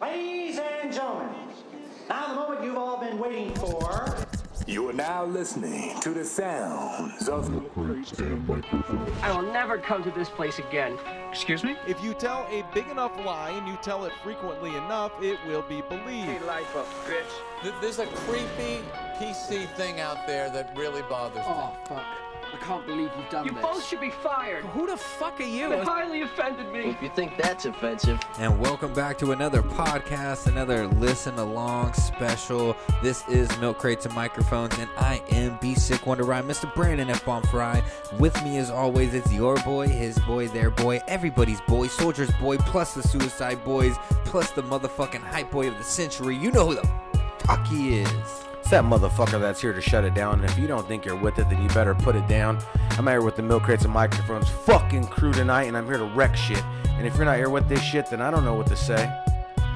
Ladies and gentlemen, now the moment you've all been waiting for. You are now listening to the sounds of I will never come to this place again. Excuse me? If you tell a big enough lie and you tell it frequently enough, it will be believed. life up, bitch. Th- There's a creepy PC thing out there that really bothers me. Oh fuck! I can't believe you've done You this. both should be fired. Who the fuck are you? You highly offended me. If you think that's offensive, And welcome back to another podcast, another listen along special. This is Milk Crates and Microphones, and I am B Sick Wonder Rhyme, Mr. Brandon F. Bomb Fry. With me, as always, it's your boy, his boy, their boy, everybody's boy, Soldier's boy, plus the Suicide Boys, plus the motherfucking hype boy of the century. You know who the fuck he is. It's that motherfucker that's here to shut it down. And if you don't think you're with it, then you better put it down. I'm here with the milk crates and microphones fucking crew tonight, and I'm here to wreck shit. And if you're not here with this shit, then I don't know what to say.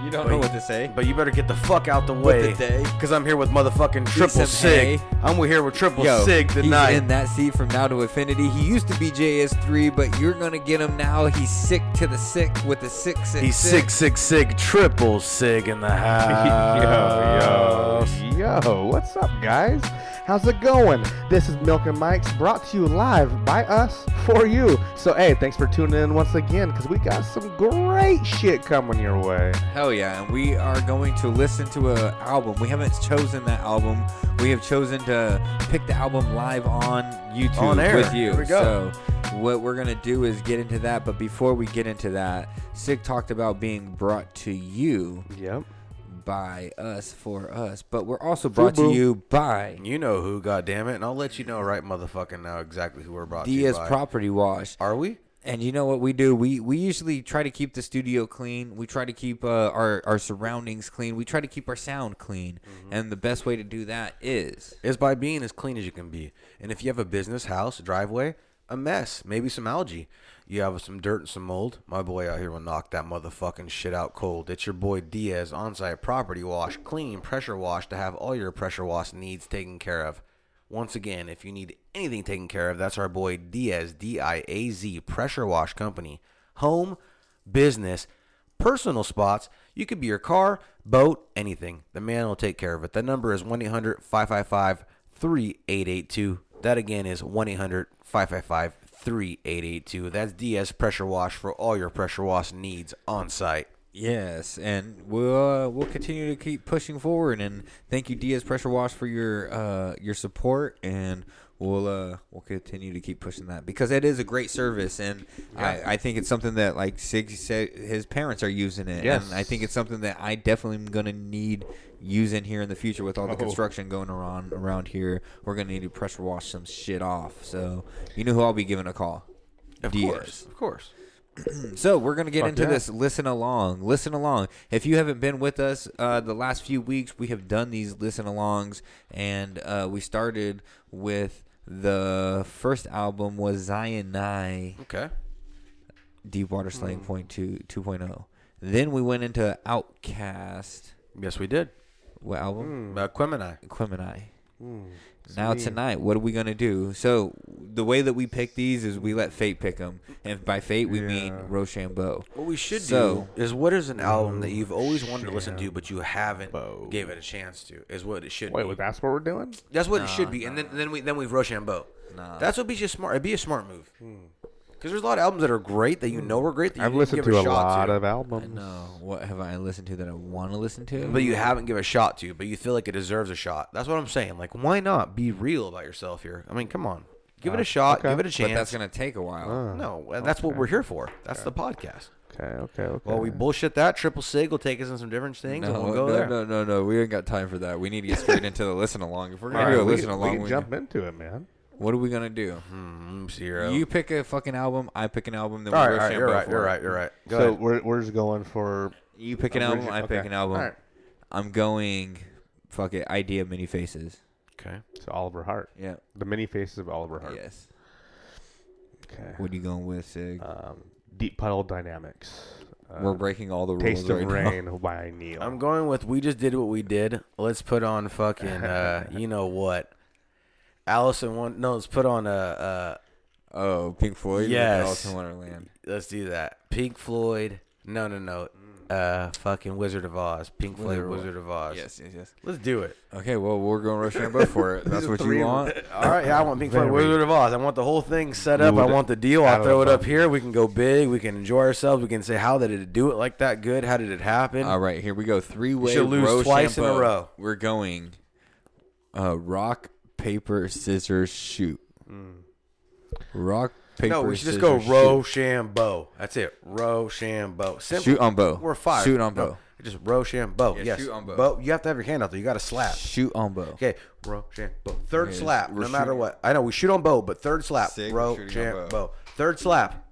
You don't know what to say. But you better get the fuck out the way. the day. Cause I'm here with motherfucking triple some sig. hay. I'm here with triple Yo, sig tonight. He's in that seat from now to infinity. He used to be JS3, but you're gonna get him now. He's sick to the sick with the six and He's sig sig sig triple sig in the house. yo, yo, what's up, guys? How's it going? This is Milk and Mike's brought to you live by us for you. So, hey, thanks for tuning in once again because we got some great shit coming your way. Hell yeah, and we are going to listen to a album. We haven't chosen that album. We have chosen to pick the album live on YouTube On air. with you. Here we go. So what we're gonna do is get into that, but before we get into that, Sig talked about being brought to you Yep. by us for us, but we're also brought to you by You know who, goddammit, and I'll let you know right motherfucking now exactly who we're brought Diaz to by. Property Wash. Are we? And you know what we do? We we usually try to keep the studio clean. We try to keep uh, our our surroundings clean. We try to keep our sound clean. And the best way to do that is is by being as clean as you can be. And if you have a business, house, driveway, a mess, maybe some algae, you have some dirt and some mold, my boy out here will knock that motherfucking shit out cold. It's your boy Diaz on-site property wash, clean pressure wash to have all your pressure wash needs taken care of. Once again, if you need anything taken care of, that's our boy Diaz, D I A Z, Pressure Wash Company. Home, business, personal spots. You could be your car, boat, anything. The man will take care of it. That number is 1 800 555 3882. That again is 1 800 555 3882. That's Diaz Pressure Wash for all your pressure wash needs on site. yes. And we'll uh, we'll continue to keep pushing forward. And thank you, Diaz Pressure Wash, for your uh, your support. And we'll uh, we'll continue to keep pushing that because it is a great service. And I, I think it's something that like Sig said, his parents are using it. Yes. And I think it's something that I definitely am gonna need using here in the future with all Oh. the construction going around around here. We're gonna need to pressure wash some shit off. So you know who I'll be giving a call. Of Diaz. course. Of course. So we're gonna get into yeah. this. Listen along, listen along. If you haven't been with us uh, the last few weeks, we have done these listen alongs, and uh, we started with the first album was Zion Nye Okay. Deep Water Hmm. Slang Point Two Two Point oh. Then we went into Outcast. Yes, we did. What album? Uh, Quim and I. Quim and I. Hmm. Now tonight, what are we gonna do? So the way that we pick these is we let fate pick them, and by fate we mean Rochambeau. What we should So- do is what is an album that you've always wanted to listen to, but you haven't gave it a chance to. Is what it should Wait, be. well, that's what we're doing? That's what it should be. And then then we then we've Rochambeau. That's what be just smart. It'd be a smart move. Because there's a lot of albums that are great Hmm. that you know are great that you I've didn't listened give to a, a shot uh, lot to, of albums. No, Oh, what have I listened to that I want to listen to? but you haven't give a shot to, but you feel like it deserves a shot. That's what I'm saying. Like, why not be real about yourself here? I mean, come on, give it a shot, okay. give it a chance. Uh, but that's gonna take a while. no, and that's what we're here for. That's the podcast. Okay, okay, okay. Well, we bullshit that. Triple Sig will take us in some different things, no, and we'll go no, there. no, no, no. We ain't got time for that. We need to get straight into the listen along. If we're gonna All right, do a we listen can- along, we can we- jump into it, man. what are we gonna do? Mm, zero. You pick a fucking album. I pick an album. Then all right, we all right, Rochambeau you're right, for you're it. right, you're right. Go so ahead. we're, we're just going for. You pick an album. Origi- I pick okay. an album. All right. I'm going. Fuck it. Idea many faces. Okay. So Oliver Hart. Yeah. The many faces of Oliver Hart. Yes. Okay. What are you going with, Sig? Um, Deep Puddle Dynamics. Uh, We're breaking all the rules Taste right of now. Rain by Neil. I'm going with we just did what we did. Let's put on fucking uh you know what. Allison one no, let's put on uh uh Oh, Pink Floyd. with Yes. Alice in Wonderland. let's do that. Pink Floyd. No no no. uh, fucking Wizard of Oz, Pink Floyd, Mm. Wizard of Oz. Wizard of Oz. Yes, yes, yes. let's do it. Okay, well, we're going Rochambeau for it. That's what you want. All right, yeah, I want Pink Very Floyd, Wizard of Oz. I want the whole thing set up. I Dude, want the deal. out I of throw the it up box. here. We can go big. We can enjoy ourselves. We can say, "How did it do it like that? Good. How did it happen?" All right, here we go. Three way should lose twice in a row. We're going uh, rock, paper, scissors, shoot. Hmm. Rock, paper, No, we should just go scissors, shoot. Rochambeau. That's it. Rochambeau. Simple. Shoot on bow. We're five. Shoot on No, bow. Just Rochambeau. Yeah, yes. shoot on bow. Bo- You have to have your hand out there. You got to slap. Shoot on bow. Okay. Rochambeau. Third Okay, slap, we're no matter shooting. what. I know we shoot on bow, but third slap. Sick, we're shooting on bow. Rochambeau. Third slap.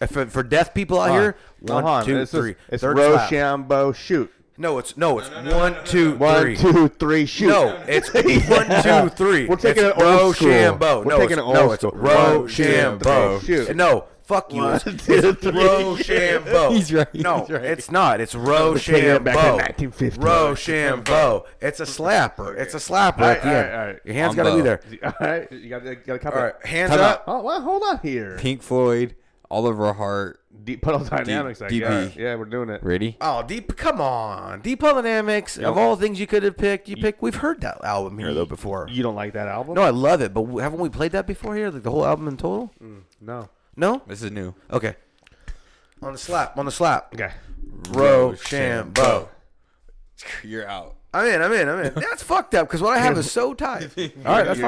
And For, for deaf people out Hold on. here, Now, one, hold on. two, This is- three. It's Third slap. Rochambeau shoot. No, it's no, it's one, two, One, three. two, three, shoot. No, it's one, two, three. We're taking it's it old school. Rochambeau. We're no, taking it's, it no, old it's school. Rochambeau. One, two, three, No, fuck you. One, It's, two, it's three. Rochambeau. He's right, No, he's right. it's not. It's taking it back to Rochambeau. 1950. Rochambeau. It's a slapper. It's a slapper at the All right, end. all right. Your hand's got to be Combo. there. All right, you gotta, you gotta copy. All right, hands Time up. Oh, well, hold on here. Pink Floyd, Oliver Hart. Uh, Deep puddle dynamics. I DB. guess. Yeah, we're doing it. Ready? Oh, deep! Come on, Deep Purple Dynamics. Of all things you could have picked, you picked. We've heard that album here though before. You don't like that album? No, I love it, but w- haven't we played that before here? Like the whole album in total? no. No. This is new. Okay. On the slap. On the slap. Okay. Rochambeau. You're out. I'm in. I'm in. I'm in. That's fucked up because what I have is so tight. All right, that's You're-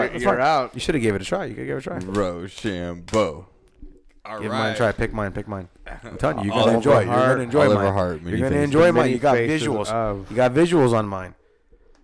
fine. That's you're fine. out. You should have gave it a try. You could give it a try. Rochambeau. All right. Give mine a try. Pick mine. Pick mine. I'm telling you, you're Oliver gonna enjoy. it. You're Hart- gonna enjoy Oliver mine. Hart, you're many gonna faces. enjoy mine. Many You got faces visuals. of- You got visuals on mine.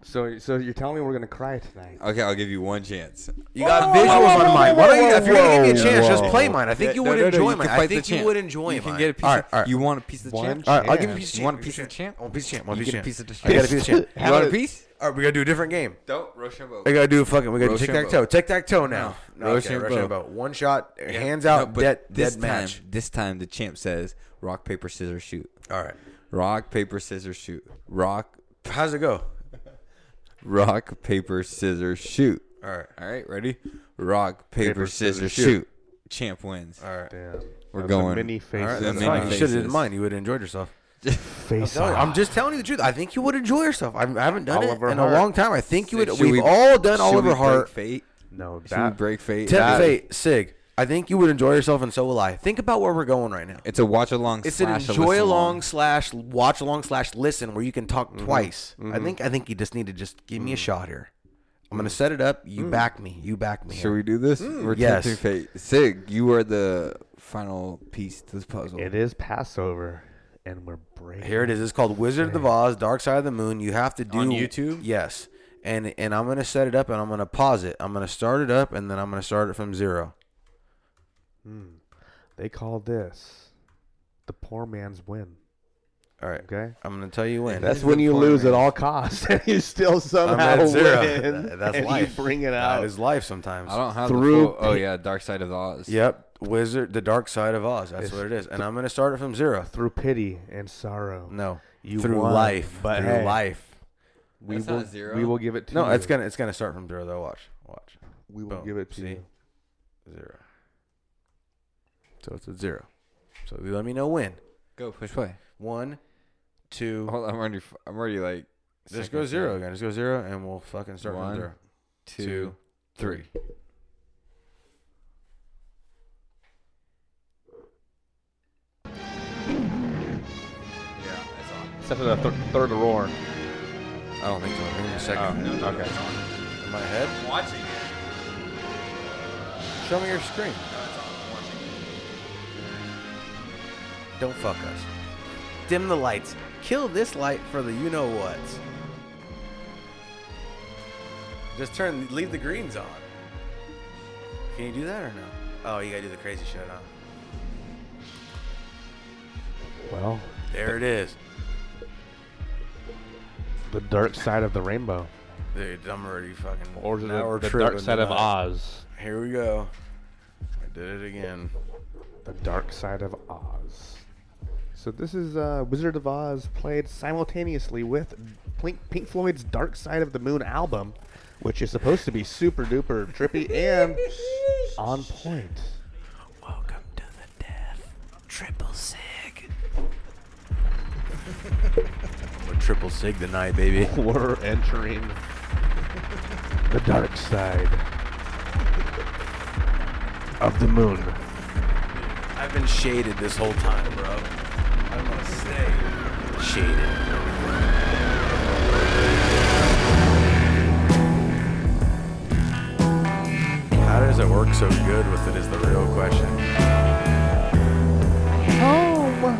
So, so you're telling me we're gonna cry tonight? Okay, I'll give you one chance. You got visuals on mine. Why don't you, if you're gonna give me a chance, just play mine. I think you No, would no, no, enjoy you can mine. I fight the think you champ. would enjoy You mine. can get a piece. All of, right, all right. You want a piece of the One champ? chance. All right, I'll give you a piece of You champ. want a piece of the champ? I want a piece of champ. I want You a piece get of a piece of the champ. I champ. got a piece of champ. You want a piece? All right, we gotta do a different game. Don't Rochambeau. We gotta do fucking. We gotta do tic Rochambeau. tac toe. Tic tac toe now. No, okay, Rochambeau. Rochambeau. One shot. Hands out. but dead. this Dead match. Time, this time the champ says rock paper scissors shoot. All right. Rock paper scissors shoot. Rock How's it go? rock paper scissors shoot. All right. All right, ready? Rock paper, scissors, shoot. Champ wins. All right. Damn. We're That's a going. mini face. All right. That's many fine. You should have did faces. mine. You would have enjoyed yourself. face. Tell you, I'm just telling you the truth. I think you would enjoy yourself. I I haven't done Oliver it in Hart. a long time. I think you would. Should We've we- all done should Oliver we break Hart. Fate. no. Should we That break fate. Tip That- fate, Sig. I think you would enjoy yourself, and so will I. Think about where we're going right now. It's a watch along. It's an slash a enjoy listen along slash watch along slash listen where you can talk Mm-hmm. twice. I think I think you just need to just give me Mm. a shot here. I'm gonna set it up. You back me. You back me. Should we do this? We're yes. tempting fate. Sig, you are the final piece to this puzzle. it is Passover, and we're breaking. Here it is. It's called Wizard of the Oz, Dark Side of the Moon. You have to do On YouTube? Yes. And and I'm gonna set it up and I'm gonna pause it. I'm gonna start it up and then I'm gonna start it from zero. They call this the poor man's win. All right. Okay. I'm gonna tell you when. That's when you lose at all costs, and you still somehow at zero. win. That- that's and life. you bring it that out. is life sometimes. I don't have Through the full, Oh yeah, Dark Side of Oz. Yep. Wizard, the Dark Side of Oz. That's what it is. And I'm gonna start it from zero. through pity and sorrow. No, You through won, life, but through hey. life. we That's will. not zero. We will give it to No, you. it's gonna it's gonna start from zero though. Watch, watch. We will Boom. give it to See? you. Zero. So it's a zero. So you let me know when. Go push play. One, two. Hold on, I'm already. I'm already like. just second go thought. zero again. Just go zero, and we'll fucking start One, from zero. two, three. Except for the th- third roar. I don't think so. I think it's oh, second. Okay. In my head. Watching Show me your screen. Don't fuck us. Dim the lights. Kill this light for the you know what. Just turn, leave the greens on. Can you do that or no? Oh, you gotta do the crazy shit, huh? Well, There it is. the dark side of the rainbow, Dude, I'm already fucking. or the, now we're the dark tripping side of tonight. Oz. Here we go. I did it again. The dark side of Oz. So this is uh, Wizard of Oz played simultaneously with Pink, Pink Floyd's Dark Side of the Moon album, which is supposed to be super duper trippy and on point. Welcome to the death. Triple sig. triple sig tonight, baby. We're entering the dark side of the moon. I've been shaded this whole time, bro. I must say, shaded. How does it work so good with it is the real question. Home.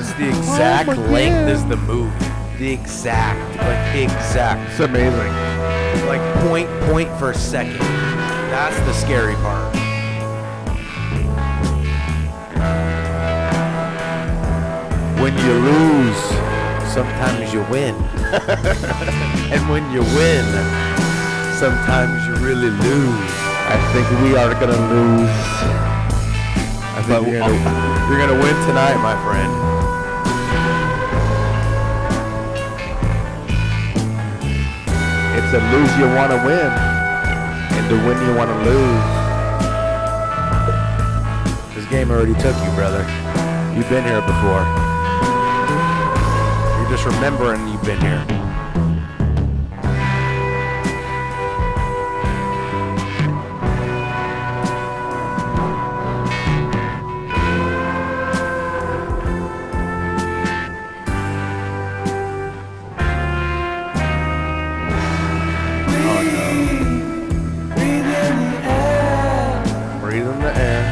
It's the exact again. length as the movie. The exact, like exact, It's amazing. like point point for second. That's the scary part. When you lose, sometimes you win. and when you win, sometimes you really lose. I think we are gonna lose. I But oh, think you're we're gonna, gonna, you're gonna win tonight, my friend. it's a lose you wanna win, and to win you wanna lose. This game already took you, brother. You've been here before. You're just remembering you've been here. Breathe in the air.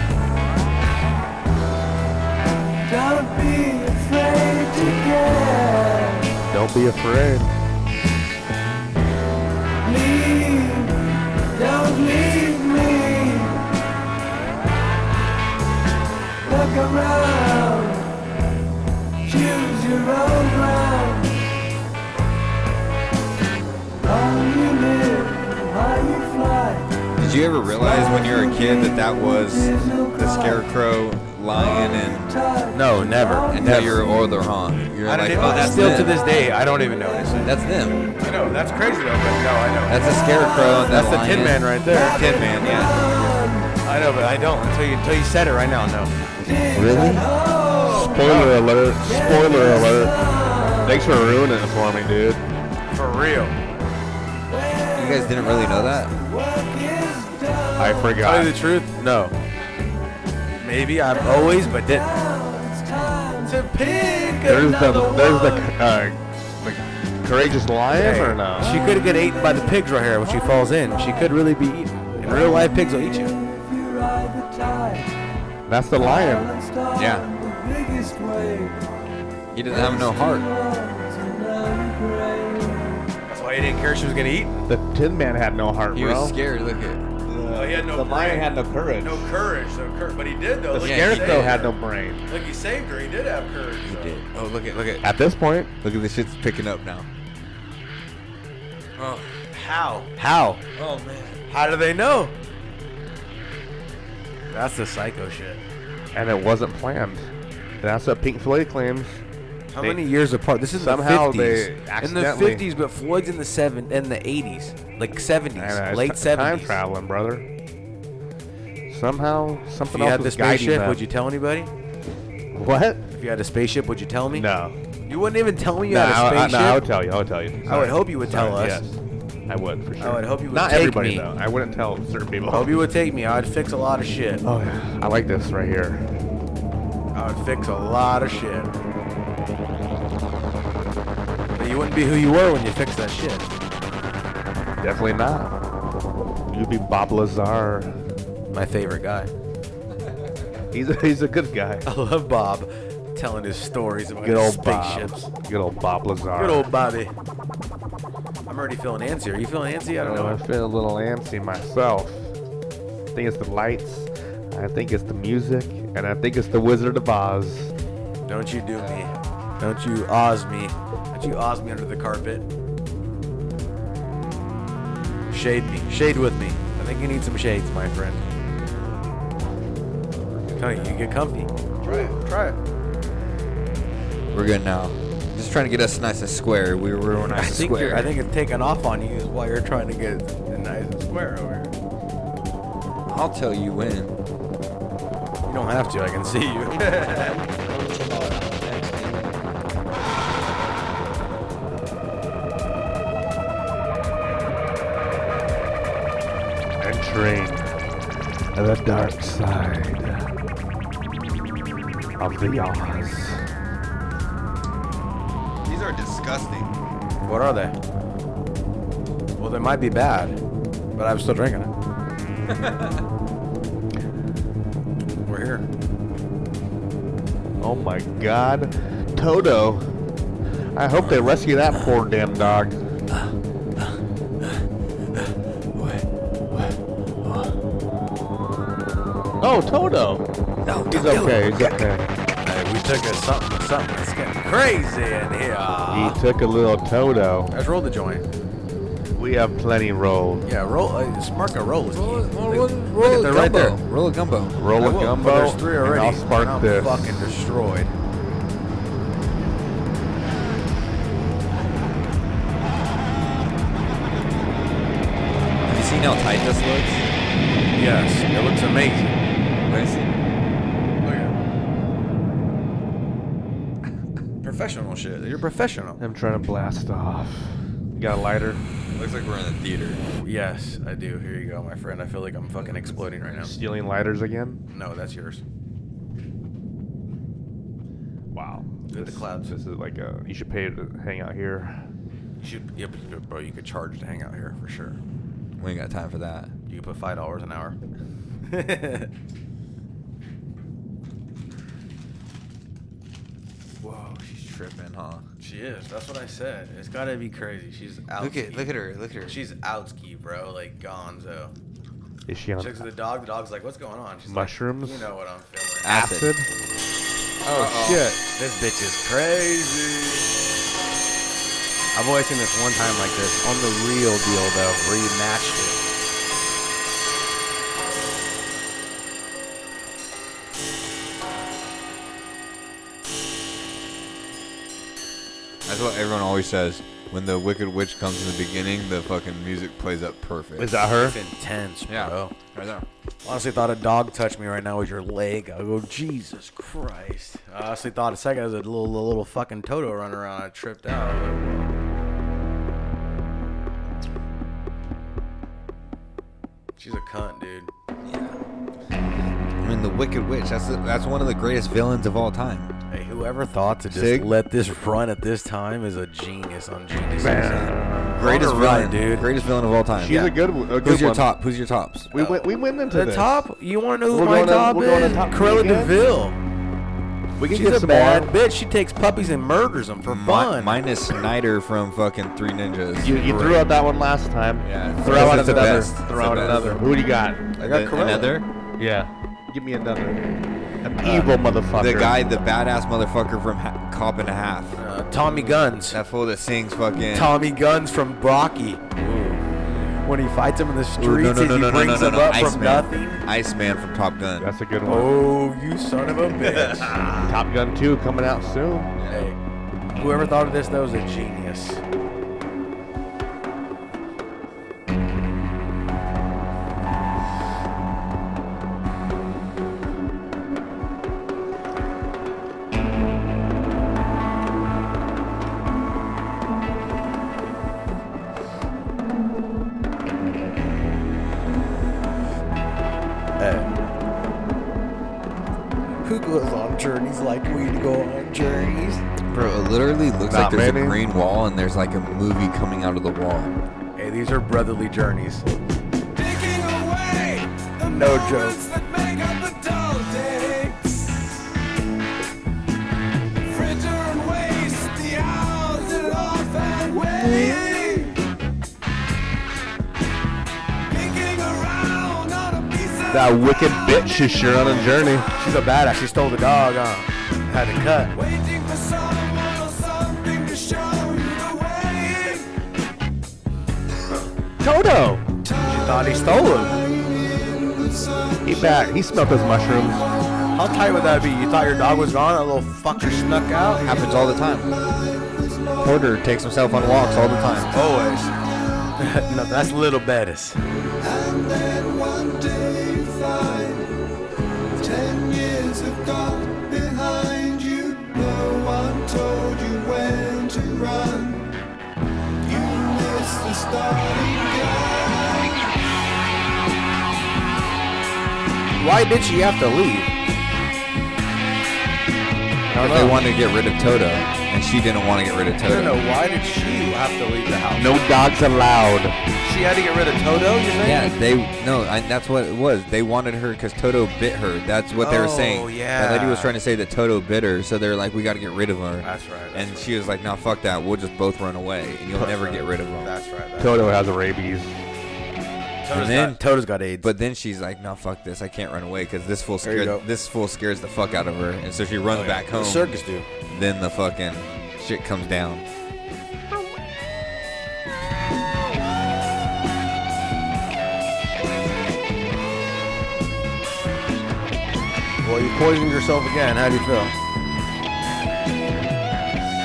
Don't be afraid. Did you ever realize when you were a kid that that was the scarecrow, lion, and No, never. until never. you're older, huh? You're I don't like, even, oh, that's still them. to this day, I don't even notice it. That's them. I know, that's crazy though, but no, I know. That's a scarecrow. And That's the the lion. Tin Man right there. Tin Man, yeah. I know, but I don't until you until you said it right now. No. Really? Oh. Spoiler alert! Spoiler alert! Thanks for ruining it for me, dude. For real. You guys didn't really know that? I Tell forgot. you the truth, no. Maybe I've always, but didn't. To pick There's the another there's the one. uh, the courageous lion Hey, or no? She could get eaten by the pigs right here when she falls in. She could really be eaten. In real life, pigs will eat you. That's the lion. Yeah. He doesn't have no heart. That's why he didn't care she was gonna eat. The Tin Man had no heart, He bro. was scared. Look at Oh, he had no the lion had no courage. courage, no courage. But he did though. the Look, he scarecrow did. had no brain. Look, he saved her. He did have courage. He did. Oh, look at, look at, At this point, look at this shit's picking up now. How? How? Oh man. How do they know? That's the psycho shit. and it wasn't planned. That's what Pink Floyd claims. How They- many years apart? This is Somehow the they 50s. in the accidentally- 50s, but Floyd's in the seven in the 80s, like 70s, And, uh, it's late ti- 70s. Time traveling, brother. Somehow, If something you else had was the guiding spaceship, them. would you tell anybody? What? If you had a spaceship, would you tell me? No. You wouldn't even tell me you no, had a I, I, spaceship. no, I would tell you. I would tell you. I would Sorry. hope you would tell Sorry, us. Yes, I would for sure. I would hope you would Not take everybody me. though. I wouldn't tell certain people. I hope you would take me. I'd fix a lot of shit. Oh yeah. I like this right here. I would fix a lot of shit. But you wouldn't be who you were when you fixed that shit. Definitely not. You'd be Bob Lazar. My favorite guy. He's a, he's a good guy. I love Bob telling his stories about Good his old spaceships. Bob. Good old Bob Lazar. Good old Bobby. I'm already feeling antsy. Are you feeling antsy? I don't Oh, I know. feel a little antsy myself. I think it's the lights. I think it's the music, and I think it's the Wizard of Oz. Don't you do me. Don't you Oz me. Don't you Oz me under the carpet. Shade me. Shade with me. I think you need some shades, my friend. Tony, you can get comfy. Try it. Try it. We're good now. Just trying to get us nice and square. We were, we were I nice and think, square. you're, I think it's taking off on you is why you're trying to get it nice and square over here. I'll tell you when. You don't have to. I can see you. bring the dark side of the Yaws. These are disgusting. What are they? Well, they might be bad, but I'm still drinking it. We're here. Oh my god. Toto. I hope they rescue that poor damn dog. Oh, Toto. No, He's don't do it. okay. He's okay. Hey, we took a something, something. It's getting crazy in here. He took a little Toto. Let's roll the joint. We have plenty rolled. Yeah, roll. Uh, spark a roll. Roll, roll, Look- roll, look at- roll a they're gumbo. right there. Roll a gumbo. Roll I a will, but gumbo. There's three already. And I'll spark and I'm this. fucking destroyed. Have you seen how tight this looks? Yes, it looks amazing. Let me see. Look at it. Professional shit. You're professional. I'm trying to blast off. Got a lighter? Looks like we're in a theater. Yes, I do. Here you go, my friend. I feel like I'm fucking exploding right now. Stealing lighters again? No, that's yours. Wow. Look at the clouds. This is like a. You should pay to hang out here. You should, yep, bro. You could charge to hang out here for sure. We ain't got time for that. You could put five dollars an hour. Whoa, she's tripping, huh? she is. That's what I said. It's gotta be crazy. She's out. Look at look at her, look at her. She's outski, bro. Like Gonzo. Is she on Checks the dog. The dog's like, "What's going on?" She's mushrooms? Like, you know what I'm feeling. Acid. acid? Oh shit. Ah, This bitch is crazy. I've only seen this one time like this on the real deal though, where you matched it. That's what everyone always says. When the Wicked Witch comes in the beginning, the fucking music plays up perfect. Is that her? It's intense, bro. Yeah. Oh, Right there. Honestly, thought a dog touched me right now with your leg. I go, Jesus Christ. I honestly thought a second I was a little a little fucking Toto running around. I tripped out. I was like, "Whoa." She's a cunt, dude. I mean, the Wicked Witch. That's the, that's one of the greatest villains of all time. Hey, whoever thought to just Sig? let this run at this time is a genius on genius. Greatest villain, Run, dude. Greatest villain of all time. She's a good, a good Who's your one. top? Who's your tops? We went, we went into The this. top? You want to know who We're my going to- top we're going to is? top Cruella again? Deville. We can She's get a some bad more. bitch. She takes puppies and murders them for Uh, Mi- fun. mine is Snyder from fucking Three Ninjas. You, you threw out that one last time. Yeah. Throw out It's the another. best. It's Throw the out best. another. Who do you got? I got Cruella. another. Yeah. Give me another. An evil motherfucker. The guy, the badass motherfucker from ha- Cop and a Half. Uh, Tommy Guns. That fool that sings fucking. Tommy Guns from Brocky. When he fights him in the streets, Ooh, no, no, and no, he no, no, no, brings no, him no. up from Iceman. nothing. Iceman from Top Gun. That's a good one. Oh, you son of a bitch! Top Gun 2 coming out soon. hey, whoever thought of this, that was a genius. Who goes on journeys like we go on journeys? Bro, it literally looks Not like there's many. a green wall and there's like a movie coming out of the wall. Hey, these are brotherly journeys. No joke. That wicked bitch is sure on a journey. She's a badass. She stole the dog, huh? Had to cut. Toto! She thought he stole him. He back. He smelt his mushrooms. How tight would that be? You thought your dog was gone, that little fucker snuck out? Happens all the time. Porter takes himself on walks all the time. Always. no, that's little Bettis. Why did she have to leave? Because they wanted to get rid of Toto, and she didn't want to get rid of Tota. I don't Toto. know. Why did she have to leave the house? No dogs allowed. She had to get rid of Toto. You think? Yeah, they no, I, that's what it was. They wanted her because Toto bit her. That's what they were saying. Oh, yeah. that lady was trying to say that Toto bit her, so they're like, we got to get rid of her. That's right, that's and right. she was like, no, fuck that. We'll just both run away, and you'll never get rid of them. That's right. That's Toto has rabies. Toto's And then- got, Toto's got AIDS. But then she's like, no, fuck this. I can't run away because this fool There you scared go. Oh, this fool scares the fuck out of her, and so she runs back home. The circus dude. Then the fucking shit comes down. Well, you poisoned yourself again. How do you feel?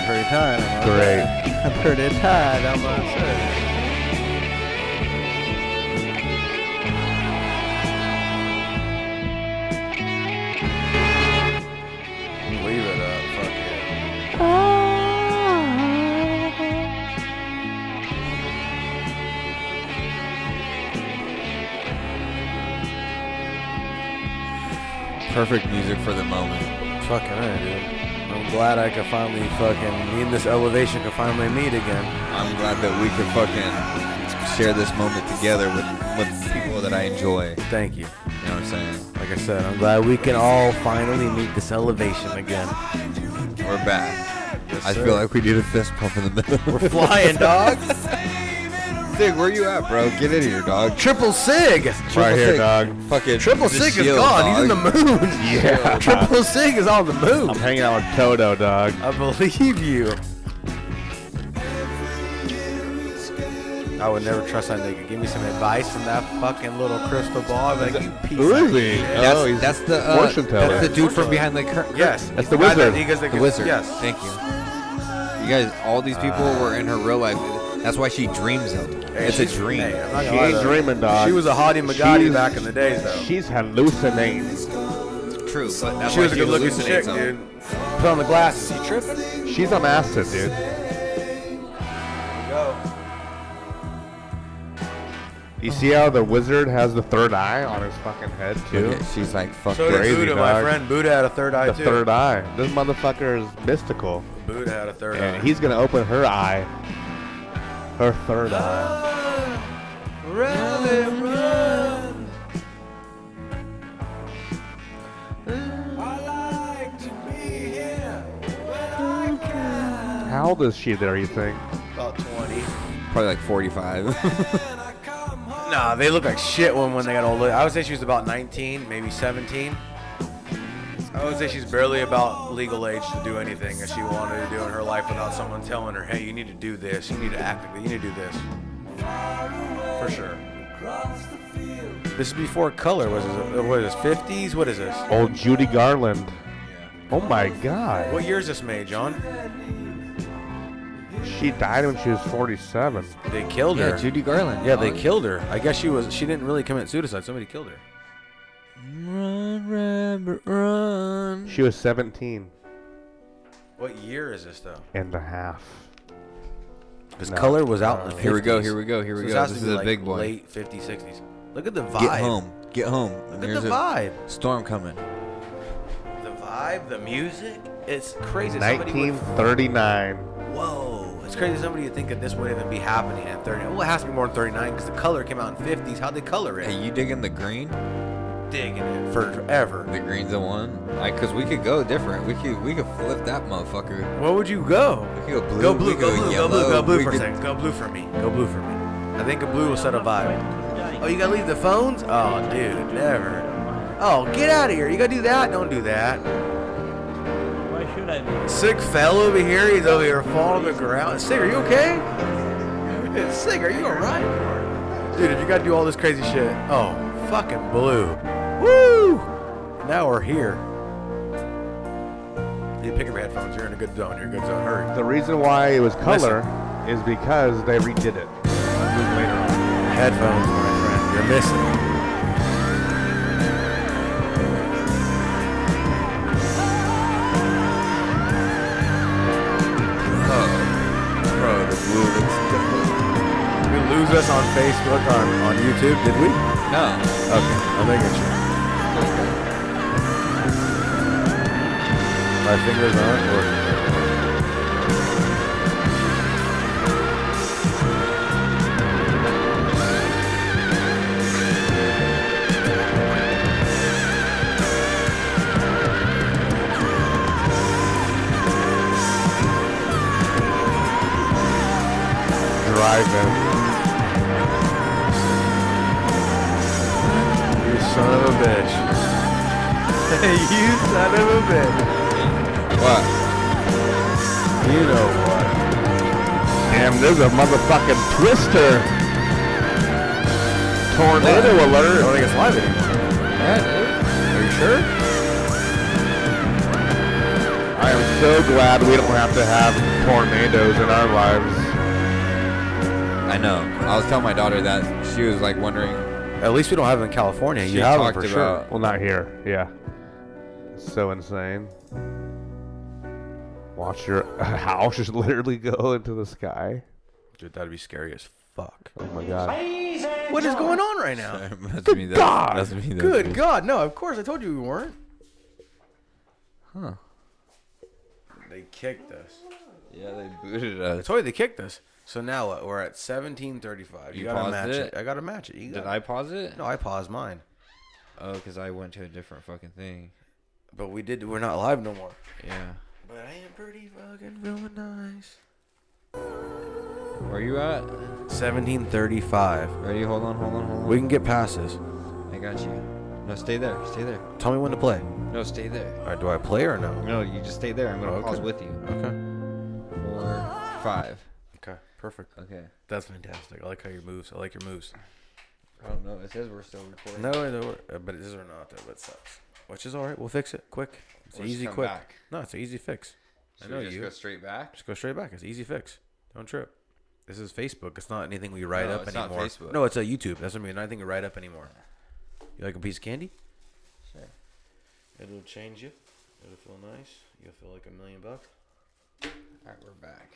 Pretty tired. I'm Great. I'm pretty tired. I'm upset. Leave it up. Fuck it. Perfect music for the moment. Fucking A, dude. I'm glad I could finally fucking me and this elevation could finally meet again. I'm glad that we could fucking share this moment together with with people that I enjoy. Thank you. You know what I'm saying? Like I said, I'm glad we can all finally meet this elevation again. We're back. I sir. feel like we did a fist pump in the middle. We're Flying dog. Sig, where you at, bro? Get in here, dog. Triple Sig. Triple here, Sig. dog. Fucking Triple the Sig is shield, gone. He's in the dog. moon. Yeah. Triple Sig is on the moon. I'm hanging out with Toto, dog. I believe you. I would never trust that nigga. Give me some advice from that fucking little crystal ball. I'd be like, you piece Who of is he? shit. That's, oh, he's that's the uh, fortune teller. That's the dude from behind the curtain. Yes. That's the He got wizard. That, he goes, the wizard. Yes. Uh. Thank you. You guys, all these people were in her real life. That's why she dreams of. it. Hey, it's a she's- dream. hey, I'm not She gonna lie, ain't though. dreaming, dog. She was a hottie Magadi She's- back in the days, though. She's hallucinating. True, but that's She why was a good looking hallucinates chick, them. dude. Put on the glasses. You tripping? She's on acid, dude. Go. You see how the wizard has the third eye on his fucking head too? Look at- she's like, fuck So did this. Buddha, my dog. friend. Buddha had a third eye The too. third eye. This motherfucker is mystical, Buddha had a third eye. and he's gonna open her eye. Her third eye. How old is she there? You think? about 20. Probably like 45. Nah, they look like shit when, when they got older. I would say she was about 19, maybe 17. I would say she's barely about legal age to do anything that she wanted to do in her life without someone telling her, hey, you need to do this, you need to act like this, you need to do this. For sure. This is before color. Was it, what is this, 50s? What is this? Old Judy Garland. Oh my God. What year is this made, John? She died when she was 47. They killed her. yeah, Judy Garland. Yeah, they dog. killed her. I guess she was. She didn't really commit suicide. Somebody killed her. Run, rabbit, run. She was 17 What year is this though? and a half. Because color was out in the 50s. Uh, Here we go, here we go, here we So go. has to This be, is a like, big boy. Late 50s, 60s. Look at the vibe. Get home. Get home. Look There's at the a vibe. storm coming. The vibe, the music. It's crazy. Somebody would- 1939. whoa. It's crazy somebody would think that this would even be happening at 30. Well, it has to be more than 39 because the color came out in 50s. How'd they color it? Hey, you digging the green? digging it forever. The green's the one. Like, cause we could go different. We could we could flip that motherfucker. Where would you go? We could go blue. Go we blue, could go blue, go blue, yellow, go blue we for a could- second. Go blue for me. Go blue for me. I think a blue will set a vibe. Oh, you gotta leave the phones? Oh, dude, never. Oh, get out of here. You gotta do that? Don't do that. Why should I be? Sick fell over here. He's over here falling on the ground. Sick, are you okay? Sick, are you alright? Dude, if you gotta do all this crazy shit, oh, fucking blue. Woo! Now we're here. You pick up your headphones. You're in a good zone. You're in a good zone. Hurry. The reason why it was color Listen. is because they redid it. Later on. Headphones, my friend. You're missing. Oh, bro, the blue looks dope. You lose us on Facebook, on, on YouTube, did we? No, Okay, I think it's My fingers aren't working. Driving. You son of a bitch. you son of a bitch. What? You know what? Damn, there's a motherfucking twister. Tornado alert. I don't think it's live anymore. Are you sure? I am so glad we don't have to have tornadoes in our lives. I know. I was telling my daughter that she was like wondering. At least we don't have it in California. She you have talked it for sure. about- Well, not here. Yeah. So insane. Watch your house just literally go into the sky. Dude, that'd be scary as fuck. Oh my god. What is going on right now? Must be that- God! must be that Good big. God, no! Of course, I told you we weren't. Huh. They kicked us. Yeah, they booted I us. told you they kicked us. So now what? We're at 17:35. You, You gotta paused match it? it? I gotta match it. You Did gotta- I pause it? No, I paused mine. Oh, because I went to a different fucking thing. But we did. We're not live no more. Yeah. But I am pretty fucking feeling nice. Where you at? 17:35. Ready? Hold on, hold on, hold on. We can get past this. I got you. No, stay there. Stay there. Tell me when to play. No, stay there. All right, do I play or no? No, you just stay there. I'm gonna Okay. pause with you. Okay. Four, five. Okay. Perfect. Okay. That's fantastic. I like how your moves. I like your moves. I don't know. It says we're still recording. No, they were- uh, but it is or not though. But it sucks. Which is all right. We'll fix it quick. It's Or just easy, come quick. back. No, it's an easy fix. Should I know we just you. go straight back? Just go straight back. It's an easy fix. Don't trip. This is Facebook. It's not anything we write No, up it's not anymore. Facebook. No, it's a YouTube. That's what I mean. Nothing we write up anymore. You like a piece of candy? Sure. It'll change you. It'll feel nice. You'll feel like a million bucks. All right, we're back.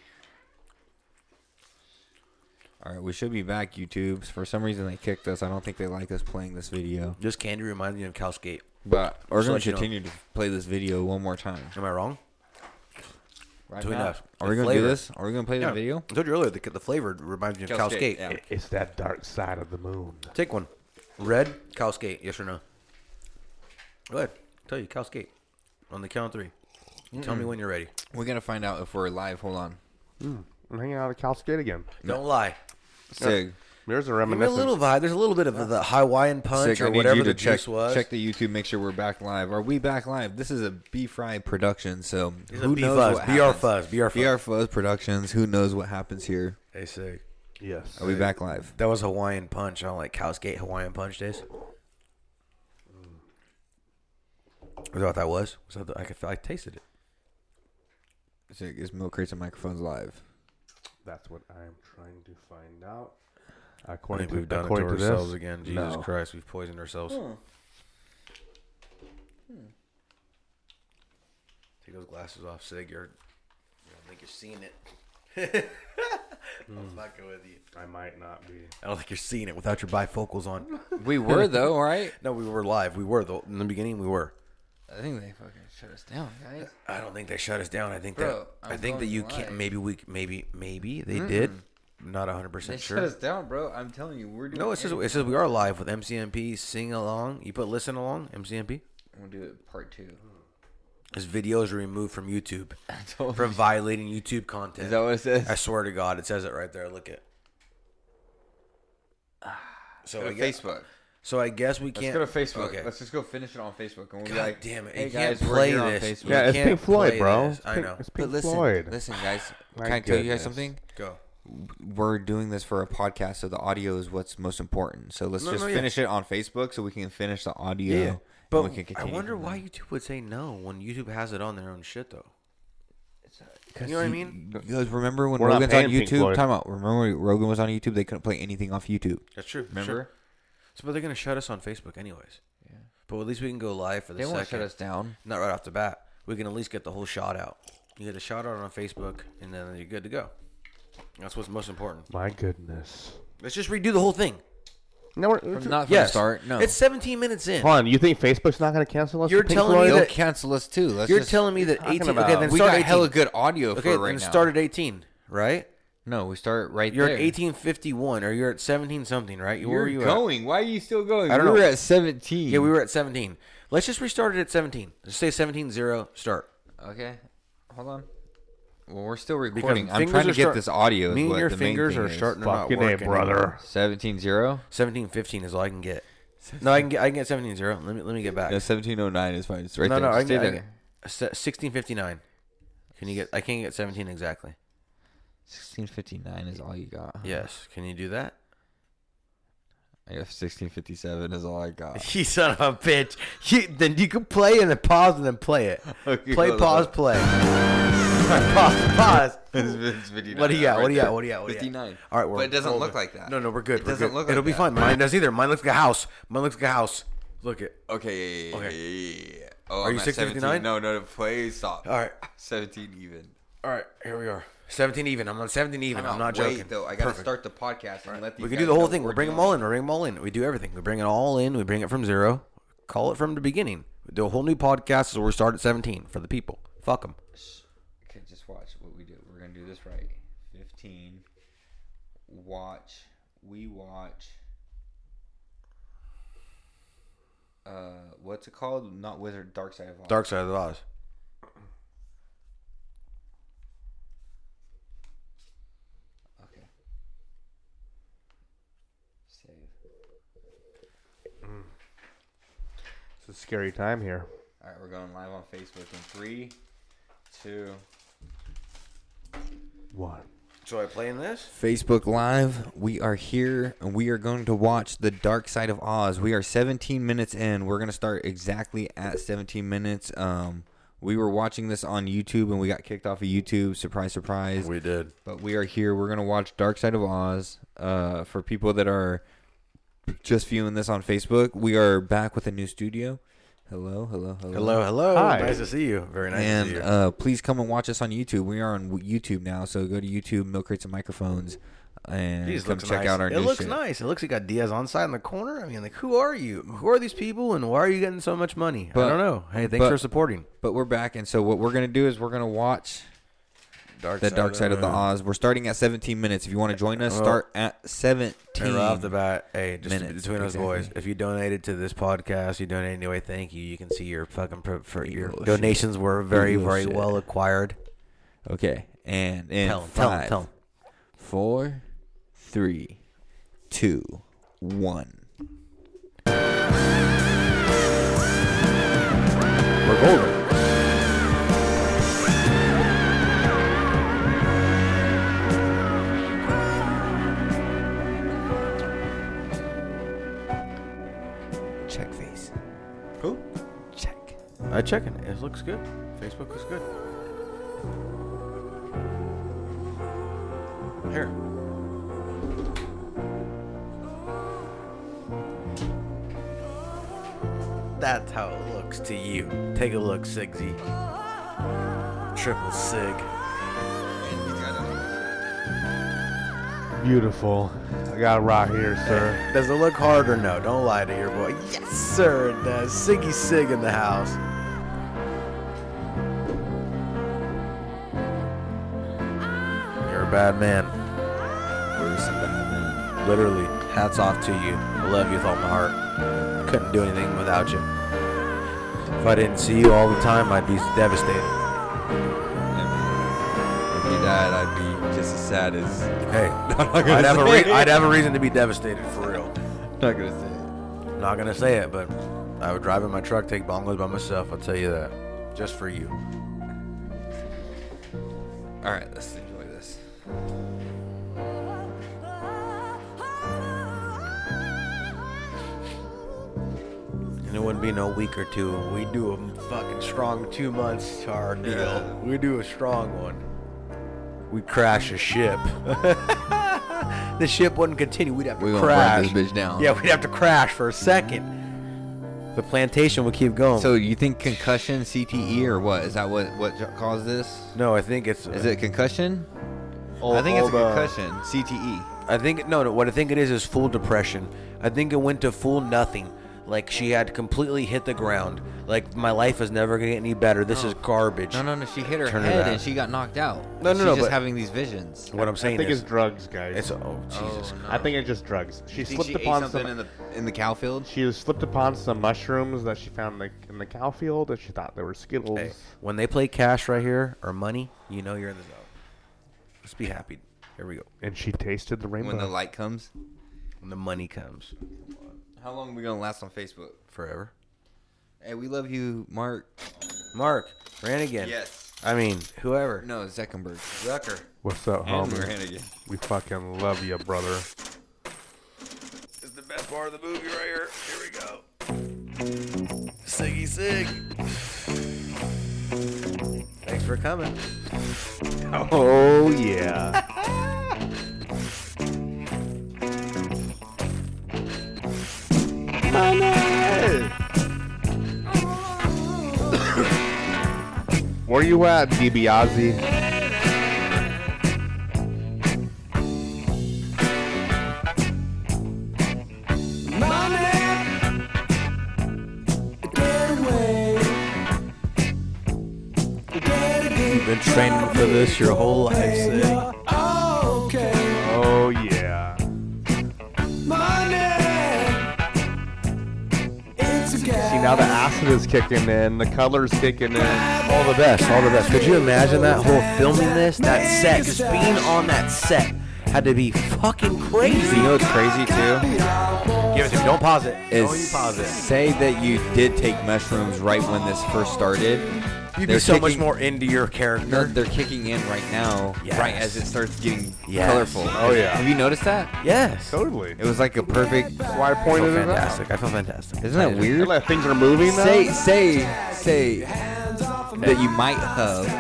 All right, we should be back, YouTubes. For some reason, they kicked us. I don't think they like us playing this video. This candy reminds me of Cal's Gate. But we're Just going let to you know. continue to play this video one more time. Am I wrong? Right Between now, us. are we The going to do flavor. this? Are we going to play the Yeah. video? I told you earlier the, the flavor reminds me of Cal's Cal's Gate, Gate. yeah. It's that dark side of the moon. Take one. Red, Cal's Gate. Yes or no? Go ahead. Tell you, Cal's Gate. On the count of three. You Tell me when you're ready. We're going to find out if we're live. Hold on. I'm hanging out at Cal State again. Don't lie. Sig, There's a Give me a reminiscence. little vibe. There's a little bit of the Hawaiian punch Sig, I or need whatever you the to check, juice was. check the YouTube, make sure we're back live. Are we back live? This is a B Fry production, so These are who B knows Fuzz, what BR happens? Fuzz, BR Fuzz. BR Fuzz Productions. Who knows what happens here? Hey, sick. yes. Are we back live? That was Hawaiian punch. I don't like Cow's Gate Hawaiian punch days. Mm. Is that what that was? Was that the, I could feel, I tasted it. Sig, is Milk Crates and Microphones live? That's what I'm trying to find out. I According think to, we've done it to according to this, ourselves again. Jesus no. Christ, we've poisoned ourselves. Hmm. Hmm. Take those glasses off, Sig. You're, I don't think you're seeing it. I'm fucking with you. I might not be. I don't think you're seeing it without your bifocals on. We were though, right? no, we were live. We were though. In the beginning, we were. I think they fucking shut us down, guys. I don't think they shut us down. I think Bro, that i I'm think that going you live. can't. Maybe we. Maybe maybe they did. I'm not 100 They percent shut sure. us down, bro. I'm telling you, we're doing. No, it says it says we are live with MCMP. Sing along. You put listen along. MCMP. I'm gonna do it part two. His videos are removed from YouTube told from violating YouTube content. Is that what it says? I swear to God, it says it right there. Look at. So Go I to guess, Facebook. So I guess we Let's can't go to Facebook. Okay. Let's just go finish it on Facebook, and we'll God be like, damn it! "Hey you guys, can't we're play here on this. Facebook." You Yeah, it's can't Pink Floyd, play bro. this. It's I Pink- know. it's Pink But listen, Floyd. listen, guys. My can I tell you guys goodness. something? Go. We're doing this for a podcast, so the audio is what's most important. So let's No, just no, yeah. finish it on Facebook, so we can finish the audio. and But we can I continue wonder from there. why YouTube would say no when YouTube has it on their own shit though. Because You know what I he- mean? You guys remember when We're not Rogan's on paying Pink YouTube? Floyd. Time out. Remember when Rogan was on YouTube? They couldn't play anything off YouTube. That's true. Remember? So, but they're gonna shut us on Facebook anyways. Yeah. But at least we can go live for the They second. won't shut us down. Not right off the bat. We can at least get the whole shot out. You get a shot out on Facebook, and then you're good to go. That's what's most important. My goodness. Let's just redo the whole thing. No, we're, we're- From not from Yes. the start. No. It's 17 minutes in. Juan, you think Facebook's not going to cancel us? You're for Pink telling me Floyd? that- They'll cancel us too. Let's You're just- Oh, telling me that talking 18. Okay, about? then we start got 18. hella good audio for Okay, it right then now. start at 18, right? no, we start right You're there. at 1851, or you're at 17 something, right? Where You're were you at? going. Why are you still going? I don't we know. were at 17. Yeah, we were at 17. Let's just restart it at 17. Just say 17 0, start. Okay, hold on. Well, we're still Because recording. I'm fingers trying are to get start- this audio. is Me and what your the main fingers thing are is. starting to not Fucking A, work anymore. brother. 17-0? 1715 is all I can get. No, I can get I can get 17 0. Let me let me get back. No, 1709 is fine. It's right no, there. no, I can, Stay get- I there. can se- 1659. Can you get I can't get 17 exactly. 1659 is all you got. Yes. Can you do that? I guess 1657 is all I got. You son of a bitch. You, then you can play and then pause and then play it. Okay, play, hold pause, on. play. pause, pause. It's 59 What do you got? right What do you there. got? What do you got? What do you got? 59. All right, we're But it doesn't hold look it. like that. No, no, we're good. It we're doesn't good. look like It'll be that. fine. Mine does either. Mine looks like a house. Mine looks like a house. Look it. Okay. yeah, yeah, yeah, Okay. yeah, yeah, yeah. Oh, Are I'm you at 1659? 17. No, no, no. Play stop. All right. 17 even. Oh, All right, here we are. 17 even. I'm on 17 even. I'm, not Wait, joking. though. I gotta Perfect. start the podcast and let these We can do guys the whole know thing. We we're bring them doing all it. in. We bring them all in. We do everything. We bring it all in. We bring it from zero. Call it from the beginning. We do a whole new podcast. So we start at 17 for the people. Fuck them. Okay, just watch what we do. We're gonna do this right. Fifteen. Watch. We watch. Uh, what's it called? Not Wizard. Dark Side of Oz. Dark Side of the Oz. Okay. Save. It's a scary time here. All right, we're going live on Facebook in three, two. One. So I play in this? Facebook Live, we are here and we are going to watch The Dark Side of Oz. We are 17 minutes in. We're going to start exactly at 17 minutes. Um, we were watching this on YouTube and we got kicked off of YouTube. Surprise, surprise. We did. But we are here. We're going to watch Dark Side of Oz. Uh, for people that are just viewing this on Facebook, we are back with a new studio. Hello, hello, hello. Hello, hello. Hi. Nice to see you. Very nice to see and you. uh, please come and watch us on YouTube. We are on w- YouTube now, so go to YouTube, Milk Crates and Microphones, and Jeez, come looks check nice. out our It new looks shit. nice. It looks like you got Diaz on side in the corner. I mean, like, who are you? Who are these people, and why are you getting so much money? But- I don't know. Hey, thanks but- for supporting. But we're back, and so what we're gonna do is we're gonna watch Dark the Dark Side of the Oz. We're starting at 17 minutes. If you want to join us, Well, start at 17. Oh. Hey, right off the bat, hey, just minutes, between us boys, exactly. if you donated to this podcast, you donated anyway. Thank you. You can see your fucking pro- for your Bullshit. donations were very, very Bullshit. well acquired. Okay, and in Tell 'em, tell 'em, five, tell 'em. four, three, two, one. We're golden. Check face. Who? Check. I checking. it. It looks good. Facebook looks good. Here. That's how it looks to you. Take a look, Sigsy. Triple Sig. And he's got Beautiful. I got it right here, sir. Does it look hard or no? Don't lie to your boy. Yes, sir, it does. Siggy Sig in the house. You're a bad man. a- Literally, hats off to you. I love you with all my heart. Couldn't do anything without you. If I didn't see you all the time, I'd be devastated. If he died, I'd be just as sad as. Hey, gonna I'd have, a say re- I'd have a reason to be devastated for real. Not gonna say Not gonna say it, but I would drive in my truck, take bongos by myself. I'll tell you that, just for you. it. All right, let's enjoy this. And it wouldn't be no week or two. We do a fucking strong two months to our deal. Yeah. We do a strong one. We crash a ship. the ship wouldn't continue. We'd have to We gonna crash. burn this bitch down. Yeah, we'd have to crash for a second. The plantation would keep going. So you think concussion, CTE, or what? Is that what what caused this? no, I think it's Is it concussion? all- I think it's a all the- concussion, E. CTE. I think no, no. What I think it is is full depression. I think it went to full nothing. Like she had completely hit the ground. Like my life is never gonna get any better. This is garbage. No, no, no. She hit her Turn it head out. and she got knocked out. No, no, She's no, Just but- having these visions. What I'm saying I think is it's drugs, guys. It's oh Jesus. Oh, no. I think it's just drugs. She You think slipped she ate upon something some. in the in the cow field. she slipped upon some mushrooms that she found like in the cow field, and she thought they were Skittles. Hey, when they play cash right here or money, you know you're in the zone. Let's be happy. Here we go. And she tasted the rainbow. When the light comes, When the money comes, how long we gonna last on Facebook? forever. Hey, we love you, Mark. Mark Ranigan. Yes. I mean, whoever. No, Zuckerberg. Zucker. What's up, And homie? Brannigan. We fucking love you, brother. It's the best part of the movie right here. Here we go. Siggy Sig. Thanks for coming. Oh yeah. Where you at, DiBiase? You've been training for this your whole life, Sig. Oh yeah. See now the acid is kicking in, the colors kicking in. Oh, All the best, all the best. Could you imagine that whole filming this, that set, just being on that set had to be fucking crazy. You know what's crazy too? Give it to me. Don't pause it. Is Don't you pause it. say that you did take mushrooms right when this first started. You'd be They're so much kicking- more into your No, character. they're kicking in right now, Yes. right as it starts getting Yes. colorful. Oh, yeah. Have you noticed that? yes. Totally. It was like a perfect. That's why I pointed it out. fantastic. I feel fantastic. Isn't that weird? Like things are moving now. Say, say, say that you might have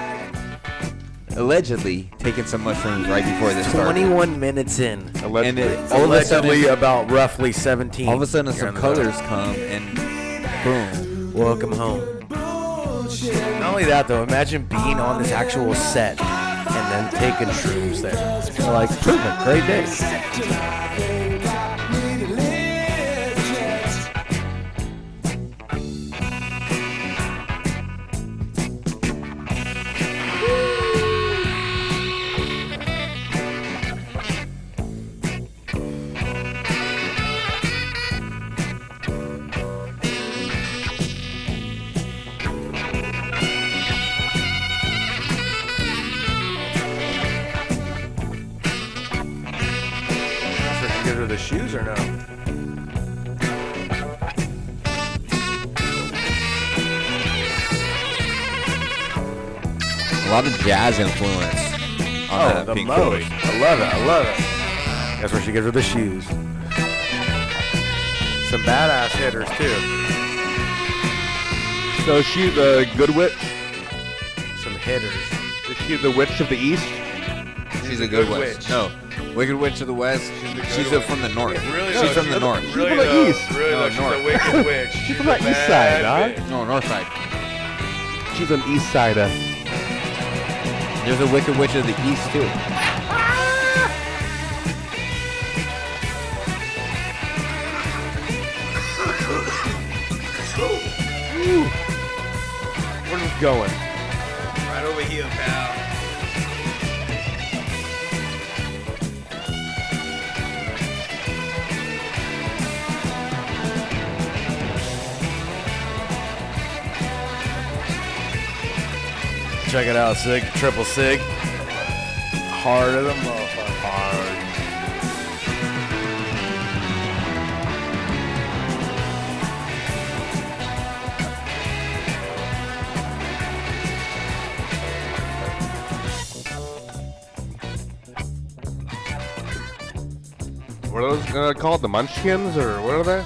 allegedly taken some mushrooms right before this started. 21 minutes in. And it, all of a Allegedly uh, sudden, about roughly 17. all of a sudden You're on some the colors come and boom. road. Welcome home. Not only that though, imagine being on this actual set and then taking shrooms there. It's like perfect, great day. Give her the shoes or no? A lot of jazz influence on Oh, that the Pink most. Floyd. I love it. I love it. That's where she gives her the shoes. Some badass hitters too. So she the good witch? Some hitters. Is she the witch of the east? She's a good witch. witch. No, Wicked Witch of the West. She's a, from the north. she's from the north. She's from the east. no, north. She's from the east side, dog. No, north side. She's an east sider. There's a Wicked Witch of the East too. Where's this going? Right over here, pal. Check it out, Sig. Triple Sig. Hard of the motherfucker. Hard. What are those uh, called? The munchkins or what are they?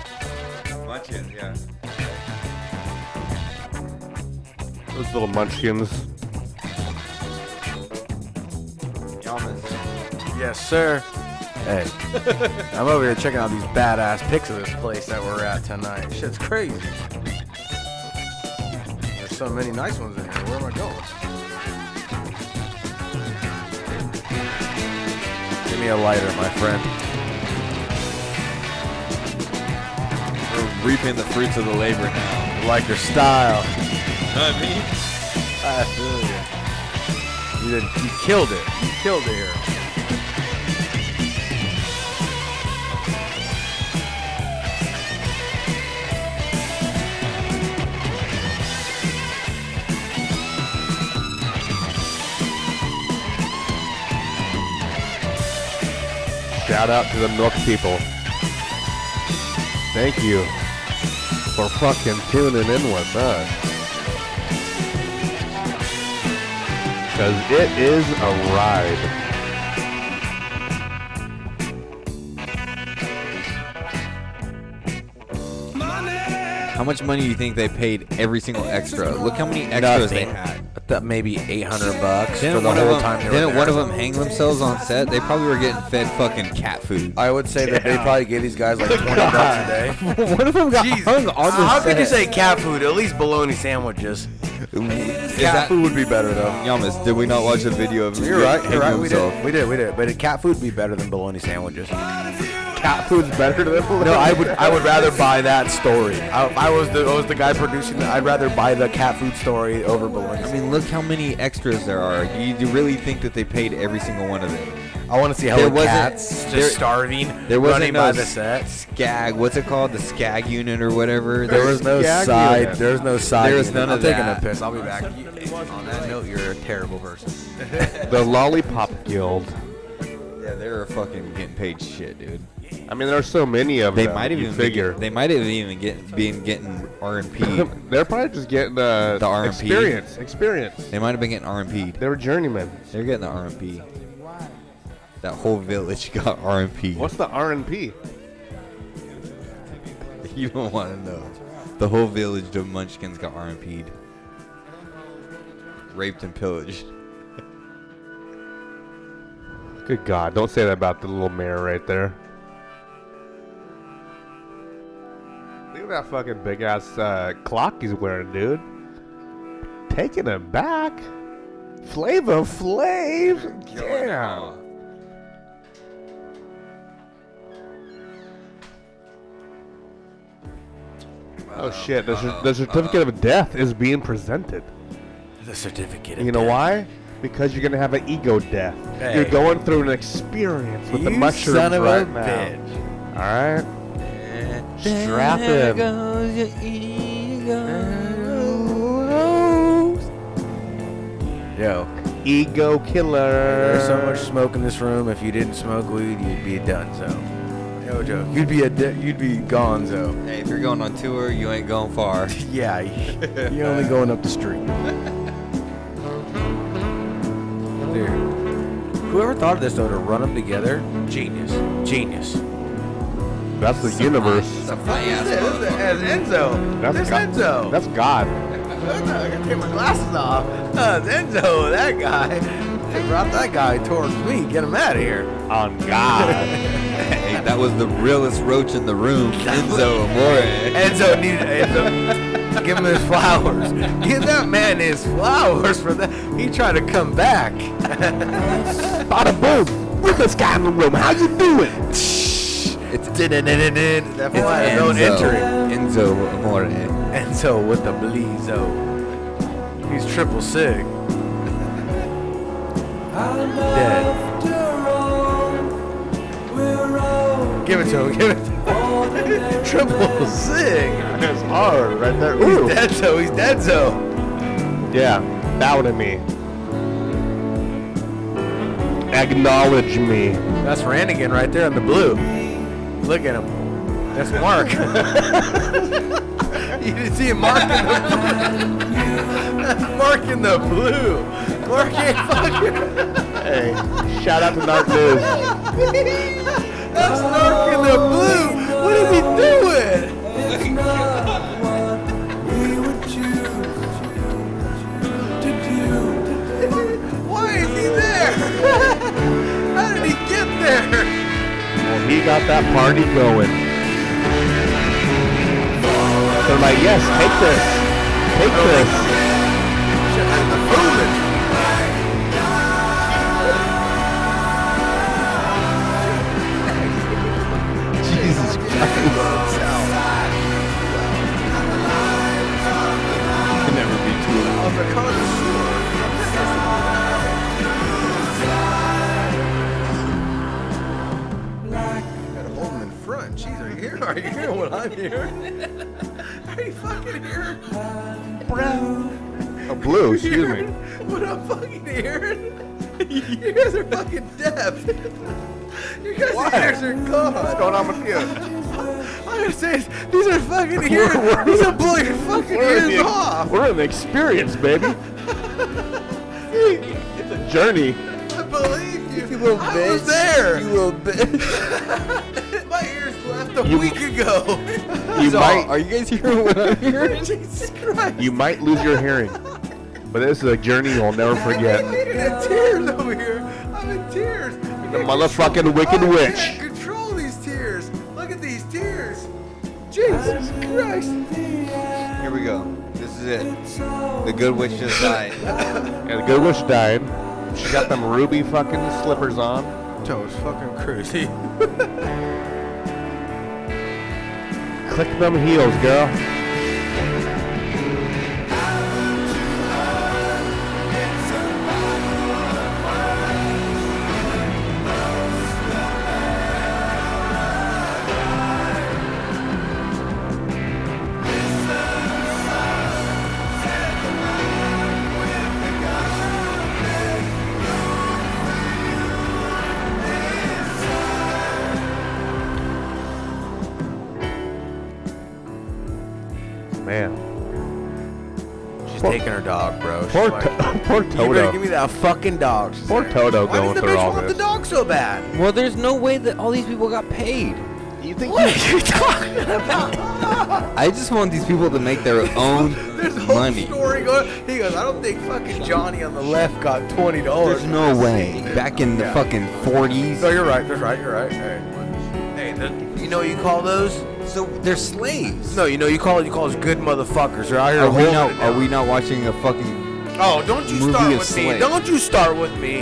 Munchkins, yeah. Those little munchkins. Yes, sir. Hey, I'm over here checking out these badass pics of this place that we're at tonight. Shit's crazy. There's so many nice ones in here. Where am I going? me a lighter, my friend. We're reaping the fruits of the labor now. Like your style. Know what I mean? I feel ya. You, did, you killed it. You killed it here. Shout out to the milk people. Thank you for fucking tuning in with us. Because it is a ride. How much money do you think they paid every single extra? Look how many extras they Nothing. had. I thought maybe 800 bucks Didn't for the one whole of them, time they were didn't there. one of them hang themselves on set? They probably were getting fed fucking cat food. I would say that they probably gave these guys like 20 bucks a day. One of them got hung on the How could you say set. cat food? At least bologna sandwiches. Is cat that- food would be better though. Yamas, did we not watch a video of him? You're right. hanging You're right. We himself? did. We did. We did. But cat food would be better than bologna sandwiches. Cat food's better than No, I would. I would rather buy that story. I, if I was the I was the guy producing. that, I'd rather buy the cat food story over bologna. I mean, look how many extras there are. You, you really think that they paid every single one of them? I want to see how There the wasn't- cats just there- starving, There wasn't running no by the set. Skag. What's it called? The skag unit or whatever. There was no Skag side. unit. There was no side. There was unit. none of I'm taking that. a piss. I'll be back. You- on that note, you're a terrible person. The Lollipop Guild. Yeah, they were fucking getting paid shit, dude. I mean, there's so many of They them. might have you even figure. Been, they might have even get, been getting R and P. They're probably just getting uh, The RMP. experience. Experience. They might have been getting R and P. They were journeymen. They're getting the R and P. That whole village got R and P. What's the R&P? You don't want to know. The whole village of Munchkins got R and P'd, raped and pillaged. Good God! Don't say that about the little mayor right there. Look at that fucking big ass uh, clock he's wearing, dude. Taking it back. Flavor Flav. Damn. Oh shit! The, cer- the certificate of death is being presented. The certificate. You know why? Because you're gonna have an ego death. Hey. You're going through an experience with the You mushrooms son of a right now. bitch. All right. Strap in. Yo, Ego killer. there's so much smoke in this room. If you didn't smoke weed, you'd be done. So, no joke. You'd be a di- you'd be gone. So, Hey, if you're going on tour, you ain't going far. yeah, you're only going up the street. Dude, whoever thought of this though to run them together, genius, genius. That's the universe. It's a funny ass This is Enzo. That's this God. Enzo. That's God. I gotta take my glasses off. Uh, Enzo, that guy. They brought that guy towards me. Get him out of here. On God. Hey, that was the realest roach in the room, Enzo Amore. Enzo needed Enzo. Give him his flowers. Give that man his flowers for that. He tried to come back. Bada boom. With this guy in the room. How you doing? It's that fly is own entry. Enzo Amore. Enzo with the bleezo. He's triple sig. Dead. Give it to him. Give it. To him. triple sig. It's hard right there. Ooh. He's dead so. He's dead so. Yeah. Bow to me. Acknowledge me. That's Randigan right there in the blue. Look at him. That's Mark. you didn't see him Mark in the blue. Mark in the blue. Mark in fucking. Hey. Shout out to Narc News. That's Mark in the blue. What is he doing? Why is he there? How did he get there? Well, he got that party going. They're like, yes, take this. Take Oh, this. Are you hearing what I'm hearing? Are you fucking hearing? Bro. Oh, blue, excuse Hearing me. What I'm fucking hearing? You guys are fucking deaf. You guys' Why? ears are gone. What's going on with you? All I'm gonna say is, these are fucking ears. these are blowing your fucking We're in ears the- off. We're in the experience, baby. it's a journey. I believe you. You little I bitch. was there. You little bitch. My ears left a You- week ago. You So- might. Are you guys hearing what I'm hearing? Jesus Christ. You might lose your hearing, but this is a journey you'll never forget. I'm in tears over here. I'm in tears. The motherfucking Wicked Witch. can't Oh, control these tears. Look at these tears. Jesus Christ. Here we go. This is it. The good witch just died. And the good witch died. She got them ruby fucking slippers on. Toes fucking crazy. Click them heels, girl. Man. She's taking her dog, bro. She's Poor, like, to- poor "You Toto. better give me that fucking dog. She's Poor like, Toto Why going does the through bitch all want this. the dog so bad? Well, there's no way that all these people got paid. You think? What are you talking about? I just want these people to make their own There's a whole money. story going. He goes, I don't think fucking Johnny on the left got twenty dollars. There's no way. Back in the Yeah. fucking 40s. No, you're right. That's right. You're right. Hey, hey the, you know what you call those? So they're slaves. No, you know you call you call us good motherfuckers. They're out here Are we holding not? it Are down. we not watching a fucking? Oh, don't you Movie start of with me. slaves. Don't you start with me.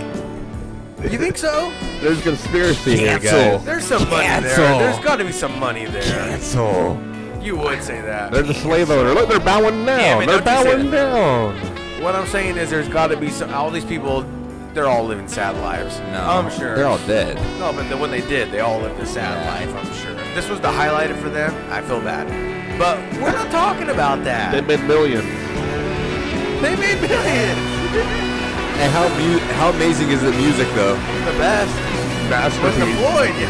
You think so? There's conspiracy here, Cancel. guys. There's some money there. Cancel. There's got to be some money there. Cancel. You would say that. They're the slave owner. Look, they're bowing Damn down. it, they're don't you say bowing down. What I'm saying is, there's got to be some. All these people, they're all living sad lives. No, I'm sure they're all dead. No, but the, when they did, they all lived a sad life. I'm sure. If this was the highlight for them. I feel bad, but we're not talking about They that. made millions. They made millions. And how mu- how amazing is the music though? The best. With the Masterpiece. Floyd, yeah.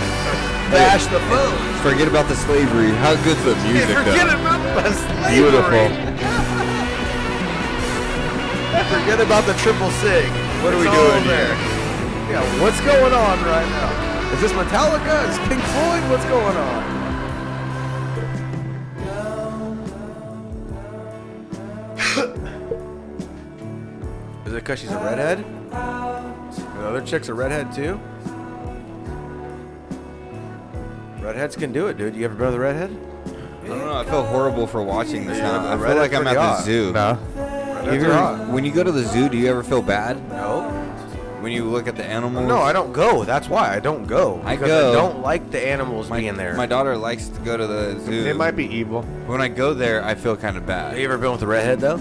bash the phone. Forget about the slavery. How good's the music Forget though? about the slavery. Beautiful. Forget about the triple sig. What are we It's all doing there? Yeah, what's going on right now? Is this Metallica? Is Pink Floyd? What's going on? Is it because she's a redhead? The other chick's a redhead too? Redheads can do it, dude. You ever been to the redhead? I don't know. I feel horrible for watching this Yeah, now. I feel Reddit's like I'm at pretty the hot. zoo. No. You Redheads ever- are hot. when you go to the zoo, do you ever feel bad No. when you look at the animals? No, I don't go. That's why I don't go. I Because go. I don't like the animals My, being there. my daughter likes to go to the zoo. It might be evil. When I go there, I feel kind of Have bad. you ever been with a redhead though?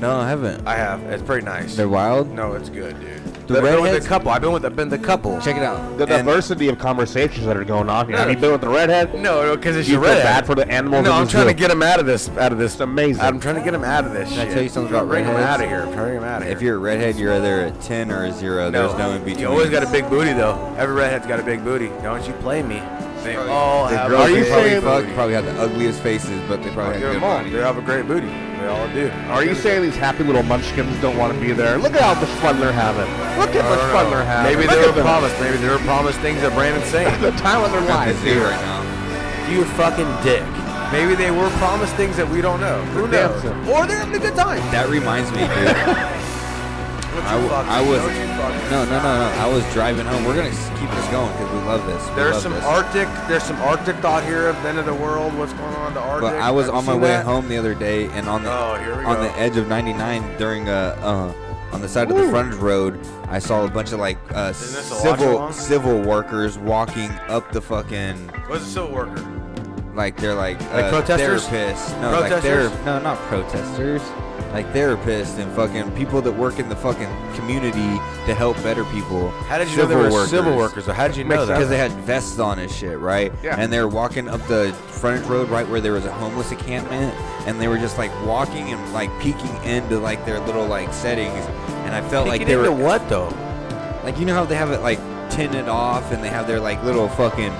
No, I haven't. I have. It's pretty nice. They're wild. no, it's good, dude. The I've been with redheads- a couple. I've been with. I've been the couple. Check it out. The And- diversity of conversations that are going on here. No. Have you been with the redhead? No, no, because it's You your feel redhead. bad for the animals. No, in I'm the trying to zoo. get him out of this. Out of this. It's amazing. I'm trying to get him out of this. Can I shit. tell you something about Bring him out redheads? of here. Bring him out of here. If you're a redhead, you're either a 10 or a 0. There's no in between. You always got a big booty though. Every redhead's got a big booty. Don't you play me? They Probably- all the have. girls a they big probably booty. fuck probably have the ugliest faces, but they I'll probably give have good them all. bodies. They have a great booty. They all do. Are you saying these happy little munchkins don't want to be there? Look at how much fun they're having. Look at how much fun they're having. Maybe Look they at were them. promised. Maybe they were promised things that Brandon's saying. The time of their At the lives. zoo dude. right now. You fucking dick. Maybe they were promised things that we don't know. Who knows? dancing. Or they're having a good time. That reminds me, dude. I, w- I was no, no, no, no. I was driving home. We're gonna s- keep this going because we love this. We There's love some this. Arctic. There's some Arctic out here of the end of the world. What's going on in the Arctic? But I was Have you on my seen way that? home the other day, and on the Oh, here we on go. the edge of 99 during a uh, on the side of the frontage road, I saw a bunch of like uh, this a watch civil along? civil workers walking up the fucking What's a civil worker? like they're like, Like uh, protesters? therapists. No, like Protesters? they're no, not protesters. like therapists and fucking people that work in the fucking community to help better people. How did you know they were civil workers? Or how did you know that? Because they had vests on and shit, right? Yeah. And they were walking up the frontage road right where there was a homeless encampment, and they were just like walking and like peeking into like their little like settings, and I felt like Peeking they were into what, though? Like you know how they have it like tinted off, and they have their like little fucking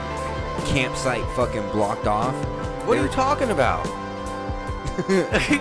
campsite fucking blocked off. What are you talking about?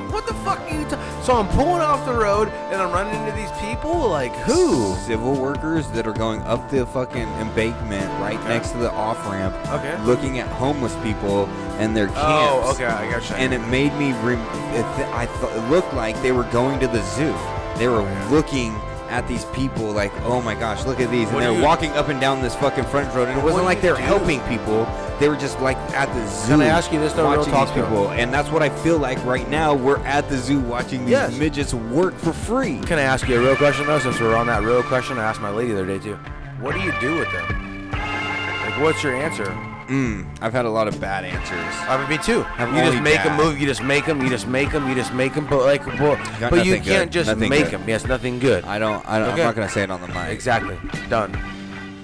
what the fuck are you talking? So I'm pulling off the road and I'm running into these people. Like who? Civil workers that are going up the fucking embankment right next to the off ramp, Okay. looking at homeless people and their camps. Oh, okay, I gotcha. And it made me. Re- it th- I thought it looked like they were going to the zoo. They Oh, were looking at these people like, oh my gosh, look at these, What do and you- they're walking up and down this fucking front road. And it wasn't do like you they're do? helping people. They were just like at the zoo. Can I ask you this, though, real watching talk, these though? people, and that's what I feel like right now. We're at the zoo watching these Yes. midgets work for free. Can I ask you a real question though? Since we're on that real question, I asked my lady the other day too. What do you do with them? Like, what's your answer? Mm, I've had a lot of bad answers. I mean, me too. I've you just only make them bad. move. You just make them. You just make them. You just make them. But like, but, Got but you nothing good, can't just nothing make good. them. Yes, nothing good. I don't. I don't Okay. I'm not gonna say it on the mic. Exactly. Done.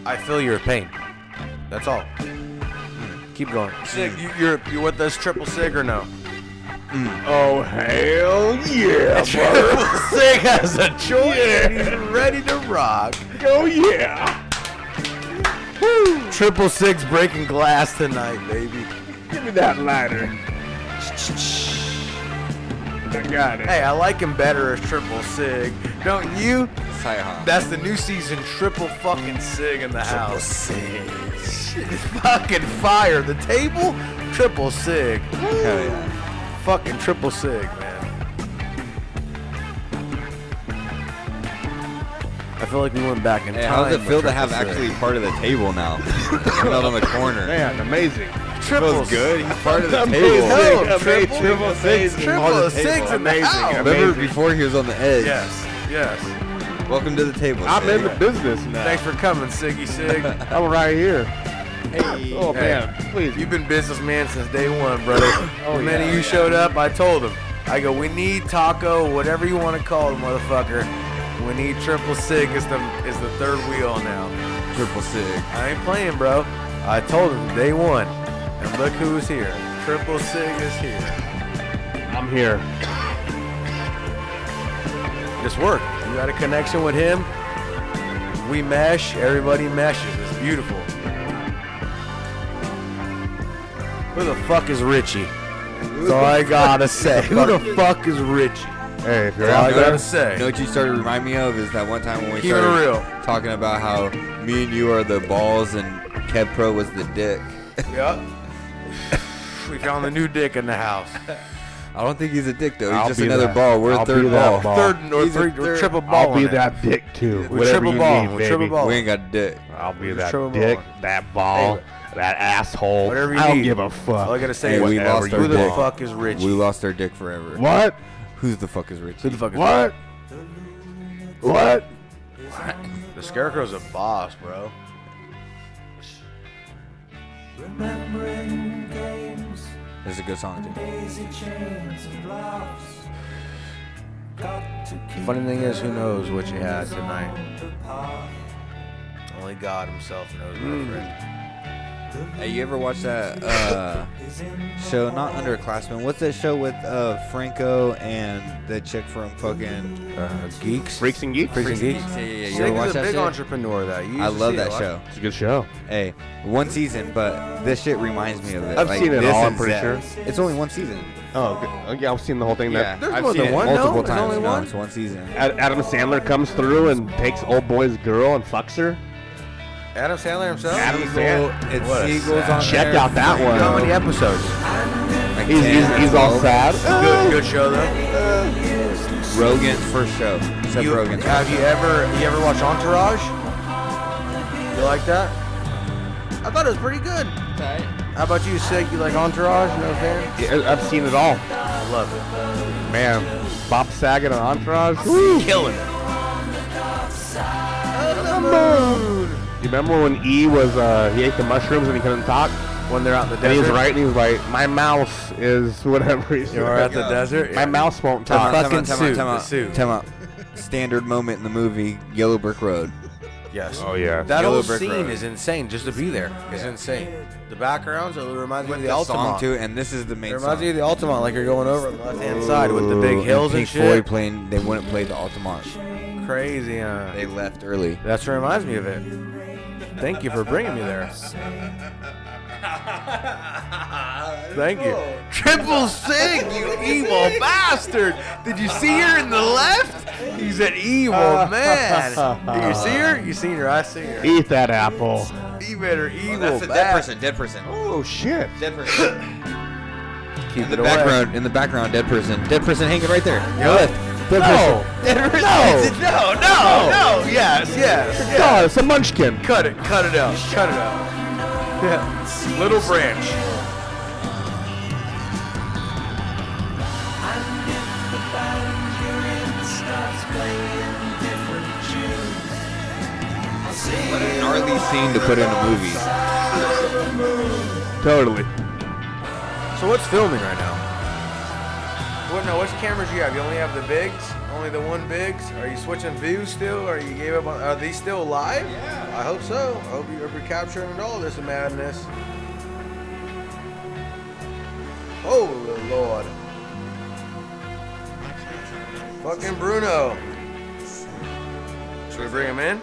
I feel your pain. That's all. Hmm. Keep going. Sig, you, you're you with us triple sig or no? Oh hell yeah, Triple sig has a choice. He's ready to rock. Oh yeah. Triple sig's breaking glass tonight, baby. Give me that lighter. I got it. Hey, I like him better as triple sig. Don't you? That's the new season triple fucking sig in the house. sig. Shit, fucking fire. The table, triple sig. Hell yeah. Fucking triple sig, man. I feel like we went back in Hey, time. how does it with feel to have triple sig. actually part of the table now? You're not on the corner. Man, amazing. triple feels good. He's part of the Amazing. table. Tell him, Amazing. triple, Amazing. triple sig's in the Amazing. house. Remember before he was on the edge. Yes, yes. Welcome to the table. I'm Sig. in the business now. Thanks for coming, Siggy Sig. I'm right here. Hey. Oh man, please. You've been businessman since day one, brother. Oh, the minute yeah, you yeah. showed up, I told him. I go, we need taco, whatever you want to call it, motherfucker. We need triple sig is the is the third wheel now. Triple sig. I ain't playing, bro. I told him day one. And look who's here. Triple sig is here. I'm here. Just work. You got a connection with him. We mesh. Everybody meshes. It's beautiful. Who the fuck is Richie? That's all I gotta say. Who the fuck is Richie? Hey, if you're That's all I out gotta there, say. You know what you started to remind me of is that one time when we Keep it started real. talking about how me and you are the balls and Kev Pro was the dick. Yep. we found the new dick in the house. I don't think he's a dick though. He's I'll just be another that- ball. We're I'll a third be that ball. ball. Third or He's a three, third- triple ball. I'll be in it. that dick too. We Whatever triple you ball, need, we baby. triple ball. We ain't got dick. I'll be Just that triple ball. dick, that ball, Hey. that asshole. Whatever you I don't need. give a fuck. All I gotta say Hey, is we lost who our the dick. fuck is Richie? We lost our dick forever. What? Who's the fuck is Richie? Who the fuck is What? What? The Scarecrow's a boss, bro. This is a good song, dude. Funny thing is, who knows what you had tonight? Only God himself knows, my friend. Hey, you ever watch that uh, show? Not underclassmen. What's that show with uh, Franco and the chick from fucking Uh, geeks. Freaks and geeks. Freaks and geeks. Yeah, yeah, yeah. You Sig ever is watch a that big shit? entrepreneur. That you I used to love see that a lot. show. It's a good show. Hey, one season, but this shit reminds me of it. I've Like, seen it this all, I'm is pretty that. sure. It's only one season. Oh, good. yeah, I've seen the whole thing. Yeah, That there's I've more seen than it one, no? multiple There's times. only No, one? it's one season. Ad- Adam Sandler comes through and takes old boy's girl and fucks her. Adam Sandler himself. Adam Seagull, Sandler. it's What a Seagulls on Check there. out that one. How many episodes? Like He's, 10 he's, he's all episodes. sad. Good, good show though. Rogan's first show. Except You- Rogan's have first you show. ever you ever watched Entourage? You like that? I thought it was pretty good. How about you, Sig? You like Entourage? You know what I'm saying? Yeah, I've seen it all. I love it. Man, Bob Saget and Entourage. Woo. Killing it. You remember when E was uh, he ate the mushrooms and he couldn't talk? when they're out in the And desert. he's right. He's like, my mouse is whatever. He's You're at the desert? My Yeah. mouse won't The talk. fucking suit, the suit. Time out. Standard moment in the movie Yellow Brick Road. Yes. Oh, yeah. That Yellow whole Brick scene Road. is insane. Just to be there is insane. The backgrounds it reminds me of the, the song, Altamont too, and this is the main It reminds song. me of the Altamont, like you're going over on the left hand Ooh, side with the big hills and, Pink shit. Floyd playing. They wouldn't play the Altamont. Crazy, huh? They left early. That's what reminds me of it. Thank you for bringing me there. Thank you. Triple Sig, you evil bastard! Did you see her in the left? He's an evil man. Did you see her? You seen her? I see her. E- Eat that apple. You better evil. that's a dead bastard. person. Dead person. Oh shit. Dead person. Keep in the it away. background. In the background, dead person. Dead person hanging right there. Your left. Dead No. person. No. No, no, no. Yes, yes. yes. No, it's a munchkin. Cut it, cut it out, cut it out. Yeah. Little branch. What a gnarly scene to put in a movie. Totally. So what's filming right now? What no? Which cameras you have? You only have the bigs, only the one bigs. Are you switching views still? Or you gave up on? Are these still live? Yeah. I hope so. I hope, you, hope you're capturing it all this madness. Oh lord! Fucking Bruno. Should we bring him in?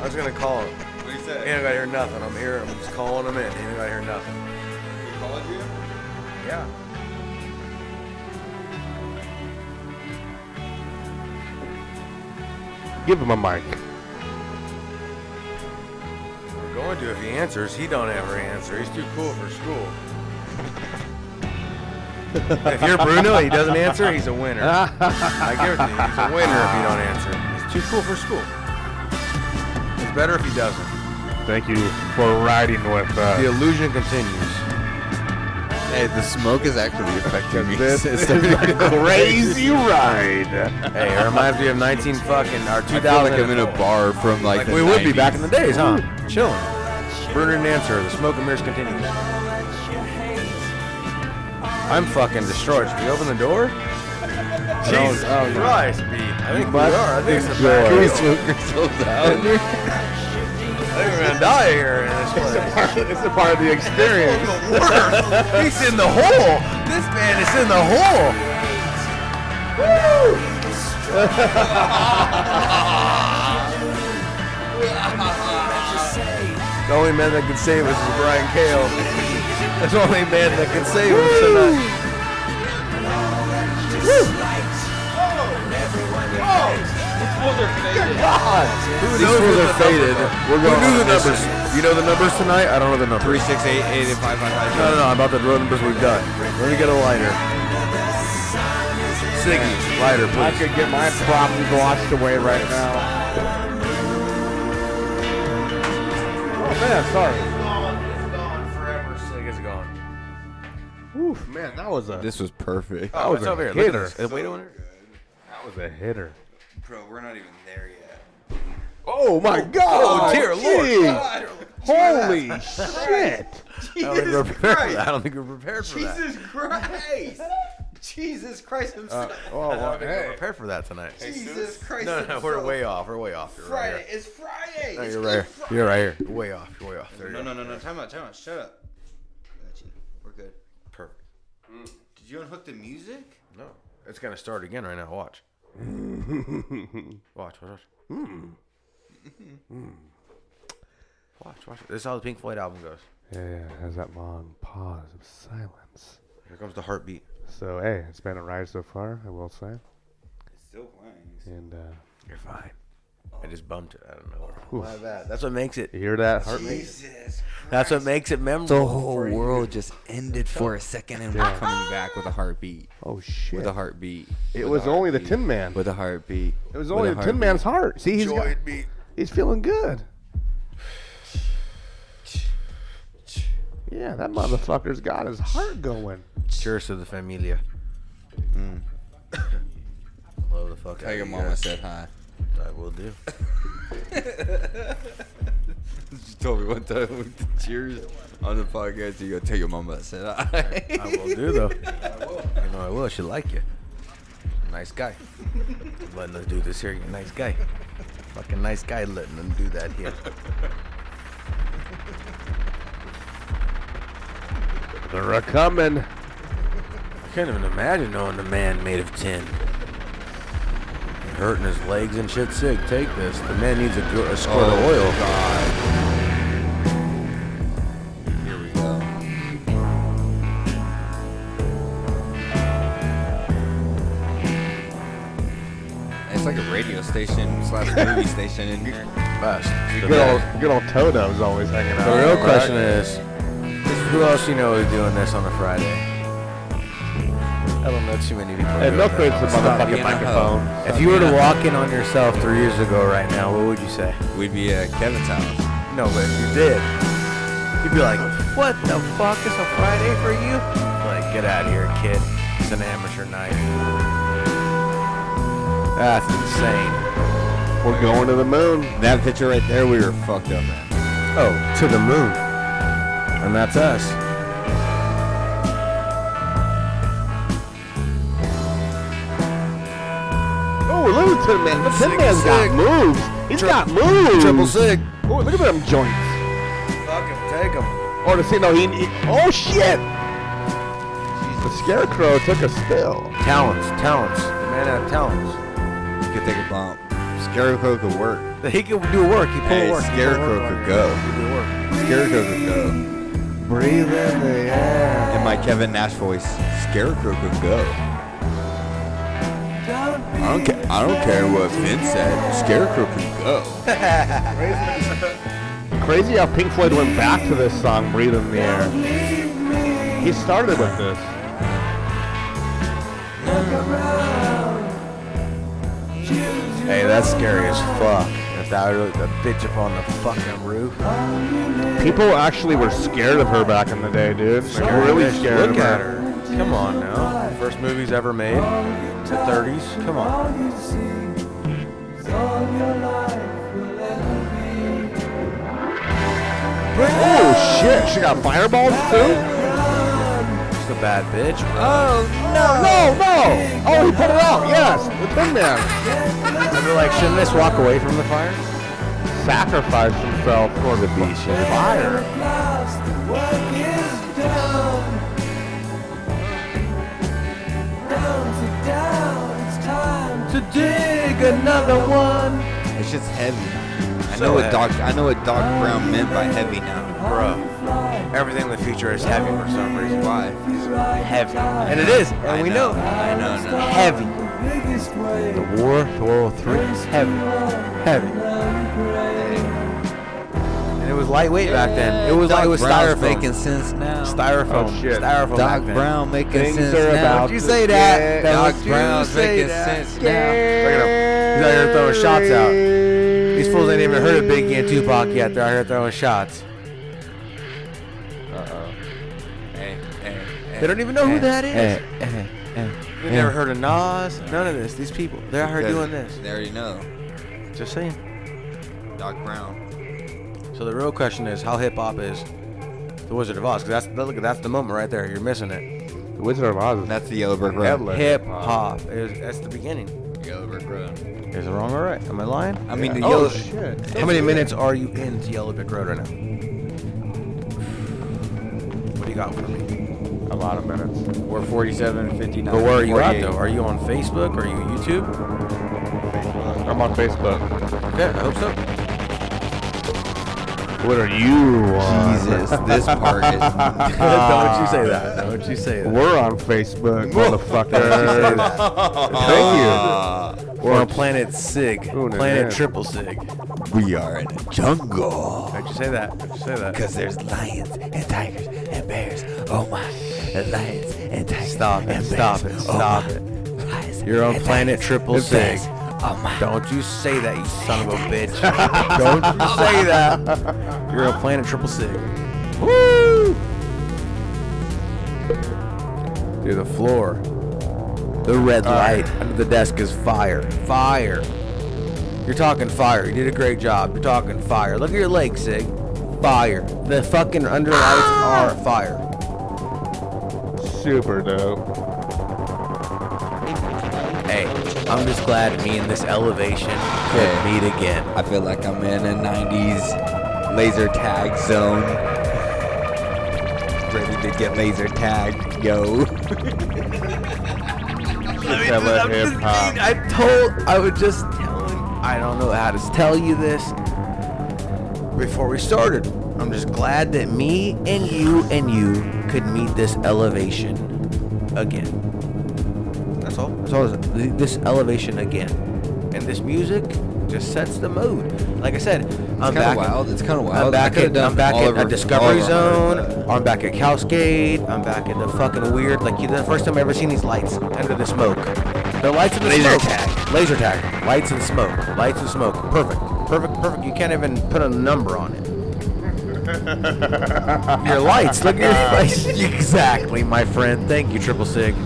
I was gonna call him. What do you say? He ain't gonna hear nothing. I'm here. I'm just calling him in. He ain't gonna hear nothing. Yeah. Give him a mic. We're going to if he answers. He don't ever answer. He's too cool for school. if you're Bruno and he doesn't answer, he's a winner. I give it to you. He's a winner if you don't answer. He's too cool for school. It's better if he doesn't. Thank you for riding with The us. illusion continues. Hey, the smoke is actually affecting me. This It's is a crazy ride. Hey, it reminds me of 19 fucking I or 2000. feel like I'm in a bar from like, Like the we would be back in the 90s. days, huh? Chilling. Bruno and answer. The smoke and mirrors continues. I'm fucking destroyed. Should we open the door? Jesus Christ, B. I think we Must are. I think it's a enjoy. bad deal. Crystal- I think we're gonna die here in this place. It's a part of the experience. He's in the hole. This man is in the hole. Woo! the only man that can save us is Brian Kale. That's the only man that can save us tonight. Who These fools are knows what the numbers faded. are? We're going Who knew on the a mission. numbers? You know the numbers tonight? I don't know the numbers. Three six eight eight eight five five five. No, no, no, about the road numbers we've done. Let me get a lighter. Siggy, lighter, I please. could get my problems washed away right now. Oh man, sorry. Sig is gone. Oof, man, that was a This was perfect. Oh, it's a over here. Look hitter. at this. Wait on it. that was a hitter. Bro, we're not even there yet. Oh my god! Oh, dear gee. Lord. Holy shit! I don't think we're prepared for that. I don't think we're prepared for that. Jesus Christ! Jesus Christ Uh, himself. Oh, I don't think we're prepared for that tonight. Jesus Christ No, no, we're himself. way off. We're way off. You're right Friday. here. It's Friday. No, It's you're right Good here. You're right here. Way off. You're way off. There you No, go. no, no, no. Time out, time out. Shut up. Got you. We're good. Perfect. Did you unhook the music? No. It's going to start again right now. Watch. Watch, watch, watch. Hmm. Hmm. Watch, watch. This is how the Pink Floyd album goes. Yeah, there's that long pause of silence. Here comes the heartbeat. So hey, it's been a ride so far, I will say. It's still playing. And uh, You're fine. I just bumped it. I don't know. My bad. That's what makes it. you hear that heartbeat? Jesus. That's what makes it memorable. The whole world just ended for a second, and we're coming back with a heartbeat. Oh shit! With a heartbeat. It With was a only the heartbeat. Tin Man. With a heartbeat. It was With only a the Tin heartbeat. Man's heart. See, he's got, me. he's feeling good. Yeah, that motherfucker's got his heart going. Cheers to the familia. Love the fuck Tell out your of you mama guys. said hi. I will do. told me one time we did cheers on the podcast. You go tell your mama. I said, all right. I will do though. I will. You know I will. She like you. Nice guy. Letting us do this here. You nice guy. Fucking nice guy letting them do that here. They're a coming. I can't even imagine knowing the man made of tin. Hurting his legs and shit sick. Take this. The man needs a, gr- a squirt of Oh, oil. Here we go. It's like a radio station slash movie station in here. Best. Good old, Oh, good old Toto's always hanging out. The real uh, question is, who else you know is doing this on a Friday? I don't know too many people. Hey, doing milk that crate's on the Stop motherfucking being a hoe. microphone. If Stop you were to being a walk in on yourself three years ago right now, what would you say? We'd be at Kevin's house. No, but if you did, you'd be like, "What the fuck is a Friday for you?" Like, get out of here, kid. It's an amateur night. That's insane. We're going to the moon. That picture right there, we were fucked up, man. Oh, to the moon. And that's us. Oh, look at the Tin Man. The Tin Man's got moves. He's got moves. Triple six. Oh, look at them joints. Fuck him, take him. Or the no, he, he. Oh shit! The scarecrow took a spill. Talents, talents. The man had talents. You could take a bump. Scarecrow could work. He could do work. He pulled Hey, work. He pulled Scarecrow work could like- go. He did work. Scarecrow could go. Breathe in the air. In my Kevin Nash voice, Scarecrow could go. I don't care. I don't care what Vince said. Scarecrow could go. Crazy how Pink Floyd went back to this song, Breathe in the Air. He started with this. Hey, that's scary as fuck. If that was the bitch up on the fucking roof. People actually were scared of her back in the day, dude. Like, really bitch, scared Look of at her. her. Come on now. First movies ever made. The 30s. Come on. Oh shit! She got fireballs too. She's a bad bitch. bro. No, no! Oh, he put it out. Yes, the Tin Man And they're like, shouldn't this walk away from the fire? sacrificed himself for the beach of fire. To dig another one. It's just heavy. I I know what Doc. I know what Doc Brown meant by heavy now. Bro, everything in the future is heavy for some reason. Why? Heavy. And it is. And I we know. I know. No. Heavy. The War, the World 3. Heavy. Heavy. And it was lightweight back then. It was like it was Brown's styrofoam. making sense now. Styrofoam. Oh, shit. Styrofoam. Doc back then. Brown making Things sense now. are about Don't you to say get that? Don't Doc you Brown's say making that. sense now. Look at him. He's out here throwing shots out. These fools ain't even heard of Biggie and Tupac yet. They're out here throwing shots. Eh, Hey, hey, They don't even know who that is. hey, eh, hey, hey. They've never heard of Nas. None of this. These people. They're out here Because doing this. They already know. Just saying. Doc Brown. So the real question is how hip hop is the Wizard of Oz. 'cause that's look, that's the moment right there. You're missing it. The Wizard of Oz is That's the Yellow Brick Road. headless. Hip hop is that's the beginning. Yellow Brick Road. Is it wrong or right? Am I lying? I mean, the Oh Yellow. shit! How many minutes are you into Yellow Brick Road right now? What do you got for me? A lot of minutes. We're 47 59. But where are you at though? Are you on Facebook? Are you YouTube? I'm on Facebook. Okay, I hope so. What are you on? Jesus, this part is. Don't you say that. Don't you say that. We're on Facebook, motherfucker. Thank you. We're on planet Sig. Ooh, no, planet man. Triple Sig. We are in a jungle. Don't you say that. Don't you say that. Because there's lions and tigers and bears. Oh my. And lions and tigers. Stop it. and Stop bears. it. Oh Stop my. it. Lions You're on and planet tigers Triple and Sig. bears. Oh my. Don't you say that, you son of a bitch. Don't you say that. You're on planet Triple Sig. Woo! Dude, the floor. The red light under the desk is fire. Fire. You're talking fire. You did a great job. You're talking fire. Look at your leg, Sig. fire. The fucking underlights are fire. Super dope. Hey, I'm just glad me and this elevation could meet again. I feel like I'm in a 90s laser tag zone. Ready to get laser tagged, yo. I'm just- I told, I was just telling, I don't know how to tell you this before we started. I'm just glad that me and you and you could meet this elevation again. That's all. That's all. it is. This elevation again, and this music just sets the mood. Like I said, I'm kinda back. wild. It's kinda I'm wild. I back. could've At, done I'm back all at, over- at Discovery all over. Zone. I'm back at Cowsgate. I'm back at the fucking weird. Like the first time I ever seen these lights under the smoke. The lights and the Laser smoke. tag. Laser tag. Lights and smoke. Lights and smoke. Perfect. Perfect. Perfect. You can't even put a number on it. your lights. Look at your face. exactly, my friend. Thank you, Triple Sig.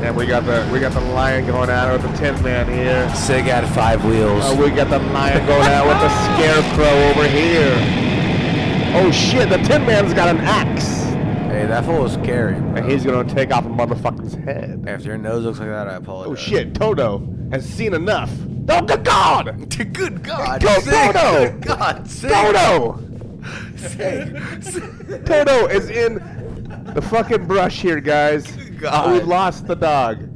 And we got the we got the lion going out with the tin man here. Sig had five wheels. Oh, Uh, we got the lion going out with the scarecrow over here. Oh shit! The tin man's got an axe, Hey, that fool was scary. and he's gonna take off a motherfucker's head. If your nose looks like that, I apologize. Oh shit, Toto has seen enough. Oh, good God! Good God. Go, Sig. Toto! Good God. Sig. Toto! Sig. Sig. Toto is in the fucking brush here, guys. God. We lost the dog.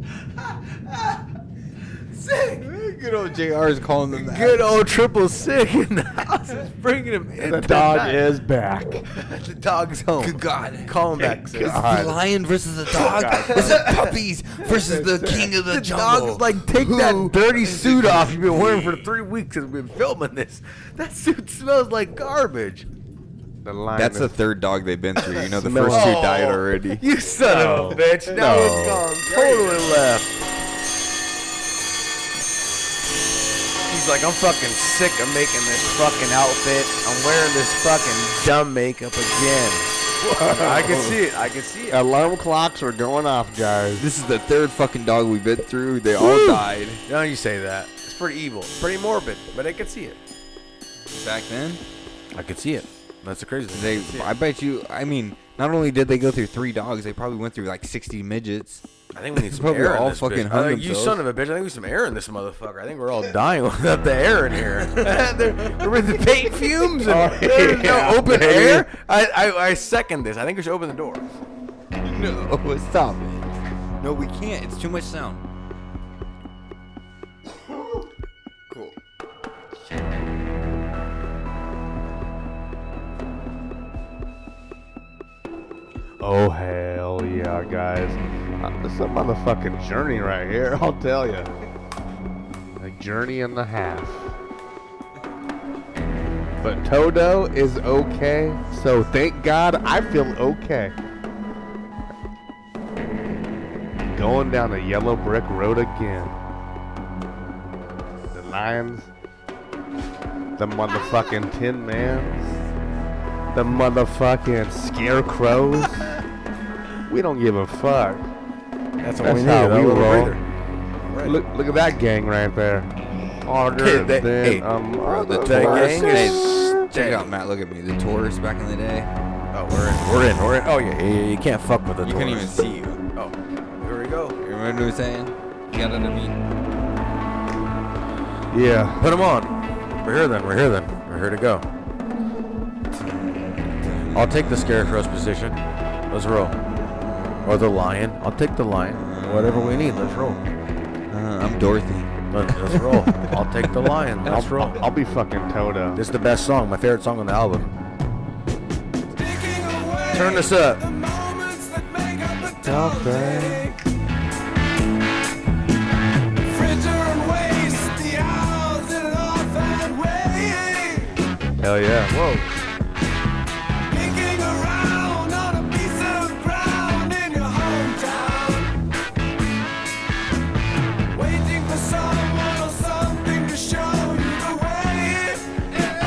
Sig. Good old JR is calling them that. Good old Oh, Triple Sig in the house is bringing him in. The dog tonight. is back. Oh, The dog's home. Good God. Call him back, Sig. The lion versus the dog versus puppies versus the king of the, The jungle. dog's like, take that dirty suit off you've been wearing for three weeks and we've been filming this. That suit smells like garbage. The lion That's the is third dog they've been through. You know, the Smell first it. Oh. two died already. You son of a bitch. Now it's gone totally left. He's like, I'm fucking sick of making this fucking outfit. I'm wearing this fucking dumb makeup again. I can see it. I can see it. alarm clocks are going off, guys. This is the third fucking dog we've been through. They all died. Now you say that. It's pretty evil. Pretty morbid, but I can see it. Back then, I could see it. That's the crazy thing. they. I bet you. I mean, not only did they go through three dogs, they probably went through like sixty midgets. I think we need some Probably air. in all this fucking bitch. hung I think you themselves. son of a bitch. I think we need some air in this motherfucker. I think we're all dying without the air in here. There- there were the paint fumes and Oh, there's yeah, no open baby. air. I, I, I second this. I think we should open the door. No, stop. No, we can't. It's too much sound. Cool. Oh hell yeah, guys! Uh, This is a motherfucking journey right here. I'll tell you. A journey and a half. But Toto is okay, so thank God I feel okay. Going down the yellow brick road again. The lions, the motherfucking Tin Mans, the motherfucking Scarecrows. we don't give a fuck. That's That's need. how we roll. Right. Look, look at that gang right there. Harder Kid, they- than hey, a Bro, the That tourists. gang is Hey, check dead. out Matt. Look at me. The tourists back in the day. Oh, we're in. We're in. We're in. Oh, yeah. yeah, yeah, You can't fuck with the You doors. couldn't even see you. Oh, here we go. You remember what I'm saying? You got what I mean? Yeah. Put them on. We're here then. We're here then. We're here to go. I'll take the scarecrow's position. Let's roll. Or the lion. I'll take the lion. Whatever we need. Let's roll. Uh, I'm Dorothy. Let, us roll. I'll take the lion. I'll, Let's roll. I'll, I'll be fucking Toto. This is the best song. My favorite song on the album. Turn this up. Hell yeah. Whoa.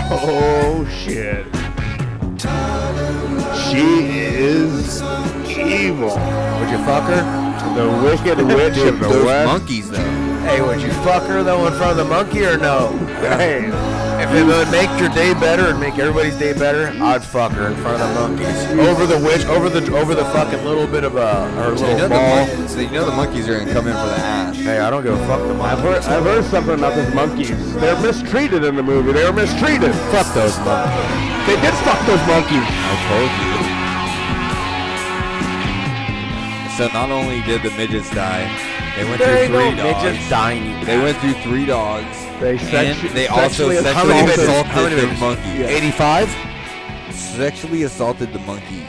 Oh shit. She is evil. Would you fuck her? The wicked witch of the Those west. monkeys, though. Hey, would you fuck her though in front of the monkey or no? Hey, if it would make your day better and make everybody's day better, I'd fuck her in front of the monkeys. Over the witch, over the over the fucking little bit of uh, her So little you know the ball. mon- so you know the monkeys are gonna come in for the ass. Hey, I don't give a fuck the monkeys. I've heard, I've heard something about these monkeys. They're mistreated in the movie. They were mistreated. Fuck those monkeys. They did fuck those monkeys. I told you. So not only did the midgets die, they went There ain't through three no dogs. midgets dying, you They went through three dogs. They sexu- and they also sexually sexually assaulted- How many assaulted, midgets? How many the midgets? monkeys. Yeah. 85? Sexually assaulted the monkeys.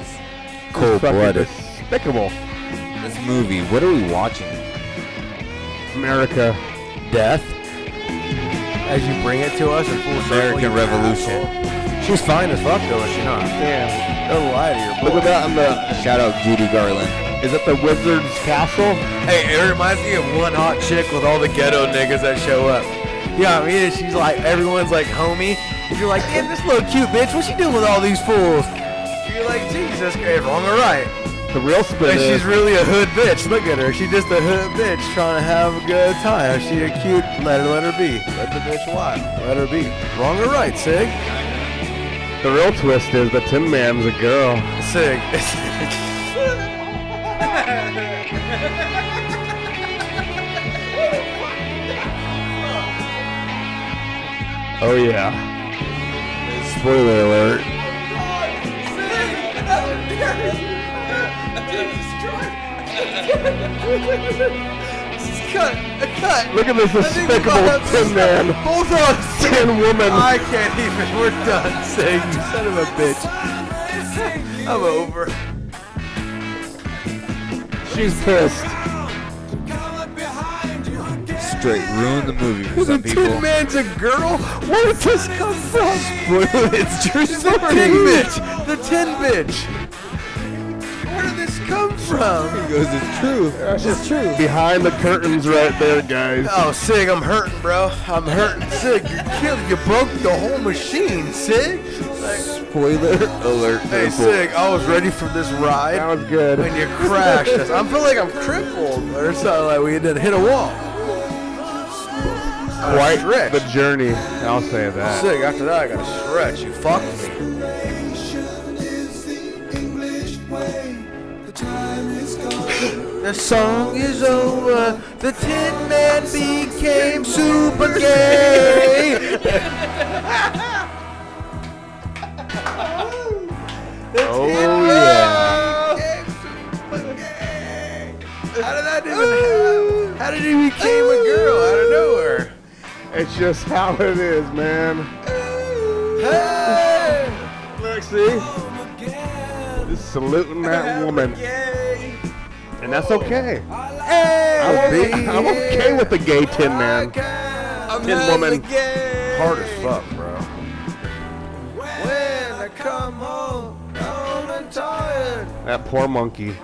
Fucking Cold-blooded. Despicable. This movie. What are we watching? America. Death. As you bring it to us in full circle, you American Revolution. asshole. She's fine as fuck though, is she not? Damn. Don't lie to your boy. Look at that on the. Shout out Judy Garland. Is it the Wizard's Castle? Hey, it reminds me of one hot chick with all the ghetto niggas that show up. Yeah, I mean, she's like, everyone's like, homie. And you're like, damn, this little cute bitch, what's she doing with all these fools? You're like, Jesus Christ, wrong or right? The real spin Like, is. she's really a hood bitch. Look at her. She's just a hood bitch trying to have a good time. She a cute. Let her, let her be. Let the bitch wild. Let her be. Wrong or right, Sig? The real twist is the Tin Man's a girl. Sig. Oh yeah. Spoiler alert. Cut! A cut! Look at this despicable Tin Man. Hold on, Tin Woman. I can't even. We're done, Sig. You son of a bitch. I'm over. She's pissed. Straight ruined the movie for some the people. Tin Man's a girl? Where did this come from? it's true The story. Tin Bitch. The Tin Bitch. Where did this come from? He goes, it's true. It's true. Behind the curtains, right there, guys. Oh, Sig, I'm hurting, bro. I'm hurting. Sig, you killed. You broke the whole machine, Sig. Spoiler alert. Hey, Sig, I was ready for this ride. That was good. when you crashed us. I feel like I'm crippled or something. Like we didn't hit a wall. Quite stretch. the journey. I'll say that. Sick. After that, I got to stretch. You fucked me. The song is over. The Tin Man became super gay. Oh yeah. How did that even happen? How did he became a girl out of nowhere? It's just how it is, man. Hey! Look, see? Just saluting that woman. And that's okay. I'm, Hey! I'm okay with the gay tin man. Tin woman. Hard as fuck, bro. When I come home, old and tired, That poor monkey.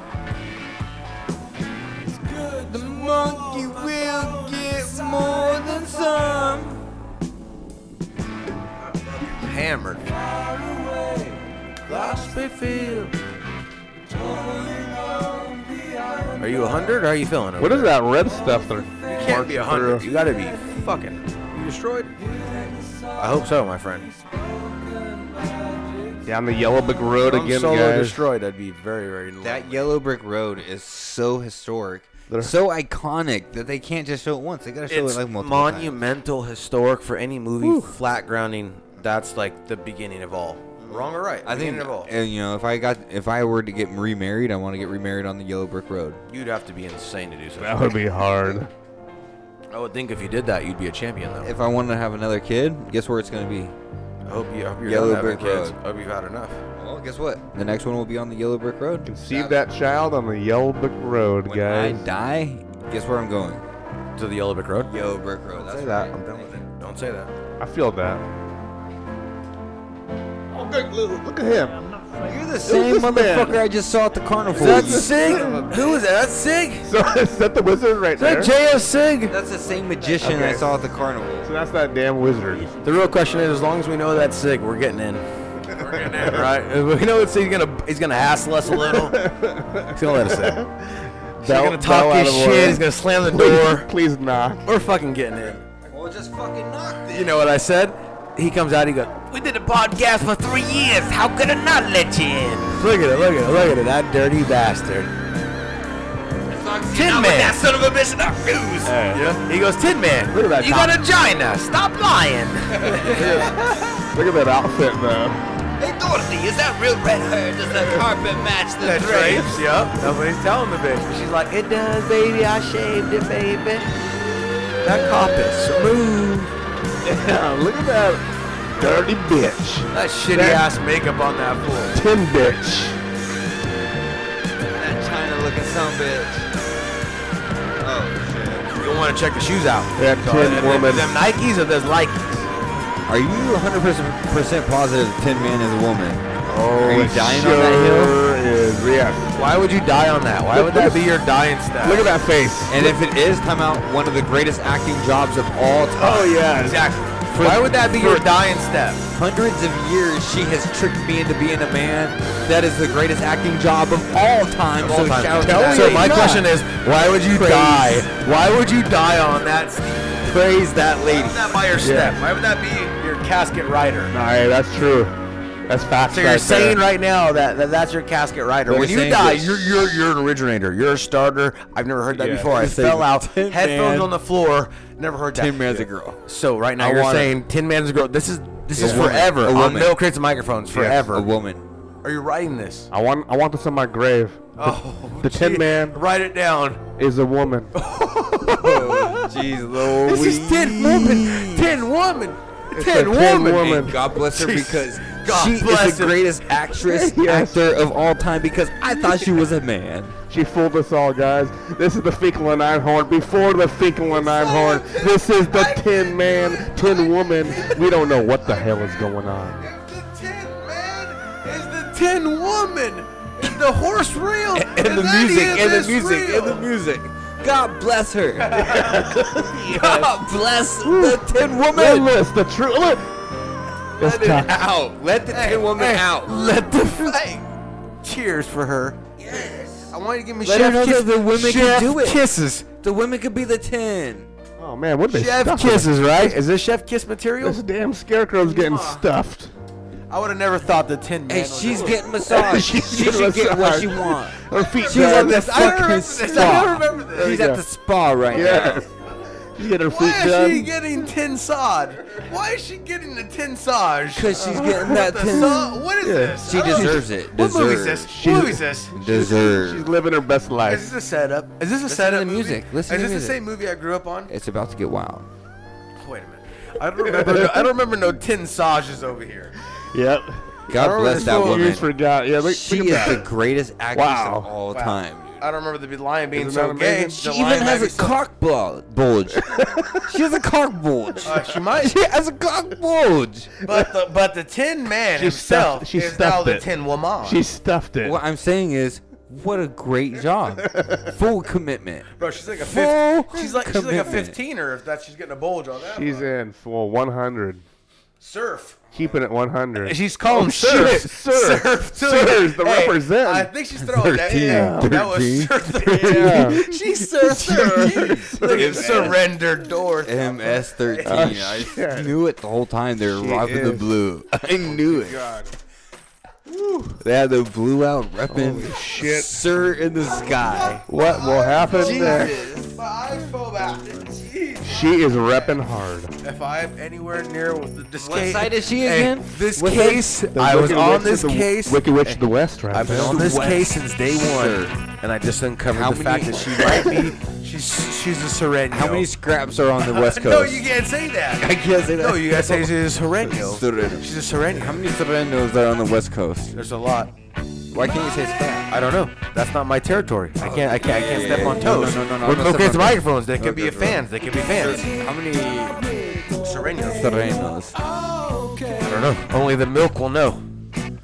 the monkey will get more than some. Hammered. Are you 100 or are you feeling What is that red stuff that You marks can't be 100. through? You gotta be fucking. You destroyed? I hope so, my friend. Down the yellow brick road If I'm again, solo guys. destroyed, I'd be very, very low. That yellow brick road is so historic, They're- so iconic that they can't just show it once. They gotta show it's it like multiple times. monumental, historic for any movie. Flat grounding. That's like the beginning of all. Wrong or right? I think, beginning of all. and you know, if I got, if I were to get remarried, I want to get remarried on the yellow brick road. You'd have to be insane to do so. That would be hard. I would think if you did that, you'd be a champion, though. If I wanted to have another kid, guess where it's gonna be? I hope you. I hope you're Yellow done having Brick kids. Road. I hope you've had enough. Well, guess what? The next one will be on the yellow brick road. Conceive that child on the yellow brick road, When guys. I die, guess where I'm going? To the Yellow Brick Road. Yellow brick road. That's where Say that. I'm I'm done with it. Don't say that. I feel that. Oh, good, look, look at him. You're the same same this man? motherfucker motherfucker I just saw at the carnival. Sig? Who is that? That's Sig. So is that the wizard right there? JF Sig. That's the same magician I Okay. saw at the carnival. so that's that damn wizard. The real question is, as long as we know that's Sig, we're getting in. We're getting in, right? If We know it's he's gonna he's gonna hassle us a little. He's gonna let us in. Bell- gonna talk bell out his of shit. order. He's gonna slam the door. Please knock. We're fucking getting in. Well, just fucking knock. You know what I said? He comes out. He goes, "We did a podcast for three years. How could I not let you in?" Look at it. Look at it. Look at it. That dirty bastard. Tin Man. That son of a bitch in our shoes. Yeah. He goes, Tin Man. Look at that You top- got a gina. Stop lying. Look at that outfit, man. Hey Dorothy, is that real red hair? Does the carpet match the drapes? Yep, that's what he's telling the bitch. She's like, it does, baby. I shaved it, baby. That carpet smooth. Yeah, look at that dirty bitch. That shitty That- ass makeup on that fool. Tin bitch. That China looking some bitch. Oh shit. You want to check the shoes out. That tin them, woman. Them Nikes or those Likes? Are you 100% percent positive the Tin Man is a woman? Oh, Are you it dying sure on that hill? Is, yeah. Why would you die on that? Why Look- would look that at- be your dying step? Look at that face. And if it is, time out one of the greatest acting jobs of all time. Oh yeah. Exactly. Why would that be your dying step? Hundreds of years she has tricked me into being a man. That is the greatest acting job of all time. All so time. shout out to Tell that. me it's not. why would you die? Why would you die on that? Praise that Why lady. would that by your step? Why would that be your casket rider? Nah, hey, that's true. That's fast. So you're right saying there. right now that, that that's your casket rider. They're when you saying die, that- you're, you're you're an originator. You're a starter. I've never heard that Yeah. before. I They're saying fell out, Tin headphones Man- on the floor. Never heard that. Tin Man's a girl. So right now I you're want it. saying Tin Man's a girl. This is this A is woman. forever A on woman. Bill Crates microphones. Forever. A woman. Are you writing this? I want. I want this on my grave. Oh, The Tin gee. Man Write it down. is a woman. Jeez Louise. This is Tin Woman. Tin Woman. It's Tin a Woman. Tin Woman. God bless her because God she bless is the her. greatest actress, Yes. actor of all time because I thought she was a man. She fooled us all, guys. This is the Finkel and Einhorn. Before the Finkel and Einhorn, this is the Tin Man, Tin Woman. We don't know what the hell is going on. The Tin Man is the Tin Woman. Is the horse real? And the music, and the music, and the music. God bless her. God bless the Tin Woman. Endless, the true. Look. It's Let it tough. out. Let the Tin Woman out. Let the hey, cheers for her. Yes. I want you to give me Let her chef know kiss- that the women chef can do it. Kisses. The women could be the Tin. Oh man, what they Chef stuffed? kisses, right? Is this chef kiss material? This damn scarecrow's getting stuffed. I would have never thought the tin man. Hey, was she's a- getting massage. she She's should getting get what massaged. she wants. Her feet She's done. at the I don't remember fucking this. I don't spa. remember this. She's you at go. the spa right now. Yes. She got her feet Why is she done. getting tin sod? Why is she getting the tin sage? Because she's getting that The Tin. so- what is this? She I don't- deserves it. Oh. What movie is this? Deserves. What movie is this? She's Deserve. living her best Is life. this a setup? Is this a Listen setup? to the movie? music. Listen Is to this the the same movie I grew up on? It's about to get wild. Wait a minute. I don't remember. no, I don't remember no tin sages over here. Yep. God bless that You woman. just forgot. Yeah, look, She look at is that. the greatest actress Wow. of all Wow. time. I don't remember the lion being Isn't that so gay. amazing? She The even lion has might a be so- cock bul- bulge. she has a cock bulge. Uh, she might, she has a cock bulge. but the but the Tin Man She himself stuffed- she is now stuffed the it. Tin Woman. She stuffed it. What I'm saying is, what a great job. Full commitment. Bro, she's like a Full fifteen. She's like she's like a commitment. fifteener if that she's getting a bulge on that. She's one. in for 100. surf. Keeping it 100. She's calling Surf. surf. Surf. too. Surf, the represent. I think she's throwing that. Yeah, Thirteen. that was surf. Yeah. She surf. surf. Look at Yes. surrender door. MS13. I shit. knew it the whole time they were She robbing the is. blue. I knew it. God. They had the blue out repping. Holy shit. Sir in the sky. What will happen next? My eyes fell out. Jeez. She is repping hard. If I'm anywhere near with the this What case, side is she Hey, again? this What side? case, The I was Wicked on Witch of this the- case. Wicked Witch of the West, right? I've been on this West. case since day one, and I just uncovered How the many- fact that she might be. She's she's a Sereno. How many scraps are on the West Coast? no, you can't say that. I can't say that. No, you gotta say she's a Sereno. Sereno. She's a Sereno. How many Serenos are on the West Coast? There's a lot. Why can't you say spat? I don't know. That's not my territory. I can't. I can't. I can't step on No, no, toes. no, no, no, We're I'm not looking at the stepping on toes. microphones. They could Okay, be okay. fans. They could be fans. How many Sereno. Serenos? I don't know. Only the milk will know. I'm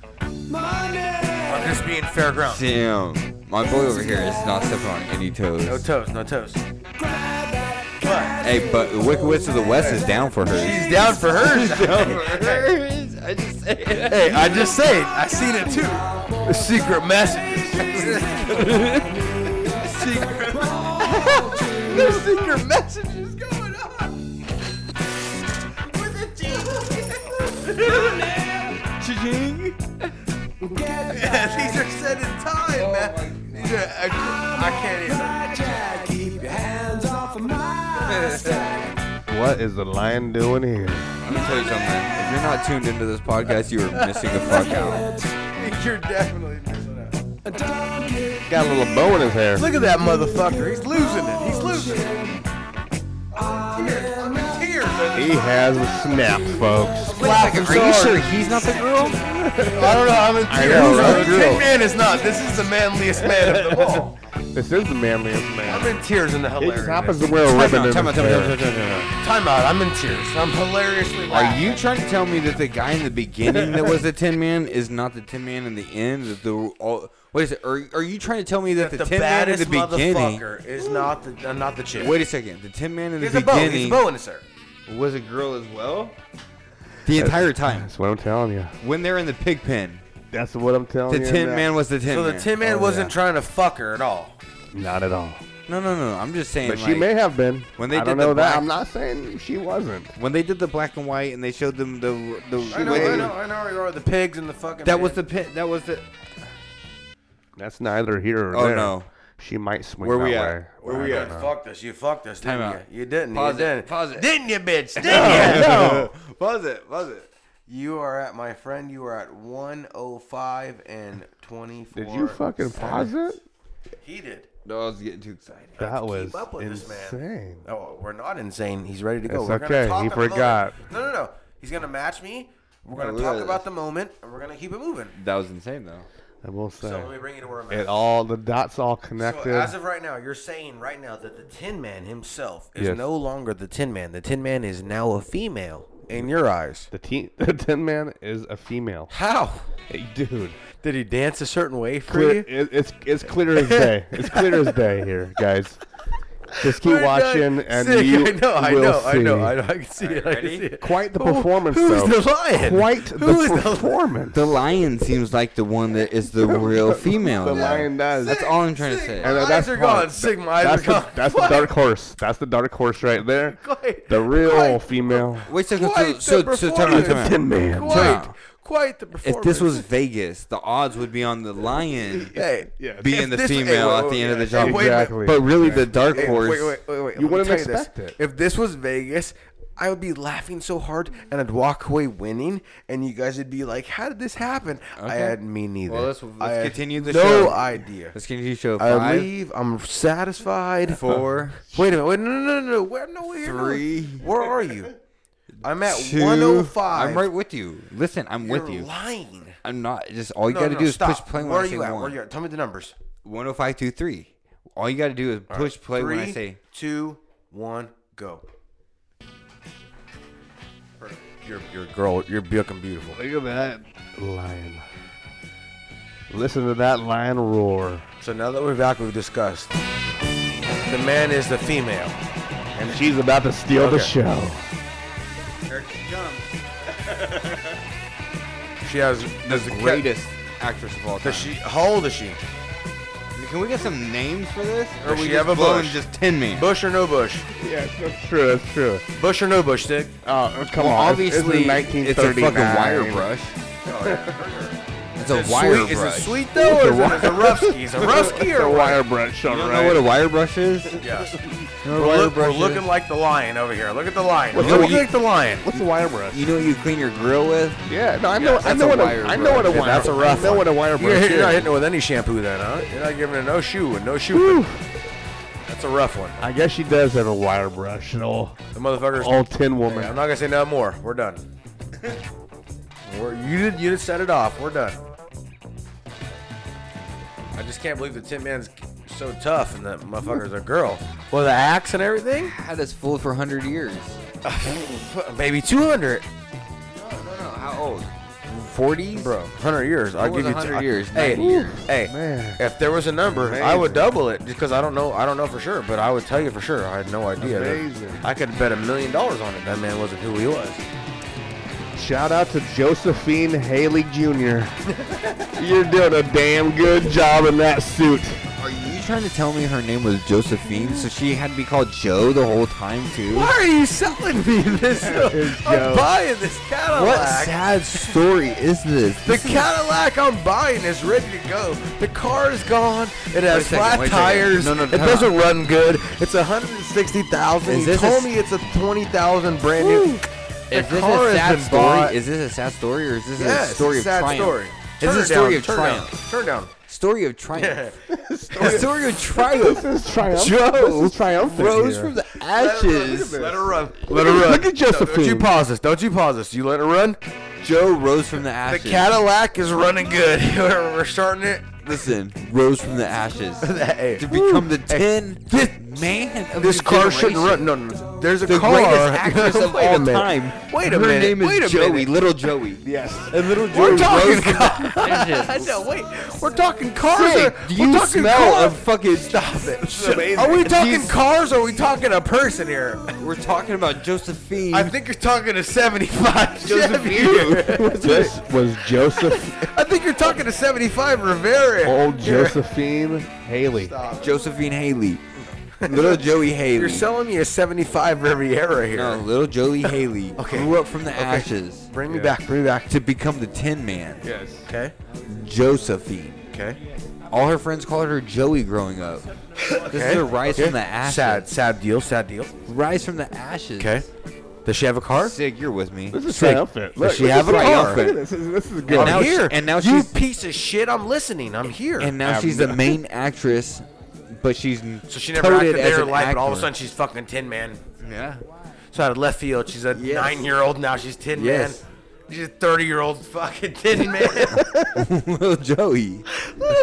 just being fair ground. Damn. My boy over here is not stepping on any No toes. toes. No toes. But Hey, but the Wicked Witch of the West is down for her. she's down for hers. I just say Hey, I just say it. I seen it too. The secret message. secret. There's secret messages going on. Cha-ching. Yeah, these are set in time, man. These are, I, I can't even. Keep your hands off of my What is the lion doing here? I'm gonna tell you something. If you're not tuned into this podcast, you are missing the fuck out. You're definitely Got a little bow in his hair. Look at that motherfucker. He's losing it. He's losing it. Tears. I'm in tears. He has a snap, folks. Black, I'm are you sure sorry. he's not the girl? I don't know. I'm in I tears. know, right? The Girl. Tin Man is not. This is the manliest man of them all. This is the manliest man. I'm in tears in the He hilarious. just happens to wear a ribbon in his hair. Time out. I'm in tears. I'm hilariously Are laughing. you trying to tell me that the guy in the beginning that was the Tin Man is not the Tin Man in the end? That the all, what is it? Are, are you trying to tell me that, The, the, Tin Man in baddest the beginning? motherfucker is not the uh, not the chick. Wait a second. The Tin Man in He's the a bow. He's a beginning bow in his hair. was a girl as well. The entire time That's what I'm telling you. when they're in the pig pen, That's what I'm telling the you. Tin now. Man was the Tin so Man. the Tin Man Oh, wasn't yeah. trying to fuck her at all. Not at all. No, no, no. I'm just saying. But she like, may have been. When they I did don't the know that. black- I'm not saying she wasn't. When they did the black and white and they showed them the the, I know, I Oh, know, I know. where you are. The pigs and the fucking. that was the pit. That was the. That's neither here or Oh, there. no. She might swing Where that we way. at? Where Where I we don't at? know. Fucked us. You fucked us. Time didn't out. You? you didn't. Pause it, you didn't. pause it. Didn't you, bitch? Didn't you? No. Buzz it. Buzz it. You are at my friend. You are at 105 and 24. Did you fucking pause seconds. it? He did. No, I was getting too excited. That was Keep up with this man. insane. No, Oh, we're not insane. He's ready to go. It's We're gonna okay. talk He in a moment. forgot. No, no, no. He's gonna match me. We're Yeah, gonna look talk at about the moment, and we're gonna keep it moving. That was insane though. I will say. So let me bring you to where I'm at. it all the dots all So connected. as of right now, you're saying right now that the Tin Man himself is Yes. no longer the Tin Man. The Tin Man is now a female in your eyes. the, teen, the Tin Man is a female. How? Hey, dude. Did he dance a certain way for Clear, you? it, it's it's clear as day. It's clear as day here, guys. Just keep We're not watching, and sick. you I know, I will know, see. I know, I know. I can see it. I can ready? see it. Quite the Who- performance, Who's though. the lion? Quite the Who is performance. The lion seems like the one that is the real female. the though. lion does. That's all I'm trying to say. And Eyes that's are part- gone. Sigma eyes That's, are the, gone. that's the What? dark horse. That's the dark horse right there. Quite- the real quite- female. Wait a second. Quite So, so, the so time out, time out. The Tin Man. Time Quite, out. quite the If performance. this was Vegas, the odds would be on the lion hey, Yeah. being If the this- hey, female wait, at the wait, end of the wait, job. hey, wait a minute. Exactly. But really, the dark Hey, horse. Wait, wait, wait, wait. You let me wouldn't tell you this. expect it. If this was Vegas, I would be laughing so hard and I'd walk away winning, and you guys would be like, "How did this happen?" I Okay. had me neither. Well, let's- let's I had continue the no show. idea. Let's continue show I five, leave. I'm satisfied. four, Wait a minute. Wait, no, no, no, no. Where, no, wait, no. Three. Where are you? I'm at two. 105. I'm right with you. Listen, I'm with You're you. lying. I'm not. Just all you No, got to no, do is stop. push play when Where I are say you at? one. Where you at? Tell me the numbers. 10523. All you got to do is push play when I Three, say. two, one, go. You're, you're a girl. You're fucking beautiful. Look at that lion. Listen to that lion roar. So now that we're back, we've discussed the man is the female. And she's about to steal the Okay. show. She has That's the greatest actress of all time. Does she? How old is she? Can we get some names for this? Or are Does we she just have a blowing bush? just Tin Man? Bush or no Bush? Yeah, that's true. That's true. Bush or no Bush, Dick? Oh, come Well, on. It's- obviously, it's, in it's a fucking 1939. wire brush. Oh, It's a Is it wire sweet- brush. Is it sweet though, or is it, is it rough ski? Is it rough ski It's or a what? wire brush, all You don't know what a right. wire brush is? Yes. You know We're, what a wire look- we're brush is? looking like the lion over here. Look at the lion. What's look the- like the lion. What's a wire brush? You know what you clean your grill with? Yeah, no, I know. I that's know a what a, wire I know what a brush. wire. That's a rough I know what a wire You're, brush hitting- is. you're not hitting it with any shampoo then, huh? You're not giving it no shoe and no shoe. Whew. That's a rough one. I guess she does have a wire brush. An old, The motherfuckers. old tin woman. I'm not gonna say no more. We're done. We're, you did you did set it off. We're done. I just can't believe the Tin Man's so tough and that motherfucker's a girl. Well, the axe and everything. Had us fooled for 100 years. Maybe 200. No, no, no. How old? 40s? Bro, 100 years. I'll was give you 100 I- years, Hey, 90 years. hey, Man. if there was a number, I would double it because I don't know. I don't know for sure, but I would tell you for sure. I had no idea. Amazing. I could bet a million dollars on it. That man wasn't who he was. Shout out to Josephine Haley Jr. You're doing a damn good job in that suit. Are you trying to tell me her name was Josephine, so she had to be called Joe the whole time too? Why are you selling me this? It's I'm Joe. buying this What Cadillac. sad story is this? The This is- Cadillac I'm buying is ready to go. The car is gone. It has second, wait a flat second. tires. No, no, it time out. doesn't run good. It's 160,000. Is He this a told s- me it's a 20,000 brand new. The Is this car a has sad been story? bought. Is this a sad story or is this Yes, a story it's a sad of triumph? story. This Turn is it a story down, of turn it down, triumph. turn it down. Story of triumph. story, of triumph. This is triumph. Joe This is triumphant rose here. from the Ashes. ashes. Let her run. Look Let her at- run. look at No, Don't you Josephine. pause this. Don't you pause this. You let her run. Joe rose from the The ashes. Cadillac is running good. We're starting it. Listen, rose from the ashes Hey. to become the Hey. ten man of This the car shouldn't generation. run. No, no, no. There's a The car. greatest actress of Wait a all minute. time. Wait a Her minute. name is Wait a Joey, minute. little Joey. Yes. And little We're Joey talking. rose from the I ashes. know. Wait. We're talking cars. Sick. or- Do we're you talking smell cars. of fucking Stop it. amazing. Are we talking She's- cars or are we talking a person here? We're talking about Josephine. I think you're talking to 75 Chevy. this was Joseph, I think you're talking to 75 Rivera. old You're- Josephine Haley. Josephine Haley. Little Joey Haley. You're selling me a 75 Riviera here. No, little Joey Haley Okay. grew up from the Okay. ashes Bring me back. Bring me back. to become the Tin Man, Yes. Okay. Josephine. Okay. All her friends called her Joey growing up. This is Okay. a rise Okay. from the ashes. Sad. Sad deal. Sad deal. Rise from the ashes. Okay. Does she have a car? Sig, you're with me. This is Sick. triumphant. Does she this have is a car? triumphant. Look at This This is, this is And good. now I'm she- here. and now you she's- piece of shit. I'm listening. I'm here. And now she's the main actress, but she's so she never acted touted there as in an life, but all of a actor. sudden she's fucking Tin Man. yeah. So out of left field, she's a Yes. nine-year-old now. She's Tin Yes. Man. She's a thirty-year-old fucking Tin Man. little Joey. Little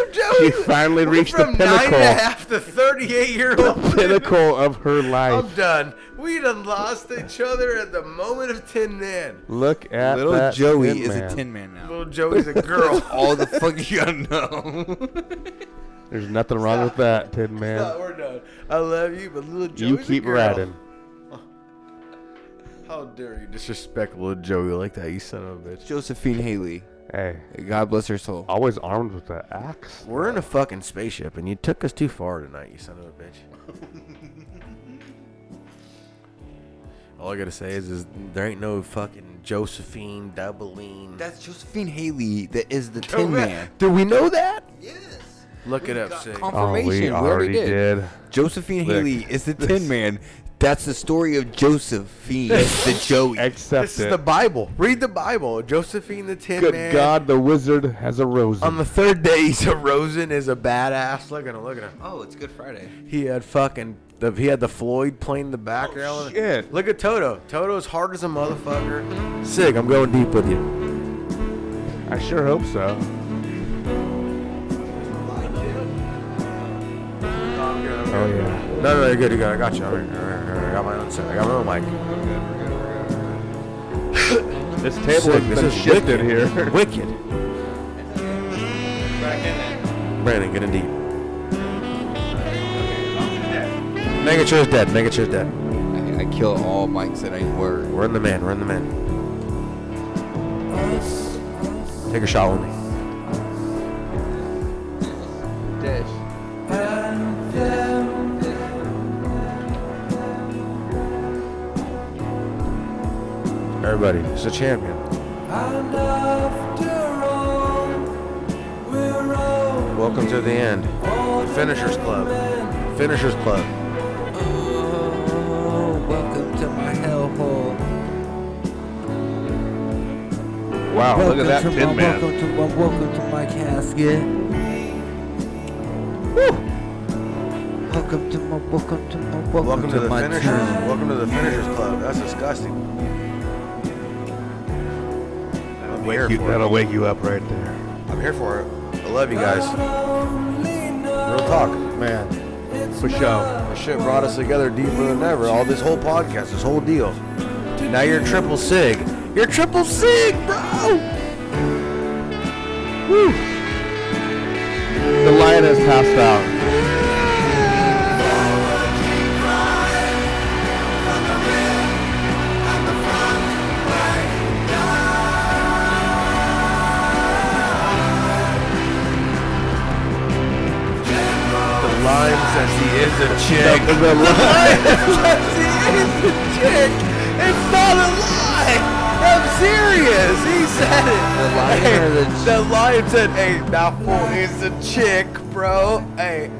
She Joey. finally We're reached the from nine and a pinnacle, half to thirty-eight-year-old pinnacle of her life. I'm done. We done lost each other at the moment of Tin Man. Look at Little that Joey Tin is Man. a Tin Man now. Little Joey's a girl. all the fuck you gotta know. There's nothing wrong with that, Tin No, Man. we're done. I love you, but little Joey's You a keep girl. riding. How dare you disrespect little Joey like that? You son of a bitch. Josephine Haley. Hey, God bless her soul. always armed with the axe. We're in a fucking spaceship, and you took us too far tonight, you son of a bitch. All I gotta say is, is there ain't no fucking Josephine Doubleine. That's Josephine Haley that is the Oh, Tin Man. Do we know that? Yes. Look it up, Sig. Confirmation. Oh, we already did. Josephine Look. Haley is the Tin Man. That's the story of Josephine, the Joey. Accept This it. is the Bible. Read the Bible. Josephine the Tin Good Man. God, the wizard has a rose. On the third day, he's a Rosen is a badass. Look at him. Look at him. Oh, it's Good Friday. He had fucking. The, he had the Floyd playing in the background. Oh, shit. Look at Toto. Toto's hard as a motherfucker. Sig, I'm going deep with you. I sure hope so. Oh yeah. No, no, you're good. You're good. I got you. All right, all right, all right. I got my own set. I got my own mic. This table Sick, has this been is wicked. shifted here. Wicked. Brandon, get in deep. Megature's dead. Megature's dead. I, I kill all mics that ain't work. Run the man. Run the man. Take a shot with me. Everybody, it's a champion. Welcome to the end. Finishers Club. Finishers Club. Oh, welcome to my hellhole. Wow, look at that Welcome to my- Tin Man. Welcome to my, welcome to my casket. Welcome to my, welcome to my, welcome, Welcome to the my Finishers. time. Welcome to the Finishers Club. That's disgusting. I'm here You- for it. that'll wake you up right there. I'm here for it. I love you guys. Real talk. Man, for sure. This shit brought us together deeper than ever. All this whole podcast, this whole deal. Now you're triple sig. You're triple sig, bro. The lion has passed out. The lion Since he is a chick. The, the, Since he is a chick, it's not a lie. I'm serious. He said it. The lion hey, the lion said, "Hey, now fool is a chick, bro. Hey,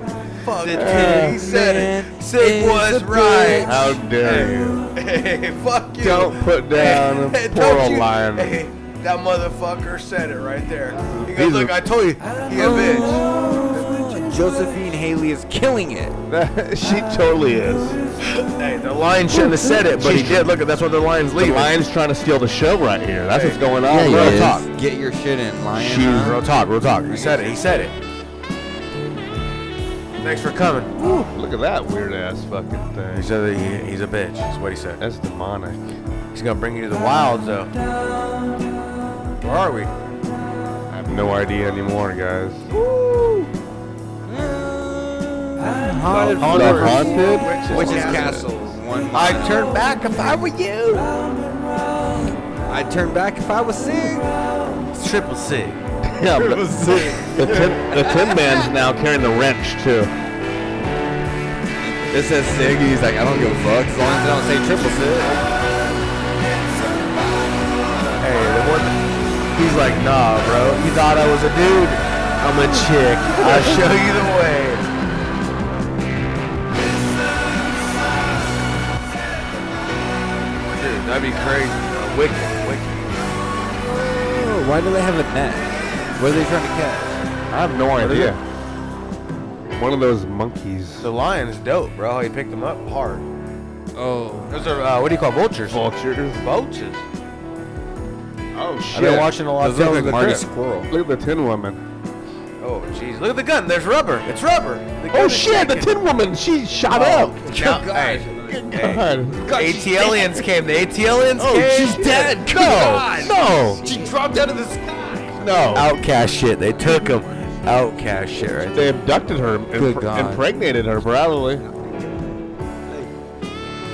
fuck it. he said it. Sig was right. How dare you? Hey, fuck you. Don't put down Hey, a don't poor you- lion. Hey, that motherfucker said it right there. He He's goes, look, a- I told you, he a bitch. Josephine Haley is killing it. she totally is. Hey, the The lion shouldn't have said it, but he She's- did. Look, that's why the lion's The leaving. lion's trying to steal the show right here. That's what's going on. Yeah, real he talk. is. Get your shit in, lion. Shoot, huh? real talk, real talk. He said it. He said it. Thanks for coming. look at that weird ass fucking thing. He said that he, he's a bitch. That's what he said. That's demonic. He's gonna bring you to the wilds, though. Where are we? I have no idea anymore, guys. Haunted The Forest. haunted Witch's Castle. One I'd turn back if I were you. I'd turn back if I was Sig. It's triple C. Yeah, but the tin, the tin man's now carrying the wrench too. It says Sig. He's like, I don't give a fuck as long as I don't say triple Sig. Hey, the one, he's like, nah, bro. You thought I was a dude? I'm a chick. I'll show you the way. Dude, that'd be crazy. bro. Wicked, wicked. Oh, why do they have a net? What are they trying to catch? I have no idea. One of those monkeys. The lion is dope, bro. How he picked them up hard. Oh. Those are uh, what do you call vultures? Vultures. Vultures. Oh shit! I've been watching a lot of Those Tales of look the like Crypt. Marty Squirrel. Look at the Tin Woman. Oh jeez, look at the gun. There's rubber. It's rubber. The gun Oh is shit! The shaking. Tin Woman. She shot Oh, up. now- hey, hey. God. God, AT aliens came. The AT aliens Oh, came. she's dead. No. God. No. She dropped out of the sky. No. Outcast shit. They took him. Outcast shit right They abducted her, Good impr- God. impregnated her, probably.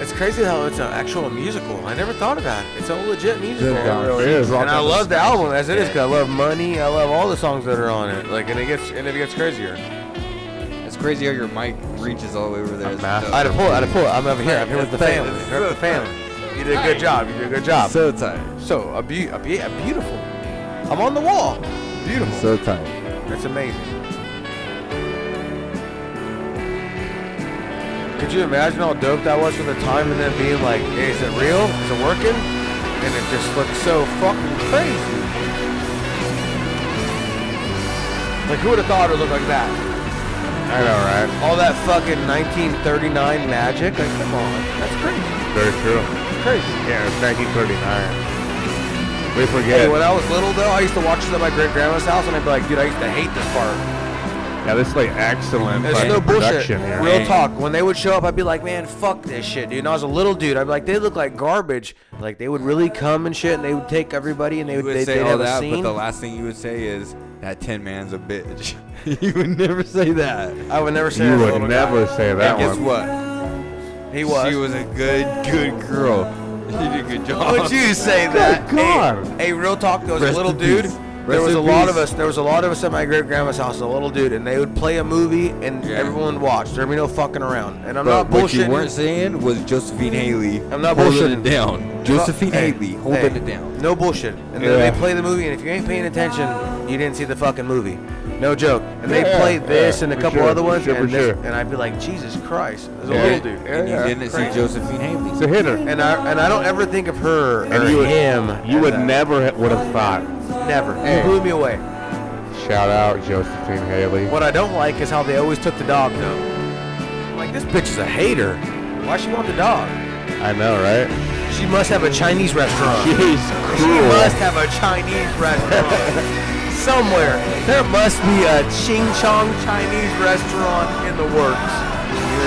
It's crazy how it's an actual musical. I never thought about it. It's a legit musical. Good God. It really is. Oh, And I love the album as it is Yeah. because I love money. I love all the songs that are on it. Like, and it gets and it gets crazier. It's crazy how your mic reaches all the way over there. It's dope. I'd pull it. I'd pull it. I'm over here. I'm here with the Thank- family. Here with the family. You did a good job. You did a good job. So tight. So a, be- a, be- a beautiful. I'm on the wall. Beautiful. So tight. That's amazing. Could you imagine how dope that was for the time and then being like, hey, is it real? Is it working? And it just looked so fucking crazy. Like, who would have thought it would look like that? I know, right? All that fucking 1939 magic? Like, come on. That's crazy. Very true. Crazy. Yeah, it's 1939. We Hey, forget. when I was little, though, I used to watch this at my great grandma's house and I'd be like, dude, I used to hate this part. yeah, this is like excellent It's fucking no bullshit. production here. Real talk. When they would show up, I'd be like, man, fuck this shit, dude. And I was a little dude. I'd be like, they look like garbage. Like they would really come and shit, and they would take everybody, and they You would, would they, say they'd all have that, a scene. but the last thing you would say is that Tin Man's a bitch. you would never say that. I would never say that You as a would little never say and that guess one. what? guy. He was. She was a good, good girl. You did a good job. Would you say Good that? God. Hey, hey, real talk. There was Rest a little in dude. peace. There Rest was in a lot peace. of us. There was a lot of us at my great grandma's house. A little dude, and they would play a movie, and Yeah. everyone would watch. There'd be no fucking around. And I'm But not what you bullshitting. weren't saying was Josephine Haley. I'm not holding bullshitting. it down. Josephine Hey, Haley holding hey, it down. No bullshit. And Yeah. then they play the movie, and if you ain't paying attention, you didn't see the fucking movie. No joke. And they Yeah, play yeah, this and a for couple sure, other for ones, sure, and, for this, sure. and I'd be like, Jesus Christ, there's a Yeah. little dude. And Yeah. you didn't see Josephine Haley. It's a hitter. And I and I don't ever think of her or And you would, him. you as would that. never ha- would have thought. never. Hey. You blew me away. Shout out Josephine Haley. What I don't like is how they always took the dog though. I'm like this bitch is a hater. Why she want the dog? I know, right? She must have a Chinese restaurant. She's She cruel. must have a Chinese restaurant somewhere. There must be a Ching Chong Chinese restaurant in the works.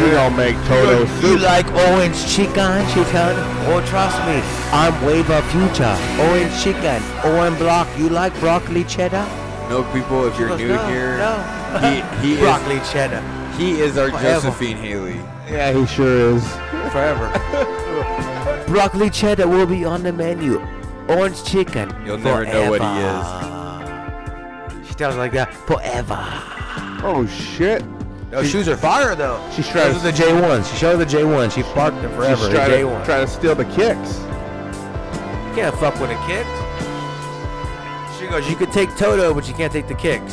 She don't make Toto you soup. like orange chicken, chicken? Oh, trust me, I'm Wava Future. Orange chicken, orange block. You like broccoli cheddar? No people, if you're new No, here, no. he, he is broccoli cheddar. he is our Forever. Josephine Haley. yeah, he sure is. Forever. broccoli cheddar will be on the menu. Orange chicken. You'll never know what he is. forever. She tells it like that. Forever. Oh shit! Those shoes are fire though. She Those are the J1s. She showed the J1s. She parked them forever. She's the trying to, J1. trying to steal the kicks. You can't fuck with a kick. She goes, you could take Toto, but you can't take the kicks.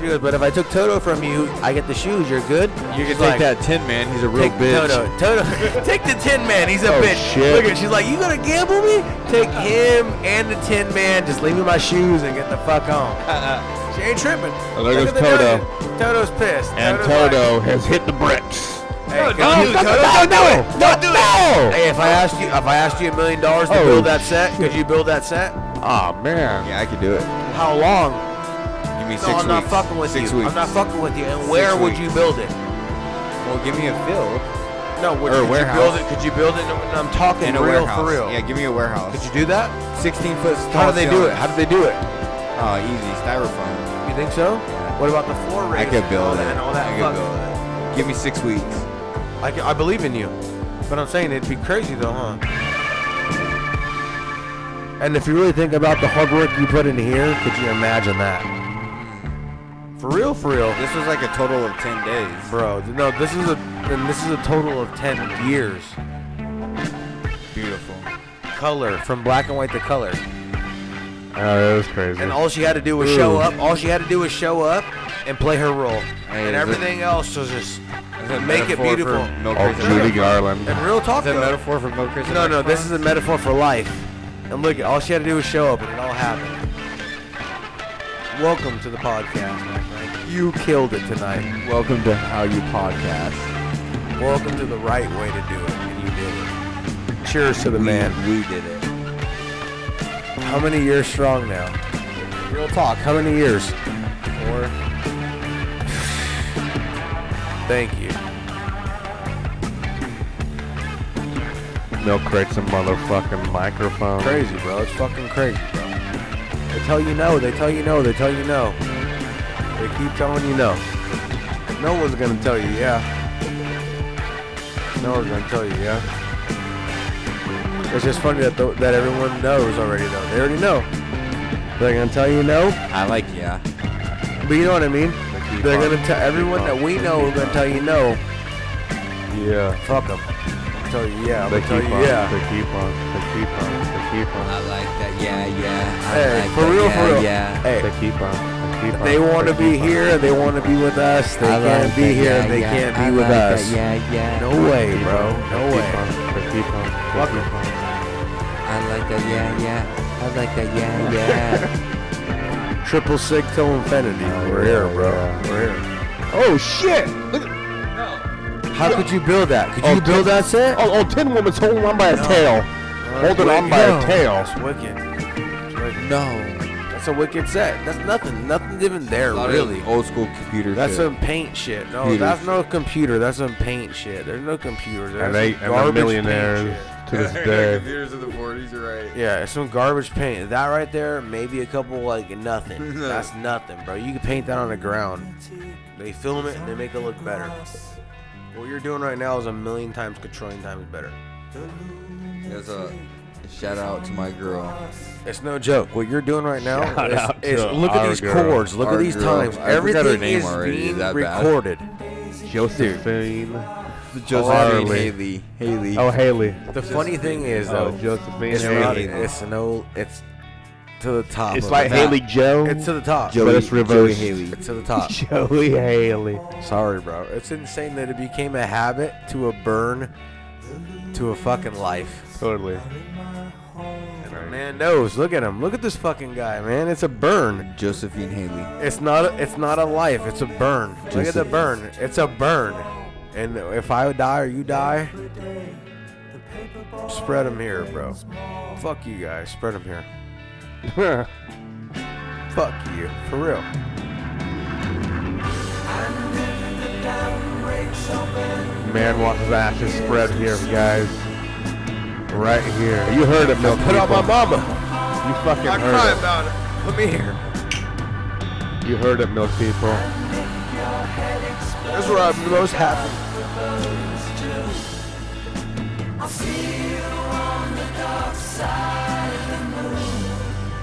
She goes, but if I took Toto from you, I get the shoes. You're good. You can She's take like, that tin man. He's a real take bitch. Toto. Toto, take the Tin Man. He's a Oh, bitch. shit. Look at, she's like, you gonna gamble me? Take him and the Tin Man. Just leave me my shoes and get the fuck on. Uh-uh. she ain't tripping. Oh, there Look goes at the Toto. dude. Toto's pissed. And Toto's like, Toto has hit the bricks. Hey, No, don't Oh, don't do do- it, Toto. don't Don't do do it. it. Don't do No. it. Hey, if I asked you, if I asked you a million dollars to Oh, build that set, could you build that set? Oh man. Yeah, I could do it. How long? Give me no, six weeks. I'm not fucking with six you. Weeks. I'm not fucking with you. And where would you build it? Well, give me a fill. No, would Or a you, could you warehouse. build it? Could you build it? And I'm talking In a real warehouse. for real. Yeah, give me a warehouse. Could you do that? 16 foot How tall do they do ceiling. it? How do they do it? Oh, easy. Styrofoam. You think so? What about the floor I raise? could build and all that, it. I And all that could fuck? build it. Give me six weeks. I, ca- I believe in you. But I'm saying it'd be crazy though, huh? And if you really think about the hard work you put in here, could you imagine that? For real, for real. This was like a total of 10 days. Bro, no, this is a and this is a total of 10 years. Beautiful. Color from black and white to color. Oh, that was crazy. And all she had to do was show Ooh. up. All she had to do was show up and play her role. Hey, is and it- everything else was just Is it make metaphor it for beautiful. milk Oh, crates and Judy milk? Garland. And real talk Is it though. a metaphor for milk crates and No, no, milk this crates? is a metaphor for life. And look, all she had to do was show up, and it all happened. Welcome to the podcast, my friend. You killed it tonight. Welcome to How You Podcast. Welcome to the right way to do it, and you did it. Cheers to the man. We did it. How many years strong now? Real talk. How many years? Four. Thank you. Milk crates and motherfucking microphones. Crazy, bro. It's fucking crazy, bro. They tell you no. They tell you no. They tell you no. They keep telling you no. No one's gonna tell you yeah. No one's gonna tell you yeah. It's just funny that the, that everyone knows already though. They already know. They're gonna tell you no, I like yeah. but you know what I mean. They're gonna tell everyone that we know. are gonna tell you no. Yeah. Fuck them. Tell you yeah. I'm They gonna tell keep you on. yeah. They keep on. They keep on. They keep on. I like that. Yeah, yeah. I Hey, like for that, real, yeah, for real. Yeah. Hey, They keep on. They keep on. They want to They be keep on. here. They want to be with us. They Uh-huh. I can't like be that, here. yeah, they yeah. can't be I with like that, us. yeah, yeah. No way, Keep bro. on. No They keep way. on. They keep on. They Fuck 'em. keep on. I like that. Yeah, yeah. I like that. Yeah, yeah. Triple sig till infinity. Oh, We're here, bro. We're here. Oh shit! Look at- How could you build that? Could Oh, you build that set? Oh, oh, ten women's holding on by a tail. Holding on by a tail. That's wicked. no. That's a wicked set. That's nothing. Nothing even there, A lot of really. old school computer. That's shit. some paint shit. No, Computer that's shit. no computer. That's some paint shit. There's no computer. There's And they some and they're garbage paint millionaires shit. to this day. computers of the 40s. You're right. Yeah, it's some garbage paint. That right there, maybe a couple like nothing. That's nothing, bro. You can paint that on the ground. They film it and they make it look better. What you're doing right now is a million times, a trillion times better. There's a shout out to my girl. It's no joke. What you're doing right now Shout is, out is to look at our these girl. chords, look Our at these girl. times. I forgot her Everything name is already. Is being that bad? recorded. Josephine. Josephine Harley. Haley. Haley. Oh Haley. The funny thing is Oh though, Josephine it's, Haley. not, Haley. it's no, it's to the top. It's of like the- Haley Joe. It's to the top. Joey- But it's Joey reversed. Haley. It's to the top. Joey Haley. Sorry, bro. It's insane that it became a habit to a burn to a fucking life. Totally. Man knows. Look at him. Look at this fucking guy, man. It's a burn. Josephine Haley. It's not. A, it's not a life. It's a burn. Look at the Joseph. burn. It's a burn. And if I die or you die, spread them here, bro. Fuck you guys. Spread them here. Fuck you. For real. Man wants his ashes spread here, guys. Right here. You heard it, milk. Put out my people. mama. You fucking I cry heard about it. Put me here. it. You heard it, milk people. That's where I'm the most happy.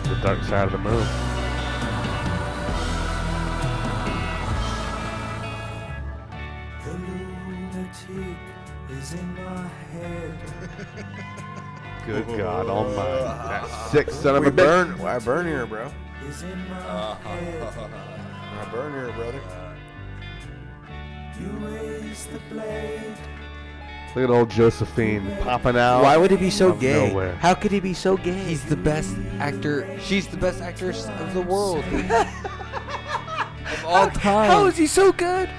The dark side of the moon. Good God Almighty! That sick son of We a bitch. burn. I burn here, bro. Uh-huh. I burn here, brother. Look at old Josephine popping out. Why would he be so of gay? Nowhere. How could he be so gay? He's the best actor. She's the best actress of the world. of all time. How is he so good?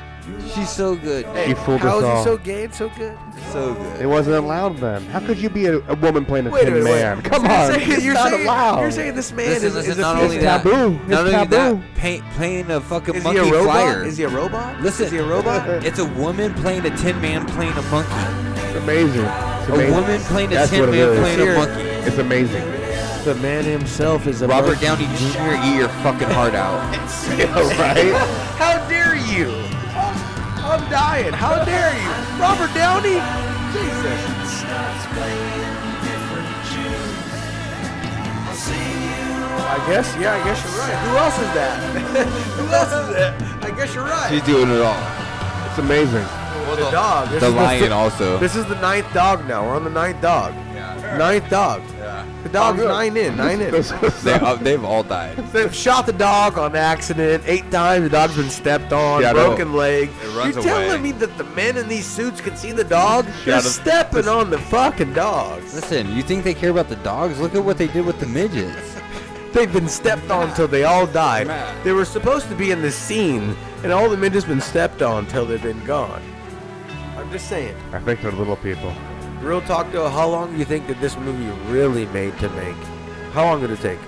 She's so good. He fooled How us is all. he so gay and so good? So good. It wasn't allowed then. How could you be a, a woman playing a Wait a tin minute, wait. man? Come You're on, saying- it's you're not saying- allowed. you're saying this man Listen, is- listen, is a- not is only taboo. that, not It's only taboo. that, paint, playing a fucking Is he monkey a robot? flyer. Is he a robot? Listen, Is he a robot? It's a woman playing a tin man playing a monkey. It's amazing. It's A amazing. woman playing a That's tin what it man is. playing a monkey. It's amazing. The man himself is a Robert Downey Jr. Eat your fucking heart out. Yeah, right? How dare you? I'm dying. How dare you? Robert Downey? Jesus. I guess, yeah, I guess you're right. Who else is that? Who else is that? I guess you're right. She's doing it all. It's amazing. Well, the dog. This The is lion fif- also. This is the ninth dog now. We're on the ninth dog. Ninth dog. The dog's nine in. Nine in. They, uh, they've all died. They've shot the dog on accident eight times. The dog's been stepped on, Yeah, I know. broken leg. It runs You're away. telling me that the men in these suits can see the dog? They're Shot him. stepping on the fucking dog. Listen, you think they care about the dogs? Look at what they did with the midgets. They've been stepped on till they all died. They were supposed to be in the scene, and all the men just been stepped on till they've been gone. I'm just saying. I think they're little people. Real talk though, how long do you think that this movie really made to make? How long did it take?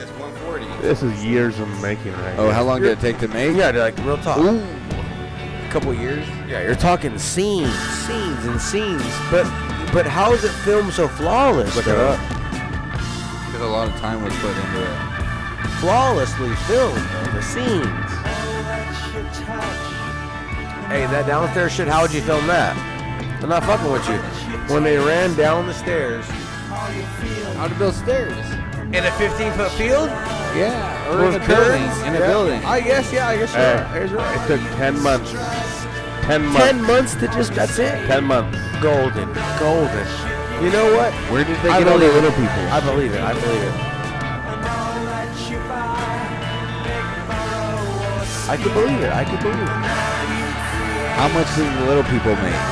It's 140. This is years of making right Oh, now. how long did it take to make? Yeah, like real talk. Ooh, a couple years. Yeah, you're talking scenes, scenes, and scenes. But but how is it filmed so flawless? Look it though? up. Because a lot of time was put into it. Flawlessly filmed though, the scenes. Hey, that downstairs shit. How would you film that? I'm not fucking with you. When they ran down the stairs How to build stairs. in a 15 foot field. Yeah. Or in a building. In a building. I guess. Yeah, I guess. you're Hey, right. Here's right. it took 10 months. 10 months. Ten months to just that's it. 10 months. Golden, golden. You know what? Where did they I get all believe the it. little people? I believe it. I believe it. I could believe it. I could believe it. How much did the little people make?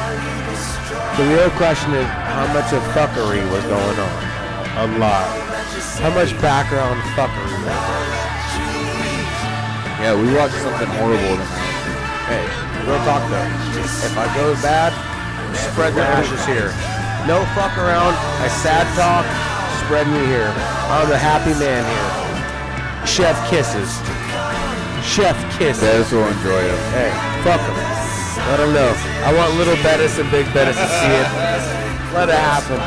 The real question is how much of fuckery was going on? A lot. How much background fuckery was there? Yeah, we watched something horrible tonight. Hey, real talk though. If I go bad, spread the ashes here. No fuck around. A sad talk. Spread me here. I'm the happy man here. Chef kisses. Chef kisses. That's will enjoy it. Hey, fuck them. Let them know. I want little Bettis and big Bettis to see it. Let it happen.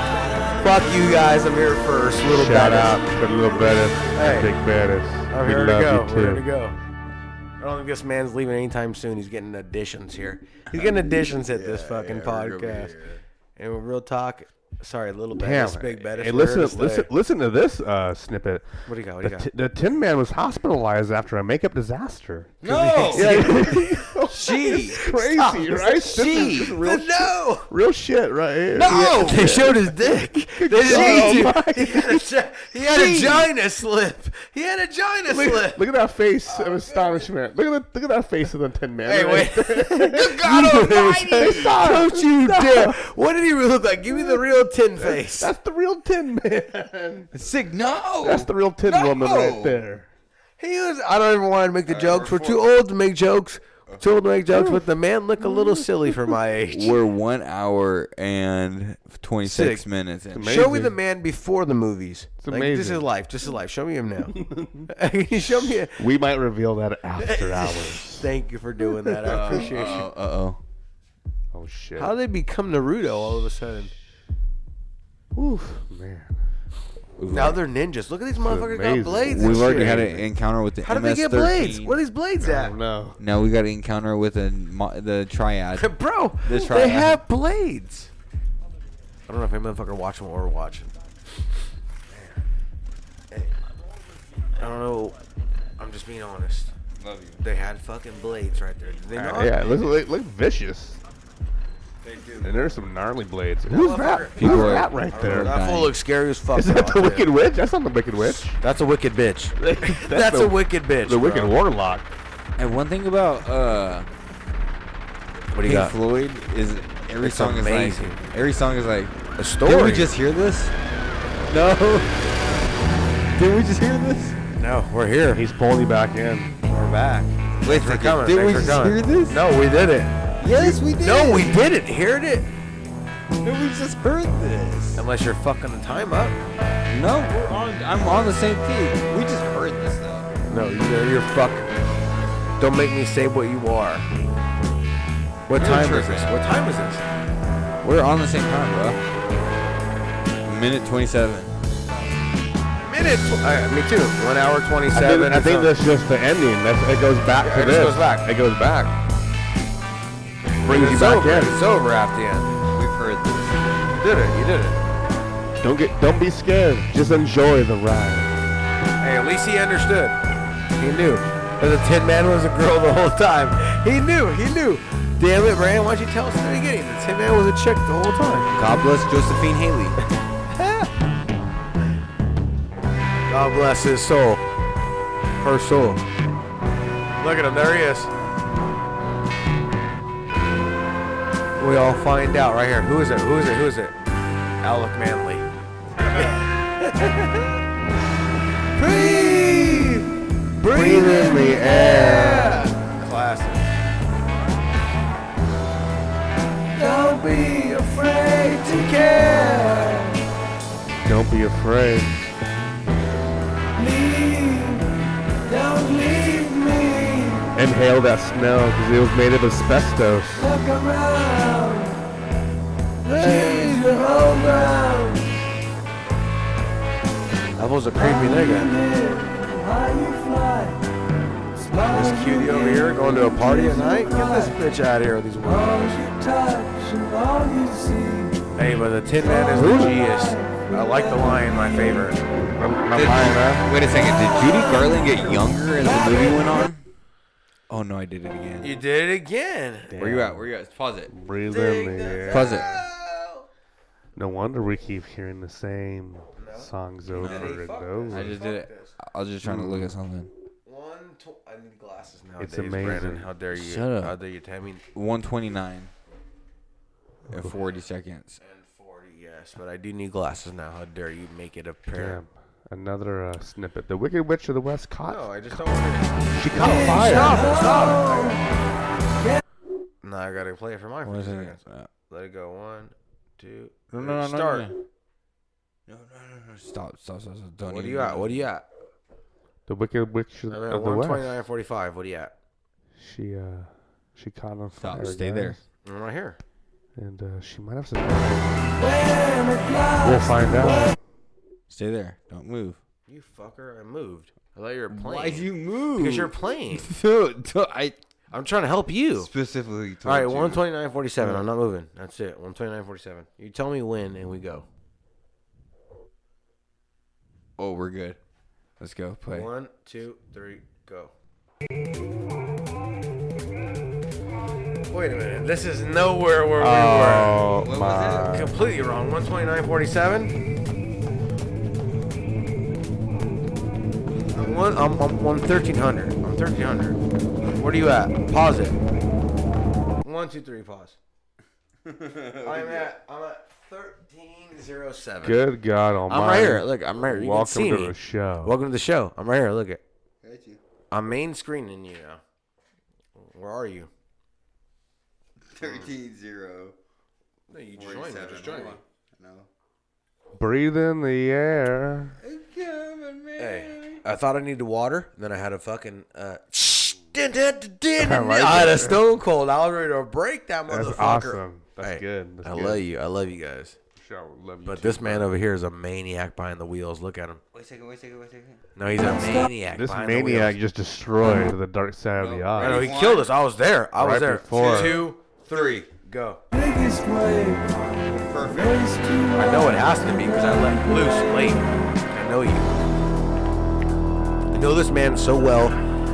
Fuck you guys. I'm here first. Little Shout Bettis. out to Little Bettis. Hey. Big Bettis. I'm we here to love go. you We're too. here to go. I don't think this man's leaving anytime soon. He's getting additions here. He's getting additions at this fucking podcast. And we're real talk. Sorry, little Damn. Bettis, big Bettis. Hey, we're here listen, to listen, stay. listen to this uh, snippet. What do you got? What do The, you got? t- the Tin Man was hospitalized after a makeup disaster. No! Jeez, crazy, right? This is just real, shit- no. real shit, right Oh here. No, they showed his dick. They didn't need to. He had a gi- He had a gina slip. He had a gina slip. Look, look at that face of astonishment. Look at the, look at that face of the Tin Man. Hey, wait. Good God They Almighty! saw it. Don't you dare! What did he really look like? Give me the real tin face. That's the real Tin Man. sick. No, That's the real Tin Woman right there. he was. I don't even want to make the jokes. We're too old to make jokes. We're too old to make jokes. But the man looked a little silly for my age. We're one hour and 26 Sick. minutes in. amazing. Show me the man before the movies. It's Like, this amazing. is life. This is life. Show me him now. Show me. it. We might reveal that after hours. Thank you for doing that. I appreciate you. Uh oh. Oh shit. How did they become Naruto all of a sudden? Oof, man. Now they're ninjas. Look at these motherfuckers amazing. got blades. and We've already shit. had an encounter with the How did they MS-13. get blades? Where are these blades I at? don't know. Now we got an encounter with a, mo- the triad. Bro, This they right- have blades. I don't know if any motherfucker watching what we're watching. Hey, I don't know. I'm just being honest. Love you. They had fucking blades right there. Did they not? Yeah, it looks, look, look vicious. And there's some gnarly blades. Who's that? Who's are- that right there? That fool looks scary as fuck. Is that bro. the Wicked Witch? That's not the Wicked Witch. That's a wicked bitch. That's, the- a wicked bitch. the Wicked bro. Warlock. And one thing about uh, What do you Pink got? Floyd is every It's song amazing. is like every song is like a Did we story. just hear this? No. Did we just hear this? No, we're here. He's pulling you back in. We're back. Wait, for coming. Did we just hear this? No, we did it. Yes, we did. No, we didn't. Heard it. No, we just heard this. Unless you're fucking the time up. No, we're on. I'm on the same key. We just heard this though. No, you're, you're fucking. Don't make me say what you are. What time is this? What time is this? We're on the same time, Minute 27. Minute. Tw- uh, me too. One hour I think, twenty-seven. I think that's just the ending. That's, it goes back Yeah, to it this. just goes back. It goes back. Brings you It's back over. in. It's over after the end. We've heard this. You did it. You did it. Don't get. Don't be scared. Just enjoy the ride. Hey, at least he understood. He knew that the Tin Man was a girl the whole time. He knew. He knew. Damn it, Rand. Why'd you tell us in the beginning? The Tin Man was a chick the whole time. God bless Josephine Haley. God bless his soul. Her soul. Look at him. There he is. We all find out right here. Who is it? Who is it? Who is it? Alec Manley. Breathe! Breathe in the air. Classic. Don't be afraid to care. Don't be afraid. Leave. Don't leave me. Inhale that smell because it was made of asbestos. Look around. Leave your home ground. That was a creepy nigga. High you fly. Smile This cutie over here going to a party at night? Get this bitch out of here with these all women. you touch and all you see. Hey, but the Tin Man is the G's. I like the lion, my favorite. My mind, huh? Wait a second. Did Judy Garland get younger as the movie went on? Oh no, I did it again. You did it again. Where you at? Where you at? Pause it. Breathe in the air. Pause it. No wonder we keep hearing the same songs over and over. I just did it. I was just trying to look at something. One, tw- I need glasses now. It's amazing. Brandon, how dare you? Shut up. How dare you? I mean, 129 and 40 seconds. and 40, yes, but I do need glasses now. How dare you make it a pair? Damn. Another uh, snippet. The Wicked Witch of the West caught. No, I just don't want to. She caught fire. No, I gotta play it for my What first is it? seconds. Let it go. One, two, No, three. no, no, no, no, start. No, no, no, no. Stop, stop, stop, stop. Don't What do even. you at? What do you at? The Wicked Witch of, I'm at of the one West. twenty nine forty five. What do you at? She uh, she caught on Stop, fire. stay guys. there. I'm right here. And uh, she might have some. We'll find out. Stay there. Don't move. You fucker! I moved. I thought you were playing. Why'd you move? Because you're playing. Dude, dude, I I'm trying to help you. specifically told All right, you. one twenty nine forty seven. I'm not moving. That's it. One twenty nine forty seven. You tell me when, and we go. Oh, we're good. Let's go play. One, two, three, go. Wait a minute. This is nowhere where we Oh was were. my! Completely wrong. One twenty nine forty seven. One, I'm, I'm, I'm 1300. I'm 1300. Where are you at? Pause it. One, two, three, pause. I'm at, I'm at 1307. Good God Almighty! I'm right here. Look, I'm right here. You Welcome can see to me. the show. Welcome to the show. I'm right here. Look at. I'm main screening you now. Where are you? 13 0. No, you joined me. Just joined me. No. Breathe in the air. Hey, I thought I needed water, then I had a fucking. Uh, I had a stone cold. I was ready to break that motherfucker. That's awesome. That's Hey, good. That's I good. love you. I love you guys. Show. Love you But too. this man over here is a maniac behind the wheels. Look at him. Wait a second, wait a second, wait a second. No, he's a maniac. This behind the maniac wheels. just destroyed the dark side of the I know eye. he killed us. I was there. I Right was there. before. Two, three, go. Biggest wave. Perfect. Race to I know it has to be because I let loose late. I know you. I know this man so well.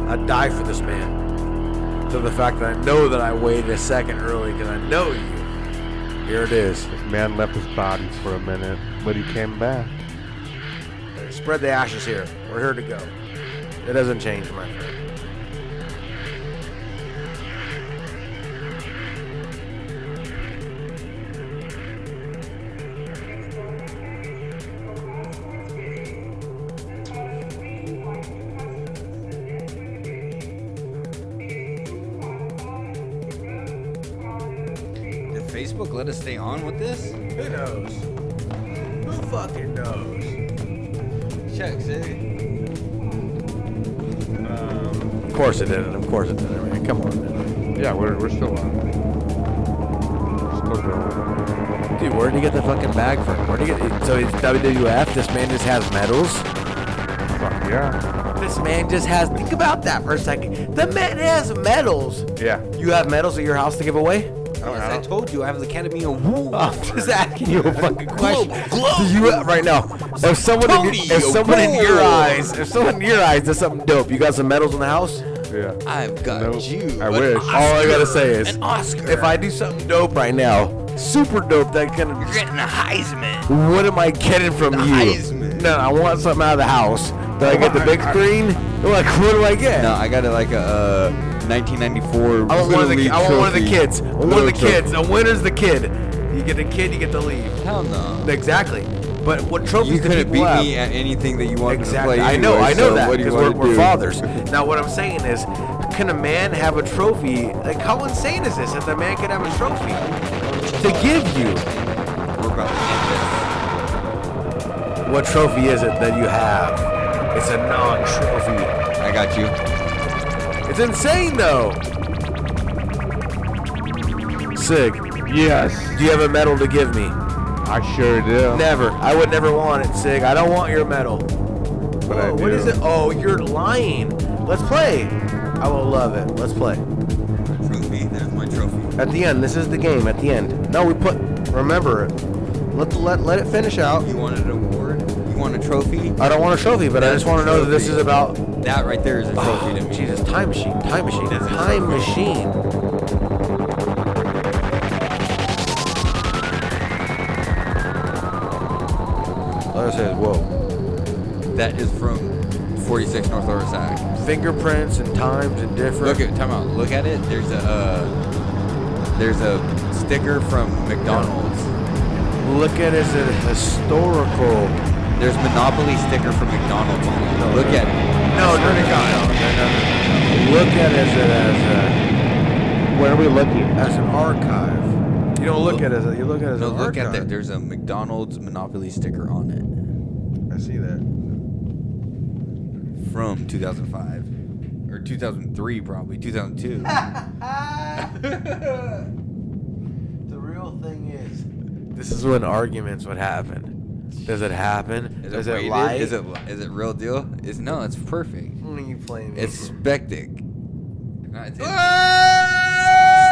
I die for this man. To the fact that I know that I waited a second early because I know you. Here it is. This man left his bodies for a minute, but he came back. Spread the ashes here. We're here to go. It doesn't change, my friend. Did Facebook let us stay on with this? Who knows? Who fucking knows? Check, see? Of course it didn't. Of course it didn't. Man. Come on, man. Yeah, we're, we're still on. Still going. Dude, where'd he get the fucking bag from? Where'd he get? So it's WWF. This man just has medals. Fuck yeah. This man just has. Think about that for a second. The man has medals. Yeah. You have medals at your house to give away? Yes, I told you I have the Academy Award. I'm just asking you a fucking question. Globe. Do you right now? If someone, in your, if Tony someone in your Award. eyes, if someone in your eyes does something dope, you got some medals in the house. Yeah. I've got Nope. you. I an wish. All I gotta say Oscar, is, an Oscar. if I do something dope right now, super dope, that kind You're of. getting a Heisman. What am I getting from The you? Heisman. No, I want something out of the house. Do I get the big screen? Like, what do I get? No, I got it like a uh, 1994. I want one of the. Little I want one of the League kids. I trophy. want one of Little the kids. trophy. The winner's the kid. You get the kid, you get the leave. Hell no. Exactly. But what trophies You do could have people beat have? me at anything that you wanted Exactly. to play. I know, anyway, I know so that what do you because we're, wanna we're do? fathers. now, what I'm saying is, can a man have a trophy? Like, how insane is this that the man could have a trophy to give you? We're about to What trophy is it that you have? It's a non-trophy. end this. I got you. It's insane, though. Sig, Yes. do you have a medal to give me? I sure do. Never. I would never want it, Sig. I don't want your medal. But I Whoa, what do. is it? Oh, you're lying. Let's play. I will love it. Let's play. Trophy. There's my trophy. At the end, this is the game. At the end. No, we put. Remember it. Let let let it finish out. You wanted an award? You want a trophy? I don't want a trophy, but I just want to know that this is about. That right there is a trophy to Oh, me. Jesus, time machine, time machine, time machine. All I said, whoa. That is from 46 North Lawrence Act. Fingerprints and times and different. Look at time out. Look at it. There's a uh, there's a sticker from McDonald's. Look at it as a historical. There's Monopoly sticker from McDonald's on it. Look at it. No, no, no, no, no, no. Look at it as, a, uh, Where are we looking? as, a, as an archive. You don't look at it as a, you look at it as No, an look at archive. that. There's a McDonald's Monopoly sticker on it I see that. from 2005 or 2003 probably 2002. The real thing is, this is when arguments would happen. Does it happen? Is Does it it weighted? lie? Is it is it real deal? Is no, it's perfect. What are you playing? me It's for? spectic. Not intentional.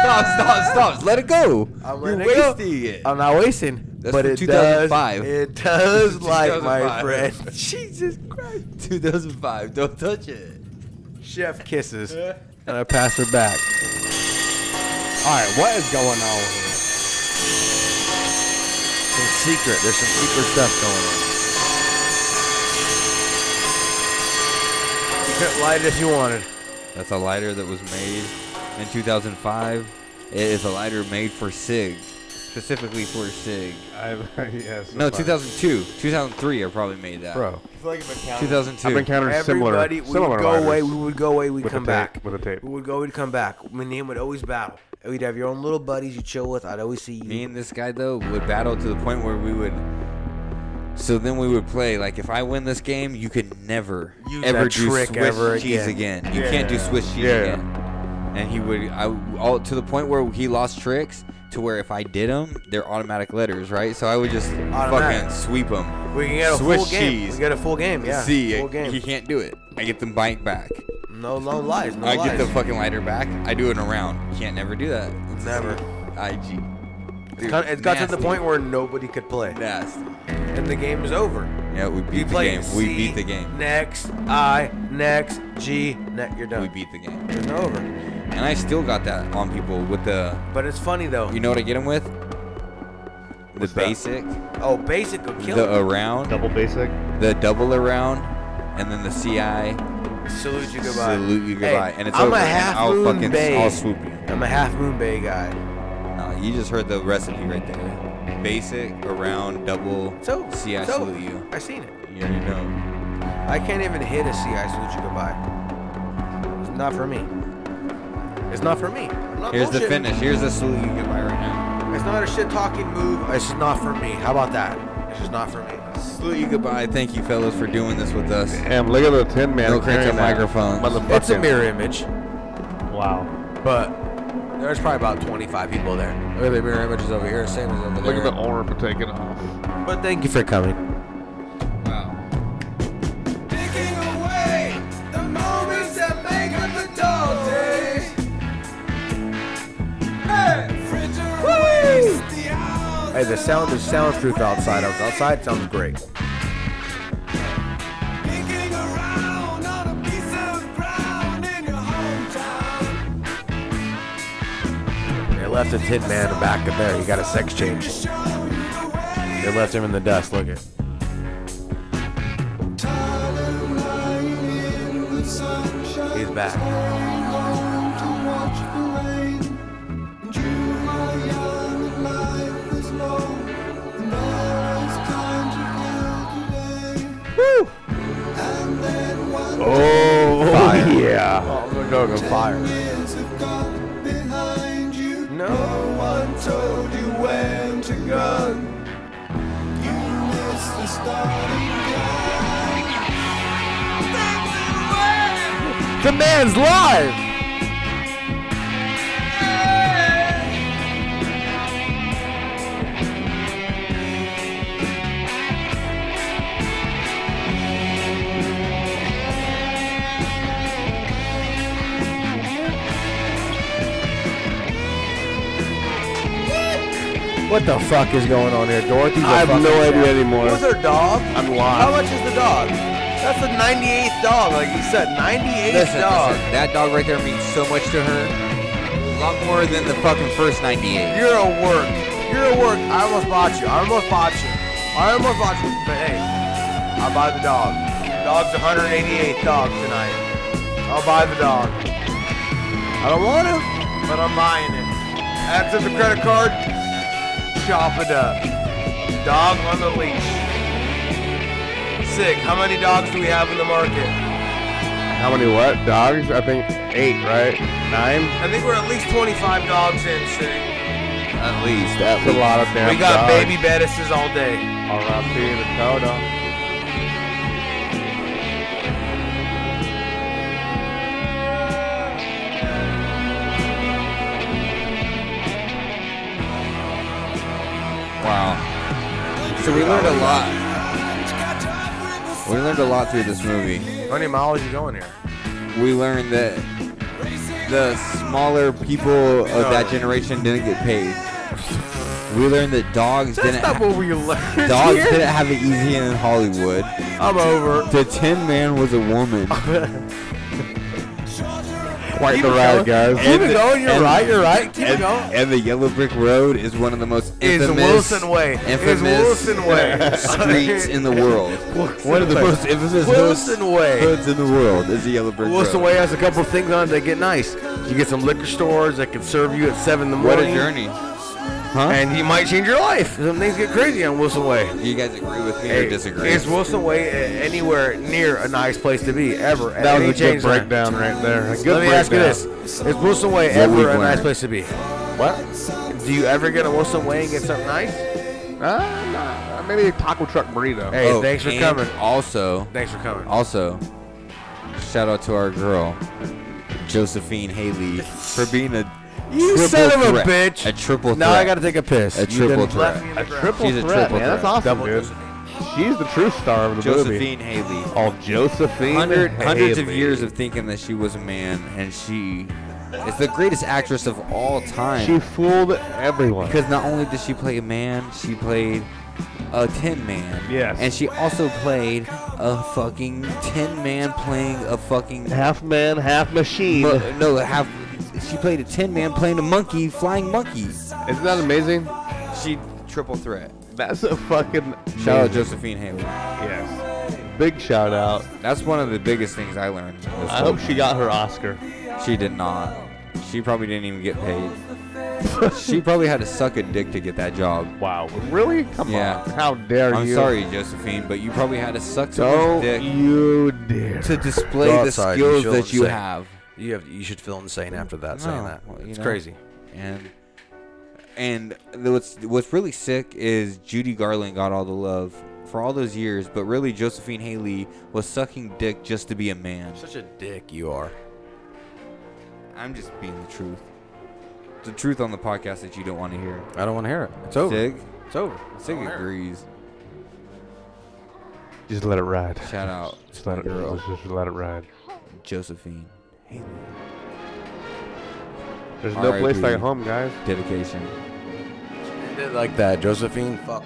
Stop! Stop! Stop! Let it go. Ah! I'm You're letting it go. wasting it. I'm not wasting. That's but from it 2005. does. It does like my 2005. friend. Jesus Christ. 2005. Don't touch it. Chef kisses, and I pass her back. All right, what is going on? Here? Some secret. There's some secret stuff going on. You could light it if you wanted. That's a lighter that was made in 2005. It is a lighter made for SIG, specifically for SIG. I've, yes. No, 2002, 2003. I probably made that. Bro, I've 2002. encountered similar. Everybody, we similar would go lighters. away. We would go away. We'd With a come tape, back with a tape. We would go. We'd come back. Me and him would always battle. And We'd have your own little buddies you chill with. I'd always see you. Me and this guy though would battle to the point where we would. So then we would play. Like if I win this game, you can never Use ever that do trick Swiss ever cheese again. again. You can't do Yeah. Swiss cheese Yeah. again. And he would I all to the point where he lost tricks to where if I did them, they're automatic letters, right? So I would just fucking Automatic. sweep them. We can get a Swiss full game. cheese. We get a full game. Yeah. See, full game. he can't do it. I get the bike back. no long lies. No I lies. get the fucking lighter back. I do it around. Can't never do that. It's Never. IG. It's got- it's got to the point where nobody could play, Nasty. and the game is over. Yeah, we You beat the play game. C, we beat the game. Next I, next G, next you're We done. beat the game. It's over. And I still got that on people with the. But it's funny though. You know what I get them with? the basic, Oh, basic will kill the you. around, double basic, the double around, and then the CI. Salute you goodbye. uh, Salute you goodbye, Hey, and it's I'm over. a and half I'll moon fucking bay. I'll swoop you. I'm a half moon bay guy. No, you just heard the recipe right there. Basic around double So, CI so salute you. I seen it. You already know. I can't even hit a CI salute you goodbye. It's not for me. It's not for me. I'm not Here's the bullshitting. finish. Here's the salute you goodbye right now. It's not a shit talking move. It's just not for me. How about that? It's just not for me. Salute you goodbye. Thank you, fellas, for doing this with us. Damn, look at the Tin Man No crates carrying and that microphones. motherfucking- It's a mirror image. Wow. But there's probably about 25 people there. Look at the mirror images over here, same as over Look there. at the orb taking off. But thank you for coming. Hey, the sound is soundproof outside. I was outside, sounds great. They left a tin man in the back of there. He got a sex change. They left him in the dust. Look at. He's back. Woo! Oh, Fire. yeah. Oh, I'm gonna go fire. No one told you when to go. The man's live. What the fuck is going on here? Dorothy's a I have fucking no idea chef. anymore. What's her dog? I'm How lost. much is the dog? That's the 98th dog, like you said. 98th Listen, dog. listen, that dog right there means so much to her. A lot more than the fucking first 98. You're a work. You're a work. I almost bought you. I almost bought you. I almost bought you. But hey, I'll buy the dog. Dog's 188th dog tonight. I'll buy the dog. I don't want to, but I'm buying it. After the credit card, chop it up. Dog on the leash. Sick. How many dogs do we have in the market? How many what? Dogs? I think eight, right? Nine? I think we're at least 25 dogs in, Sick. At least. That's a lot of damn we got dogs. baby Bettises all day. R.I.P. to Toto. Wow. So we learned a lot. We learned a lot through this movie. How many miles you going here? We learned that the smaller people of that generation didn't get paid. We learned that dogs didn't ha- what we learned dogs didn't have it easy in Hollywood. I'm over. The Tin Man was a woman. Quite Keep the it ride, guys. Keep it going. You're right. You're right. Keep it and, going. And the Yellow Brick Road is one of the most Is infamous, Wilson Way. Is infamous Wilson Way. streets in the world. Wilson one of the Way. most infamous Wilson hoods, Way. hoods in the world is the Yellow Brick Wilson Road. Way has a couple things on it that get nice. You get some liquor stores that can serve you at seven in the What morning. a journey! Huh? And you might change your life. Some things get crazy on Wilson Way. you guys agree with me or Hey, disagree? Is Wilson Way a- anywhere near a nice place to be ever? at That any was a good change time? breakdown right there. A good Let me breakdown. ask you this: Is Wilson Way What ever we've a nice learned. place to be? What? Do you ever get a Wilson Way and get something nice? Uh, maybe a taco truck burrito. Hey, Oh, thanks for and coming. Also, Thanks for coming. also, shout out to our girl Josephine Haley for being a You triple son of a threat- bitch. A triple. Now I threat. gotta take a piss. A You triple done threat. left me in the A ground. triple She's a threat, triple man. That's threat. awesome, Double dude. She's the true star of the movie. Josephine Haley. Oh, Josephine. Hundred, hundreds of Haley. years of thinking that she was a man, and she is the greatest actress of all time. She fooled everyone. Because not only did she play a man, she played a tin man. Yes. And she also played a fucking tin man playing a fucking. Half man, half machine. mo- no, half. She played a tin man playing a monkey, flying monkey. Isn't that amazing? She triple threat. That's a fucking shout out amazing. Josephine Hayward. Yes, big shout out. That's one of the biggest things I learned. this I whole hope she got her Oscar. She did not. She probably didn't even get paid. she probably had to suck a dick to get that job. Wow. Really? Come yeah. on. How dare I'm you? sorry, Josephine, but you probably had to suck Don't someone's dick you dare. to display Go the outside, you skills feel that you insane. have. You have you should feel insane after that saying No, that. well, you it's know, crazy. And and the- what's what's really sick is Judy Garland got all the love for all those years, but really Josephine Haley was sucking dick just to be a man. Such a dick you are. I'm just being the truth. The truth on the podcast that you don't want to hear. I don't want to hear it. It's over. Sig, It's over. Sig Don't hear it. agrees. Just let it ride. Shout out Just let it, Girl. just, just let it ride. Josephine. Haley. There's no place RIP. like home, guys. Dedication. End it like that, Josephine. Fuck.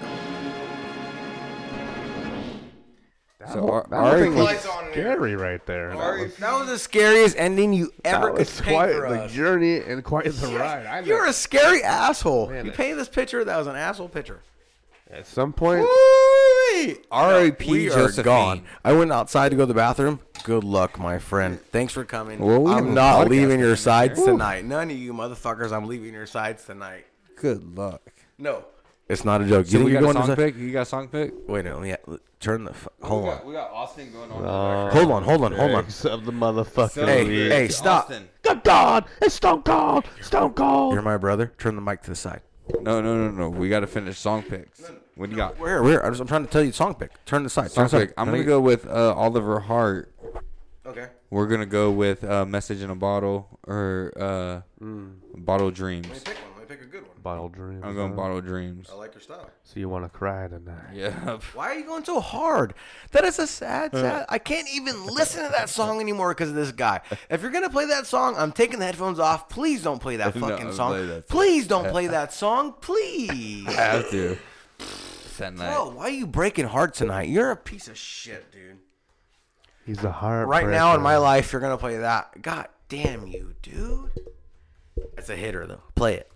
So whole- R- that whole RIP. thing was scary right there. That was- That was the scariest ending you ever That could was paint quite for the us. journey and quite the ride. I know. You're a scary asshole. Man, you that- painted this picture. That was an asshole picture. At some point, Woo-wee. R.I.P. We Josephine. are gone. I went outside to go to the bathroom. Good luck, my friend. Thanks for coming. Well, we have a I'm not podcast leaving your in sides there. tonight. None of you motherfuckers. I'm leaving your sides tonight. Good luck. No, it's not a joke. So think we you're got a going to song si- pick? You got a song pick? Wait, no. Yeah, turn the. F- hold on. We got Austin going on. Hold on. Hold on. Hold on. Eggs of the motherfucking Hey, week. hey, stop. Stone Cold! It's Stone Cold! Stone Cold! You're my brother. Turn the mic to the side. No, no, no, no. We got to finish song picks. What do you got? Where? Where? I'm just- I'm trying to tell you song pick. Turn the side. Song turn pick. The side. I'm gonna go with uh, Oliver Hart. Okay. We're gonna go with uh, "Message in a Bottle" or uh, "Bottle Dreams." Pick one. Mm. Let me pick a good one. Bottle dreams. I'm going huh? "Bottle Dreams." I like your style. So you want to cry tonight? Yeah. Why are you going so hard? That is a sad, Uh. sad. I can't even listen to that song anymore because of this guy. If you're gonna play that song, I'm taking the headphones off. Please don't play that No, fucking play song. that. Please don't play that song. Please. I have to. That night. Bro, why are you breaking heart tonight? You're a piece of shit, dude. He's a heart. Right now in my life, you're gonna play that. God damn you, dude. It's a hitter though. Play it.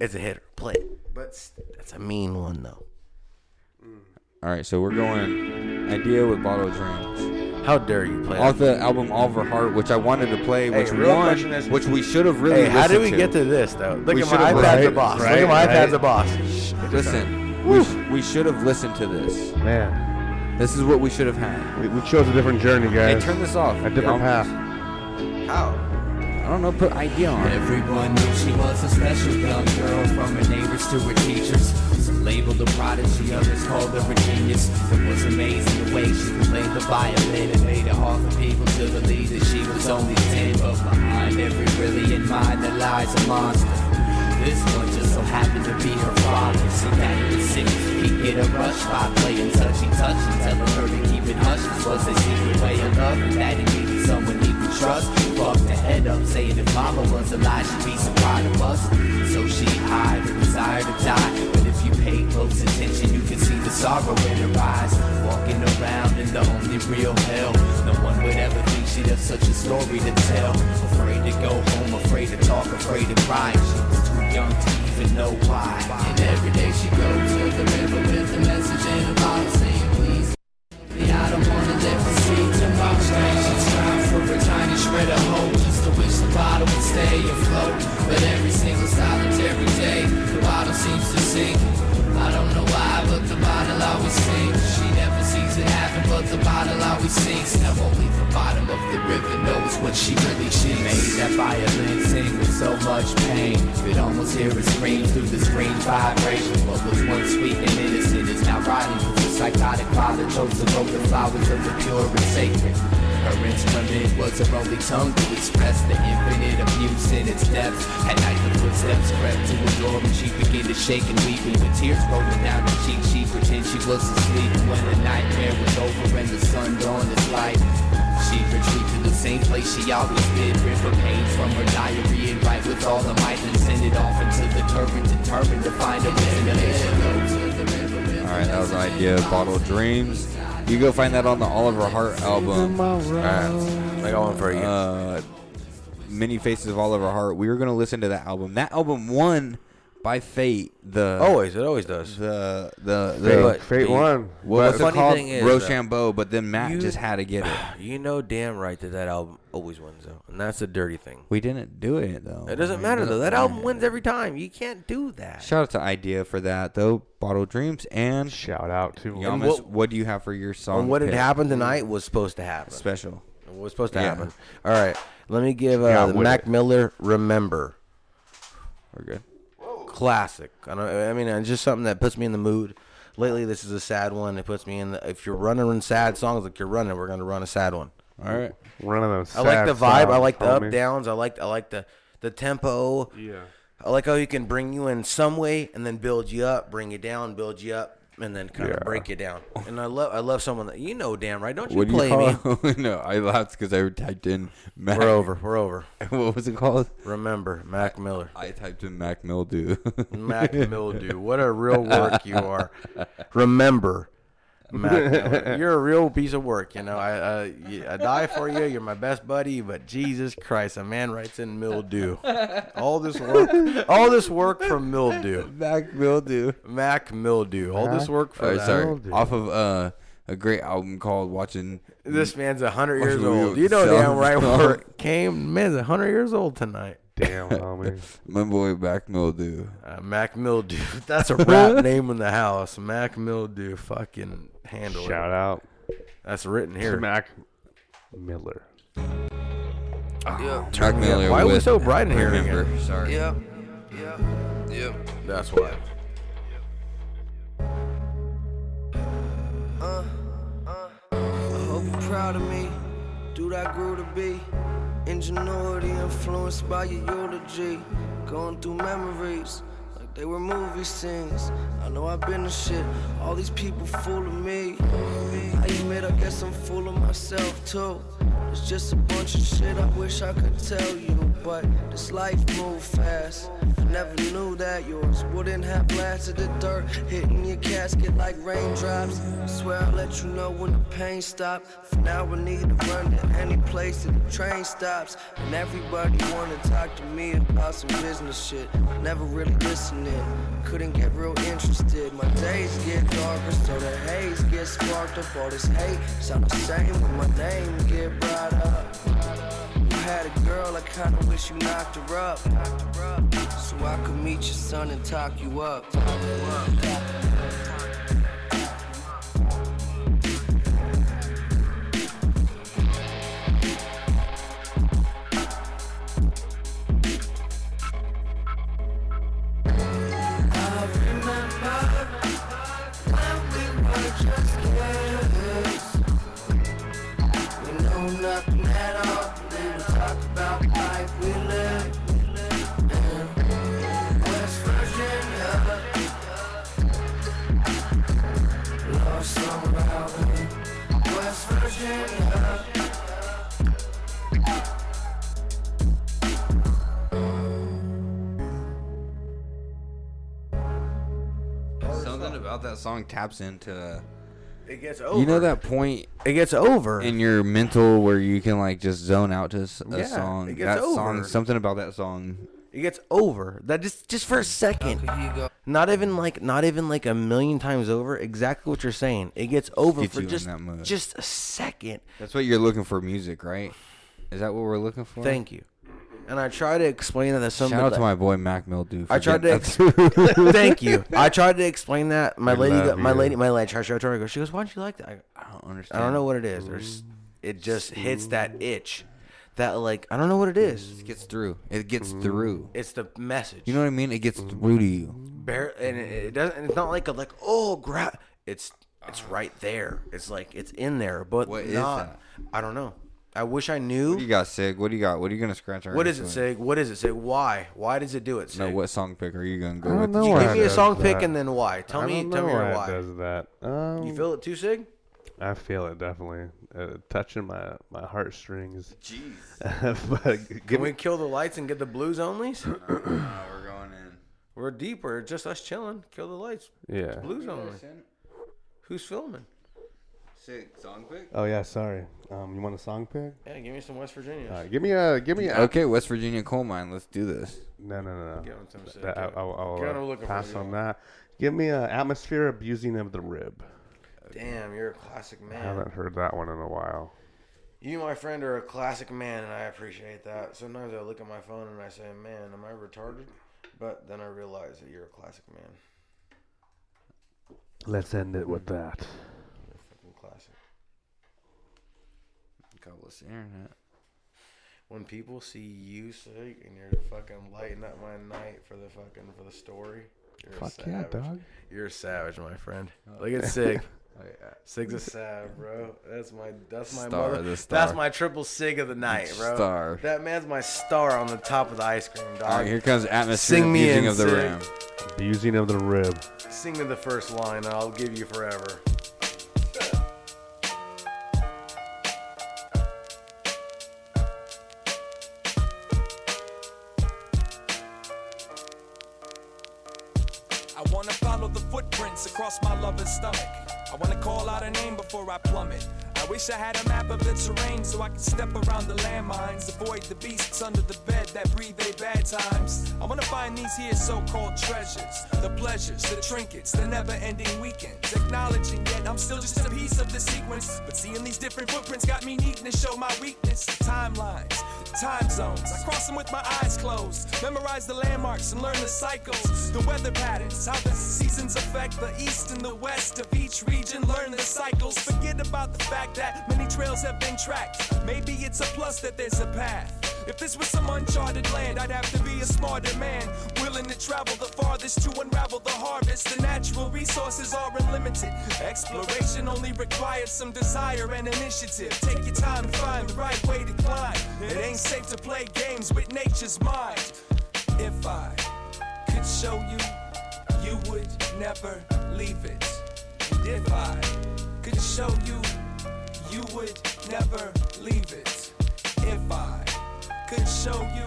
It's a hitter. Play it. But s- that's a mean one though. All right, so we're going idea with "Bottle Dreams" How dare you play? off that? the album Oliver Heart, which I wanted to play, Hey, which real won, question is- which we should have really. Hey, how did we listened get to this though? Look We at my should've- iPad's a Right, boss. right, Look at my right. iPad's a boss. Listen, we, sh- we should have listened to this. Man, This is what we should have had. we, we chose a different journey, Hey, guys. turn this off. a different path. How? I don't know. Put idea on. it. Everyone knew she was a special young girl from her neighbors to her teachers. Some labeled a prodigy, others called her a genius. It was amazing the way she could play the violin and made it hard for people to believe that she was only 10. But behind every brilliant mind that lies a monster. This one just so happened to be her father. So that was sick. He get a rush by playing touchy touch and telling her to keep it hush. This was a secret way of love and that it needed someone he could trust. Fucked her head up saying if mama was alive, she'd be so proud of us. So she hide her desire to die. But if you pay close attention, you can see the sorrow in her eyes. Walking around in the only real hell. No one would ever think she'd have such a story to tell. Afraid to go home, afraid to talk, afraid to cry. She was too young to even know why. And every day she goes to the river with a message in a bottle saying, please. I don't wanna live to see tomorrow. It's time for a tiny shred of hope, just to wish the bottle would stay afloat. But every single solitary day, the bottle seems to sink. I don't know why, but the bottle always sinks. She never sees it happen, but the bottle always sinks. Now only the bottom of the river knows what she really she made that violin sing with so much pain. You could almost hear it scream through the screen vibrations. What was once sweet and innocent is now rotting. The psychotic father chose to vote the flowers of the pure and sacred. Her instrument was her only tongue to express the infinite abuse in its depths. At night the footsteps crept to the door and she began to shake and weep. And with tears rolling down her cheek, she pretended she was asleep. When the nightmare was over and the sun dawned its light. She retreat to the same place she always did Rip a page from her diary and write with all her might And send it off into the turban Determined to find a destination All right, that was idea of "Bottle Dreams." You go find that on the Oliver Hart album. I got one for you. Uh, Many Faces of Oliver Hart. We were gonna listen to that album. That album won by fate the Always, it always does. the the Fate- the Fate the- won. But Well, the the funny call- thing is though, Rochambeau, but then Matt you- just had to get it. You know damn right that that album always wins though, and that's a dirty thing. We didn't do it though. It doesn't matter though. That album wins every time. You can't do that. Shout out to Idea for that though. Bottle Dreams and shout out to Yamas. And What, what- do you have for your song? And what had pick? happened tonight was supposed to happen. Special. It was supposed to Yeah. happen. All right, let me give Yeah, uh, with Mac Miller "Remember." We're good. Classic. I, don't, I mean, it's just something that puts me in the mood. Lately, this is a sad one. It puts me in. The, if you're running sad songs like you're running, we're gonna run a sad one. All right. One of those. I like sad the vibe. I songs, like the up homie. downs. I like I like the the tempo. Yeah. I like how you can bring you in some way and then build you up, bring you down, build you up, and then kind Yeah. of break you down. And I love I love someone that you know damn right. Don't you What do play me? you call? no, I laughed because I typed in. Mac. We're over. We're over. what was it called? Remember, Mac Miller. I typed in Mac Mildew. Mac Mildew. What a real work you are. Remember, Mac Miller. You're a real piece of work. You know, I, uh, y- I die for you. You're my best buddy. But Jesus Christ, a man writes in mildew. All this work, all this work from mildew. Mac Mildew. Mac Mildew. All Uh-huh. this work for Oh, that. sorry. Off of uh, a great album called Watching. This man's hundred Oh, years Watching the old. Wheels You know damn Down. right where it came. Man's hundred years old tonight. Damn, homie. My boy Mac Mildew. Uh, Mac Mildew. That's a rap name in the house. Mac Mildew. Fucking handle it. Shout out That's written here. to Mac Miller. Mac Miller. Why are we with so bright in here Remember. again? Sorry. Yeah, yeah, yeah. That's why. Uh, uh. I hope you're proud of me, dude. I grew to be ingenuity influenced by your eulogy. Going through memories like they were movie scenes. I know I've been to shit. All these people fooling me. How you made? I guess I'm fooling myself too. It's just a bunch of shit I wish I could tell you, but this life moved fast. I never knew that yours wouldn't have lasted the dirt hitting your casket like raindrops. Swear I'll let you know when the pain stops. For now I need to run to any place that the train stops, and everybody wanna talk to me about some business shit. Never really listening, couldn't get real interested. My days get darker, so the haze gets sparked up. All this hate sound the same when my name get brought up. You had a girl, I kinda wish you knocked her up. So I could meet your son and talk you up. Talk you up. We know nothing at all. We will talk about life we live. in West Virginia. Lost somehow in West Virginia. Something about that song taps into. It gets You know that point it gets over in your mental where you can like just zone out to s- a Yeah, song. it gets that song, over. something about that song. It gets over. That just just for a second. Not even like not even like a million times over. Exactly what you're saying. It gets over Gets for you in just that mood. just a second. That's what you're looking for, music, right? Is that what we're looking for? Thank you. And I try to explain that to Shout somebody. out to my boy Mac Mildew. for I tried to. getting Ex- that through. thank you. I tried to explain that. My I lady, love got, my you. lady, my lady. I tried to her. I go, She goes, "Why don't you like that?" I, go, I don't I understand. don't know what it is. There's, it just hits that itch, that like I don't know what it is. It gets through. It gets through. It's the message. You know what I mean? It gets through to you. Bare and it, it doesn't. It's not like a like oh grab. It's it's right there. It's like it's in there, but What is not. I don't know. I wish I knew. What do you got, Sig? What do you got? What are you gonna scratch our? What heads is it, with? Sig? What is it, Sig? Why? Why does it do it, Sig? No, what song pick are you gonna go I don't with? know. You why give it me a does song pick that. and then why? Tell I me- don't tell know me your why why. It does that? Um, You feel it too, Sig? I feel it definitely uh, touching my my heartstrings. Jeez. but g- give Can me, we kill the lights and get the blues onlys? we're going in. We're deep. We're just us chilling. Kill the lights. Yeah. It's blues only. Who's filming? Sick song pick. Oh yeah, sorry. Um, you want a song pick? Yeah, give me some West Virginia. All right, give me a give me a Okay, West Virginia coal mine. Let's do this. No, no, no, no. Get on some shit, That- I- get- I'll, I'll, get uh, on a looking for pass you. on that. Give me a atmosphere abusing of the rib. Damn, you're a classic I man. haven't heard that one in a while. You, my friend, are a classic man, and I appreciate that. Sometimes I look at my phone and I say, "Man, am I retarded?" But then I realize that you're a classic man. Let's end it with that. You're a fucking classic. God bless the internet. When people see you sick and you're fucking lighting up my night for the fucking for the story, you're a Fuck yeah, savage. dog. You're a savage, my friend. Oh. Look at Sig. Oh, yeah. Sig's a sav, bro. That's my that's my Star, mother. the star. That's my triple sig of the night, bro. Star. That man's my star on the top of the ice cream, dog. All right, here comes atmosphere abusing of the Sig. room. Abusing of the rib. Sing me the first line, and I'll give you forever. I wanna follow the footprints across my lover's stomach. I wanna call out a name before I plummet. I wish I had a map of the terrain so I could step around the landmines, avoid the beasts under the bed that breathe their bad times. I wanna find these here so-called treasures, the pleasures, the trinkets, the never-ending weekends. Acknowledging yet I'm still just a piece of the sequence, but seeing these different footprints got me needing to show my weakness. The timelines, the time zones, I cross them with my eyes closed. Memorize the landmarks and learn the cycles, the weather patterns, how the seasons affect the east and the west of each region. Learn the cycles, forget about the fact that many trails have been tracked. Maybe it's a plus that there's a path. If this was some uncharted land, I'd have to be a smarter man, willing to travel the farthest to unravel the harvest. The natural resources are unlimited. Exploration only requires some desire and initiative. Take your time to find the right way to climb. It ain't safe to play games with nature's mind. If I could show you, you would never leave it. And if I could show you, you would never leave it. If I could show you,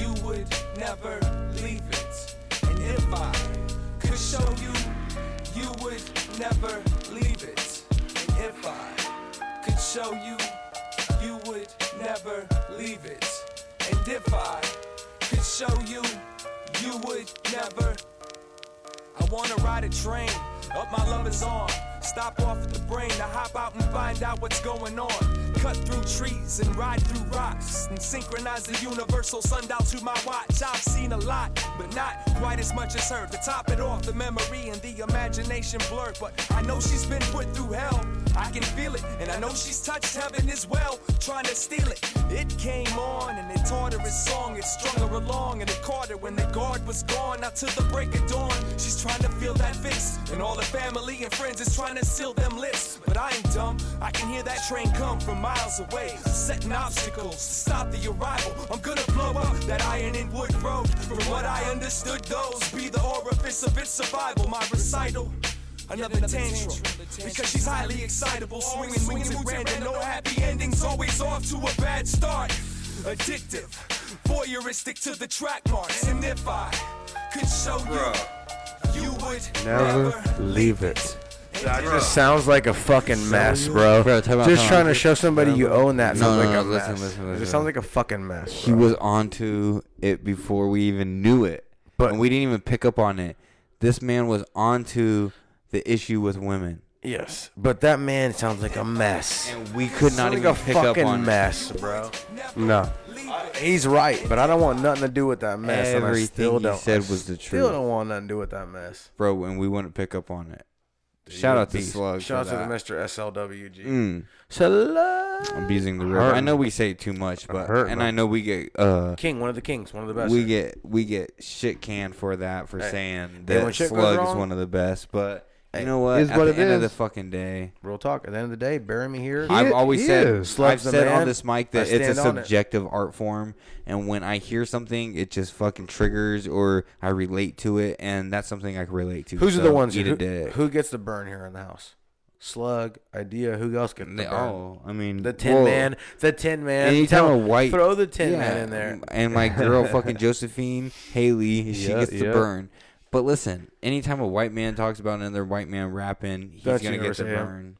you would never leave it. And if I could show you, you would never leave it. And if I could show you, you would never leave it. And if I could show you, you would never. I wanna ride a train up my lover's arm. Stop off at the brain to hop out and find out what's going on. Cut through trees and ride through rocks and synchronize the universal sundial to my watch. I've seen a lot, but not quite as much as her. To top it off, the memory and the imagination blurred, but I know she's been put through hell. I can feel it, and I know she's touched heaven as well, trying to steal it. It came on and it taught her a song. It strung her along and it caught her when the guard was gone. Out to the break of dawn, she's trying to feel that fix. And all her family and friends is trying to seal them lips. But I ain't dumb, I can hear that train come from miles away. Setting obstacles to stop the arrival. I'm gonna blow up that iron and wood road. From what I understood, those be the orifice of its survival. My recital. Another tantrum, because she's highly excitable, swinging wings at random. No happy endings, always off to a bad start. Addictive, voyeuristic to the track marks. And if I could show you, you would Never leave it. That just sounds like a fucking mess, bro. Bro, talk about- just talk trying about- to show somebody you own that No, sounds no, like no, a listen, mess. listen, It listen. just sounds like a fucking mess. He was onto it before we even knew it, but and we didn't even pick up on it. This man was onto the issue with women. Yes, but that man sounds like a mess. And we could not Sounds even like a pick up fucking on it. mess, bro. No. He's right, but I don't want nothing to do with that mess. and I Everything still he don't, said I was the Still truth. don't want nothing to do with that mess. bro, and we wouldn't pick up on it. Dude, Shout you're a out to beast. Slug. Shout for out to that. Mr. SLWG. Mm. Slug. Abusing the I'm river. I hurting. know we say it too much, but hurting, and man. I know we get uh King, one of the kings, one of the best. We get we get shit canned for that for Hey. saying Hey, when that shit goes Slug is wrong- one of the best, but Hey, you know what? is At what the it end of the is. fucking day, Real talk. At the end of the day, bury me here. I've always said I've Slug's the said on man. this mic I that it's a stand on it. subjective art form, and when I hear something, it just fucking triggers or I relate to it, and that's something I can relate to. Who's so the ones eat who, a dick. who gets the burn here in the house? Slug, idea. Who else gets the They burn? all, I mean, the Tin whoa. Man, the Tin Man. Anytime Tell- a white throw the Tin Yeah, Man in there. and my girl fucking Josephine Haley, she Yeah, gets the yeah. burn. But listen, anytime a white man talks about another white man rapping, he's That's gonna get the universal, yeah. burn.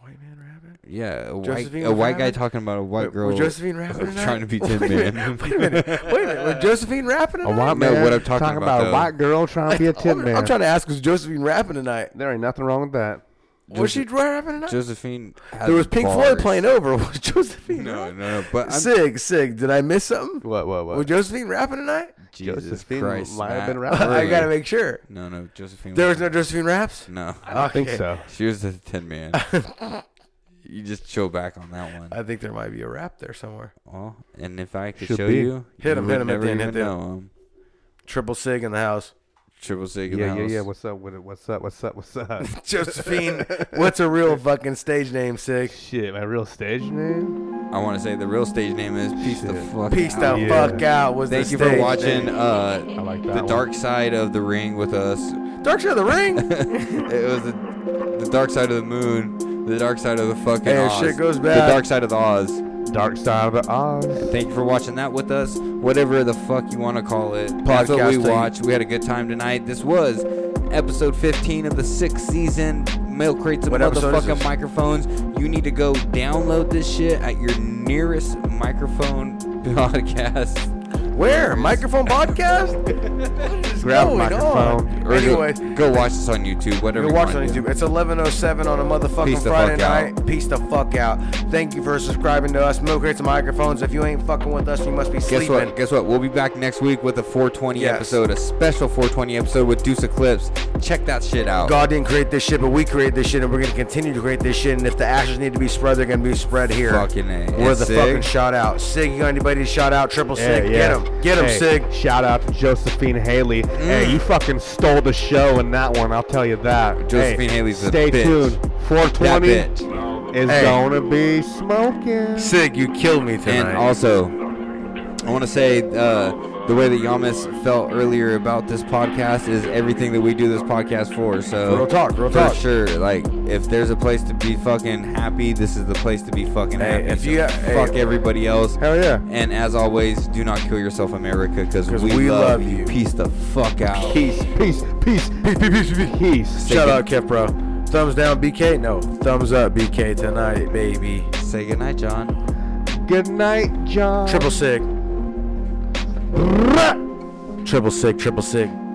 White man rapping? Yeah, a Josephine white a was white guy rapping? talking about a Wait, white was girl. Josephine uh, rapping tonight? Trying to be Tin Wait a Man. minute, wait a minute, wait a minute. Was Josephine rapping? A white No, man what I'm talking about, a though. white girl trying to be a tin man. I'm trying to ask, was Josephine rapping tonight? There ain't nothing wrong with that. Was she rapping tonight? Josephine. had There was Pink Floyd bars. playing over. Was Josephine? No, rapping? no, no, but I'm- Sig, Sig, did I miss something? What, what, what? Was Josephine rapping tonight? Jesus Josephine Christ, might have been Matt, rapping. I gotta really. make sure. No, no, Josephine. There was wasn't. no Josephine raps. No, I don't think so. She was the Tin Man. you just chill back on that one. I think there might be a rap there somewhere. Oh, and if I could Should show be. you, Hit 'em, you hit would 'em, hit never the end, hit even the end. know 'em. Triple Sig in the house. Triple Sig in the Yeah, yeah, house. yeah. What's up with it? What's up? What's up? What's up? Josephine, what's a real fucking stage name, Sig? Shit, my real stage name? I want to say the real stage name is Peace the fuck. Peace the out. fuck out was the Thank you stage for watching. name. Uh, I like the that one. Dark Side of the Ring with us. Dark Side of the Ring. it was the, the Dark Side of the Moon. The Dark Side of the fucking. Hey, if Oz, shit goes The bad- Dark Side of the Oz. Dark Side of the Oz. Thank you for watching that with us. Whatever the fuck you want to call it. That's what we Podcasting. watched. We had a good time tonight. This was episode 15 of the sixth season. Mail crates and What episode is motherfucking this? microphones. You need to go download this shit at your nearest microphone podcast. Where? Microphone podcast? Grab a going on? microphone. Or Anyway, go, go watch this on YouTube. Whatever. you're you watching on wanna do. YouTube. It's 11:07 on a motherfucking Peace the Friday fuck out. night. Peace the fuck out. Thank you for subscribing to us. Milk rates and microphones. If you ain't fucking with us, you must be Guess sleeping. what? Guess what? We'll be back next week with a 420 Yes. episode, a special 420 episode with Deuce Eclipse. Check that shit out. God didn't create this shit, but we create this shit, and we're gonna continue to create this shit. And if the ashes need to be spread, they're gonna be spread here. Fucking A. We're And the Sig? fucking shout out. Sig, you got anybody to shout out? Triple Sig, get him, get him, Hey, Sig. Shout out to Josephine Haley. Hey, you fucking stole the show in that one. I'll tell you that. Josephine hey, Haley's a Stay bitch. tuned. 420 That is Hey. gonna be smoking. Sig, you killed me tonight. And also, I want to say uh, the way that Yamas felt earlier about this podcast is everything that we do this podcast for. So Real talk, real for talk. sure. Like, if there's a place to be fucking happy, this is the place to be fucking Hey, happy. if So you- hey. fuck everybody else. Hell yeah. And as always, do not kill yourself, America, because 'Cause we, we love, love you. you. Peace the fuck out. Peace, peace, peace, peace, peace, peace, peace. shout out, Kip, bro. Thumbs down, BK. No, thumbs up, BK tonight, baby. Say goodnight, John. Good night, John. Triple Sig, triple Sig, triple Sig.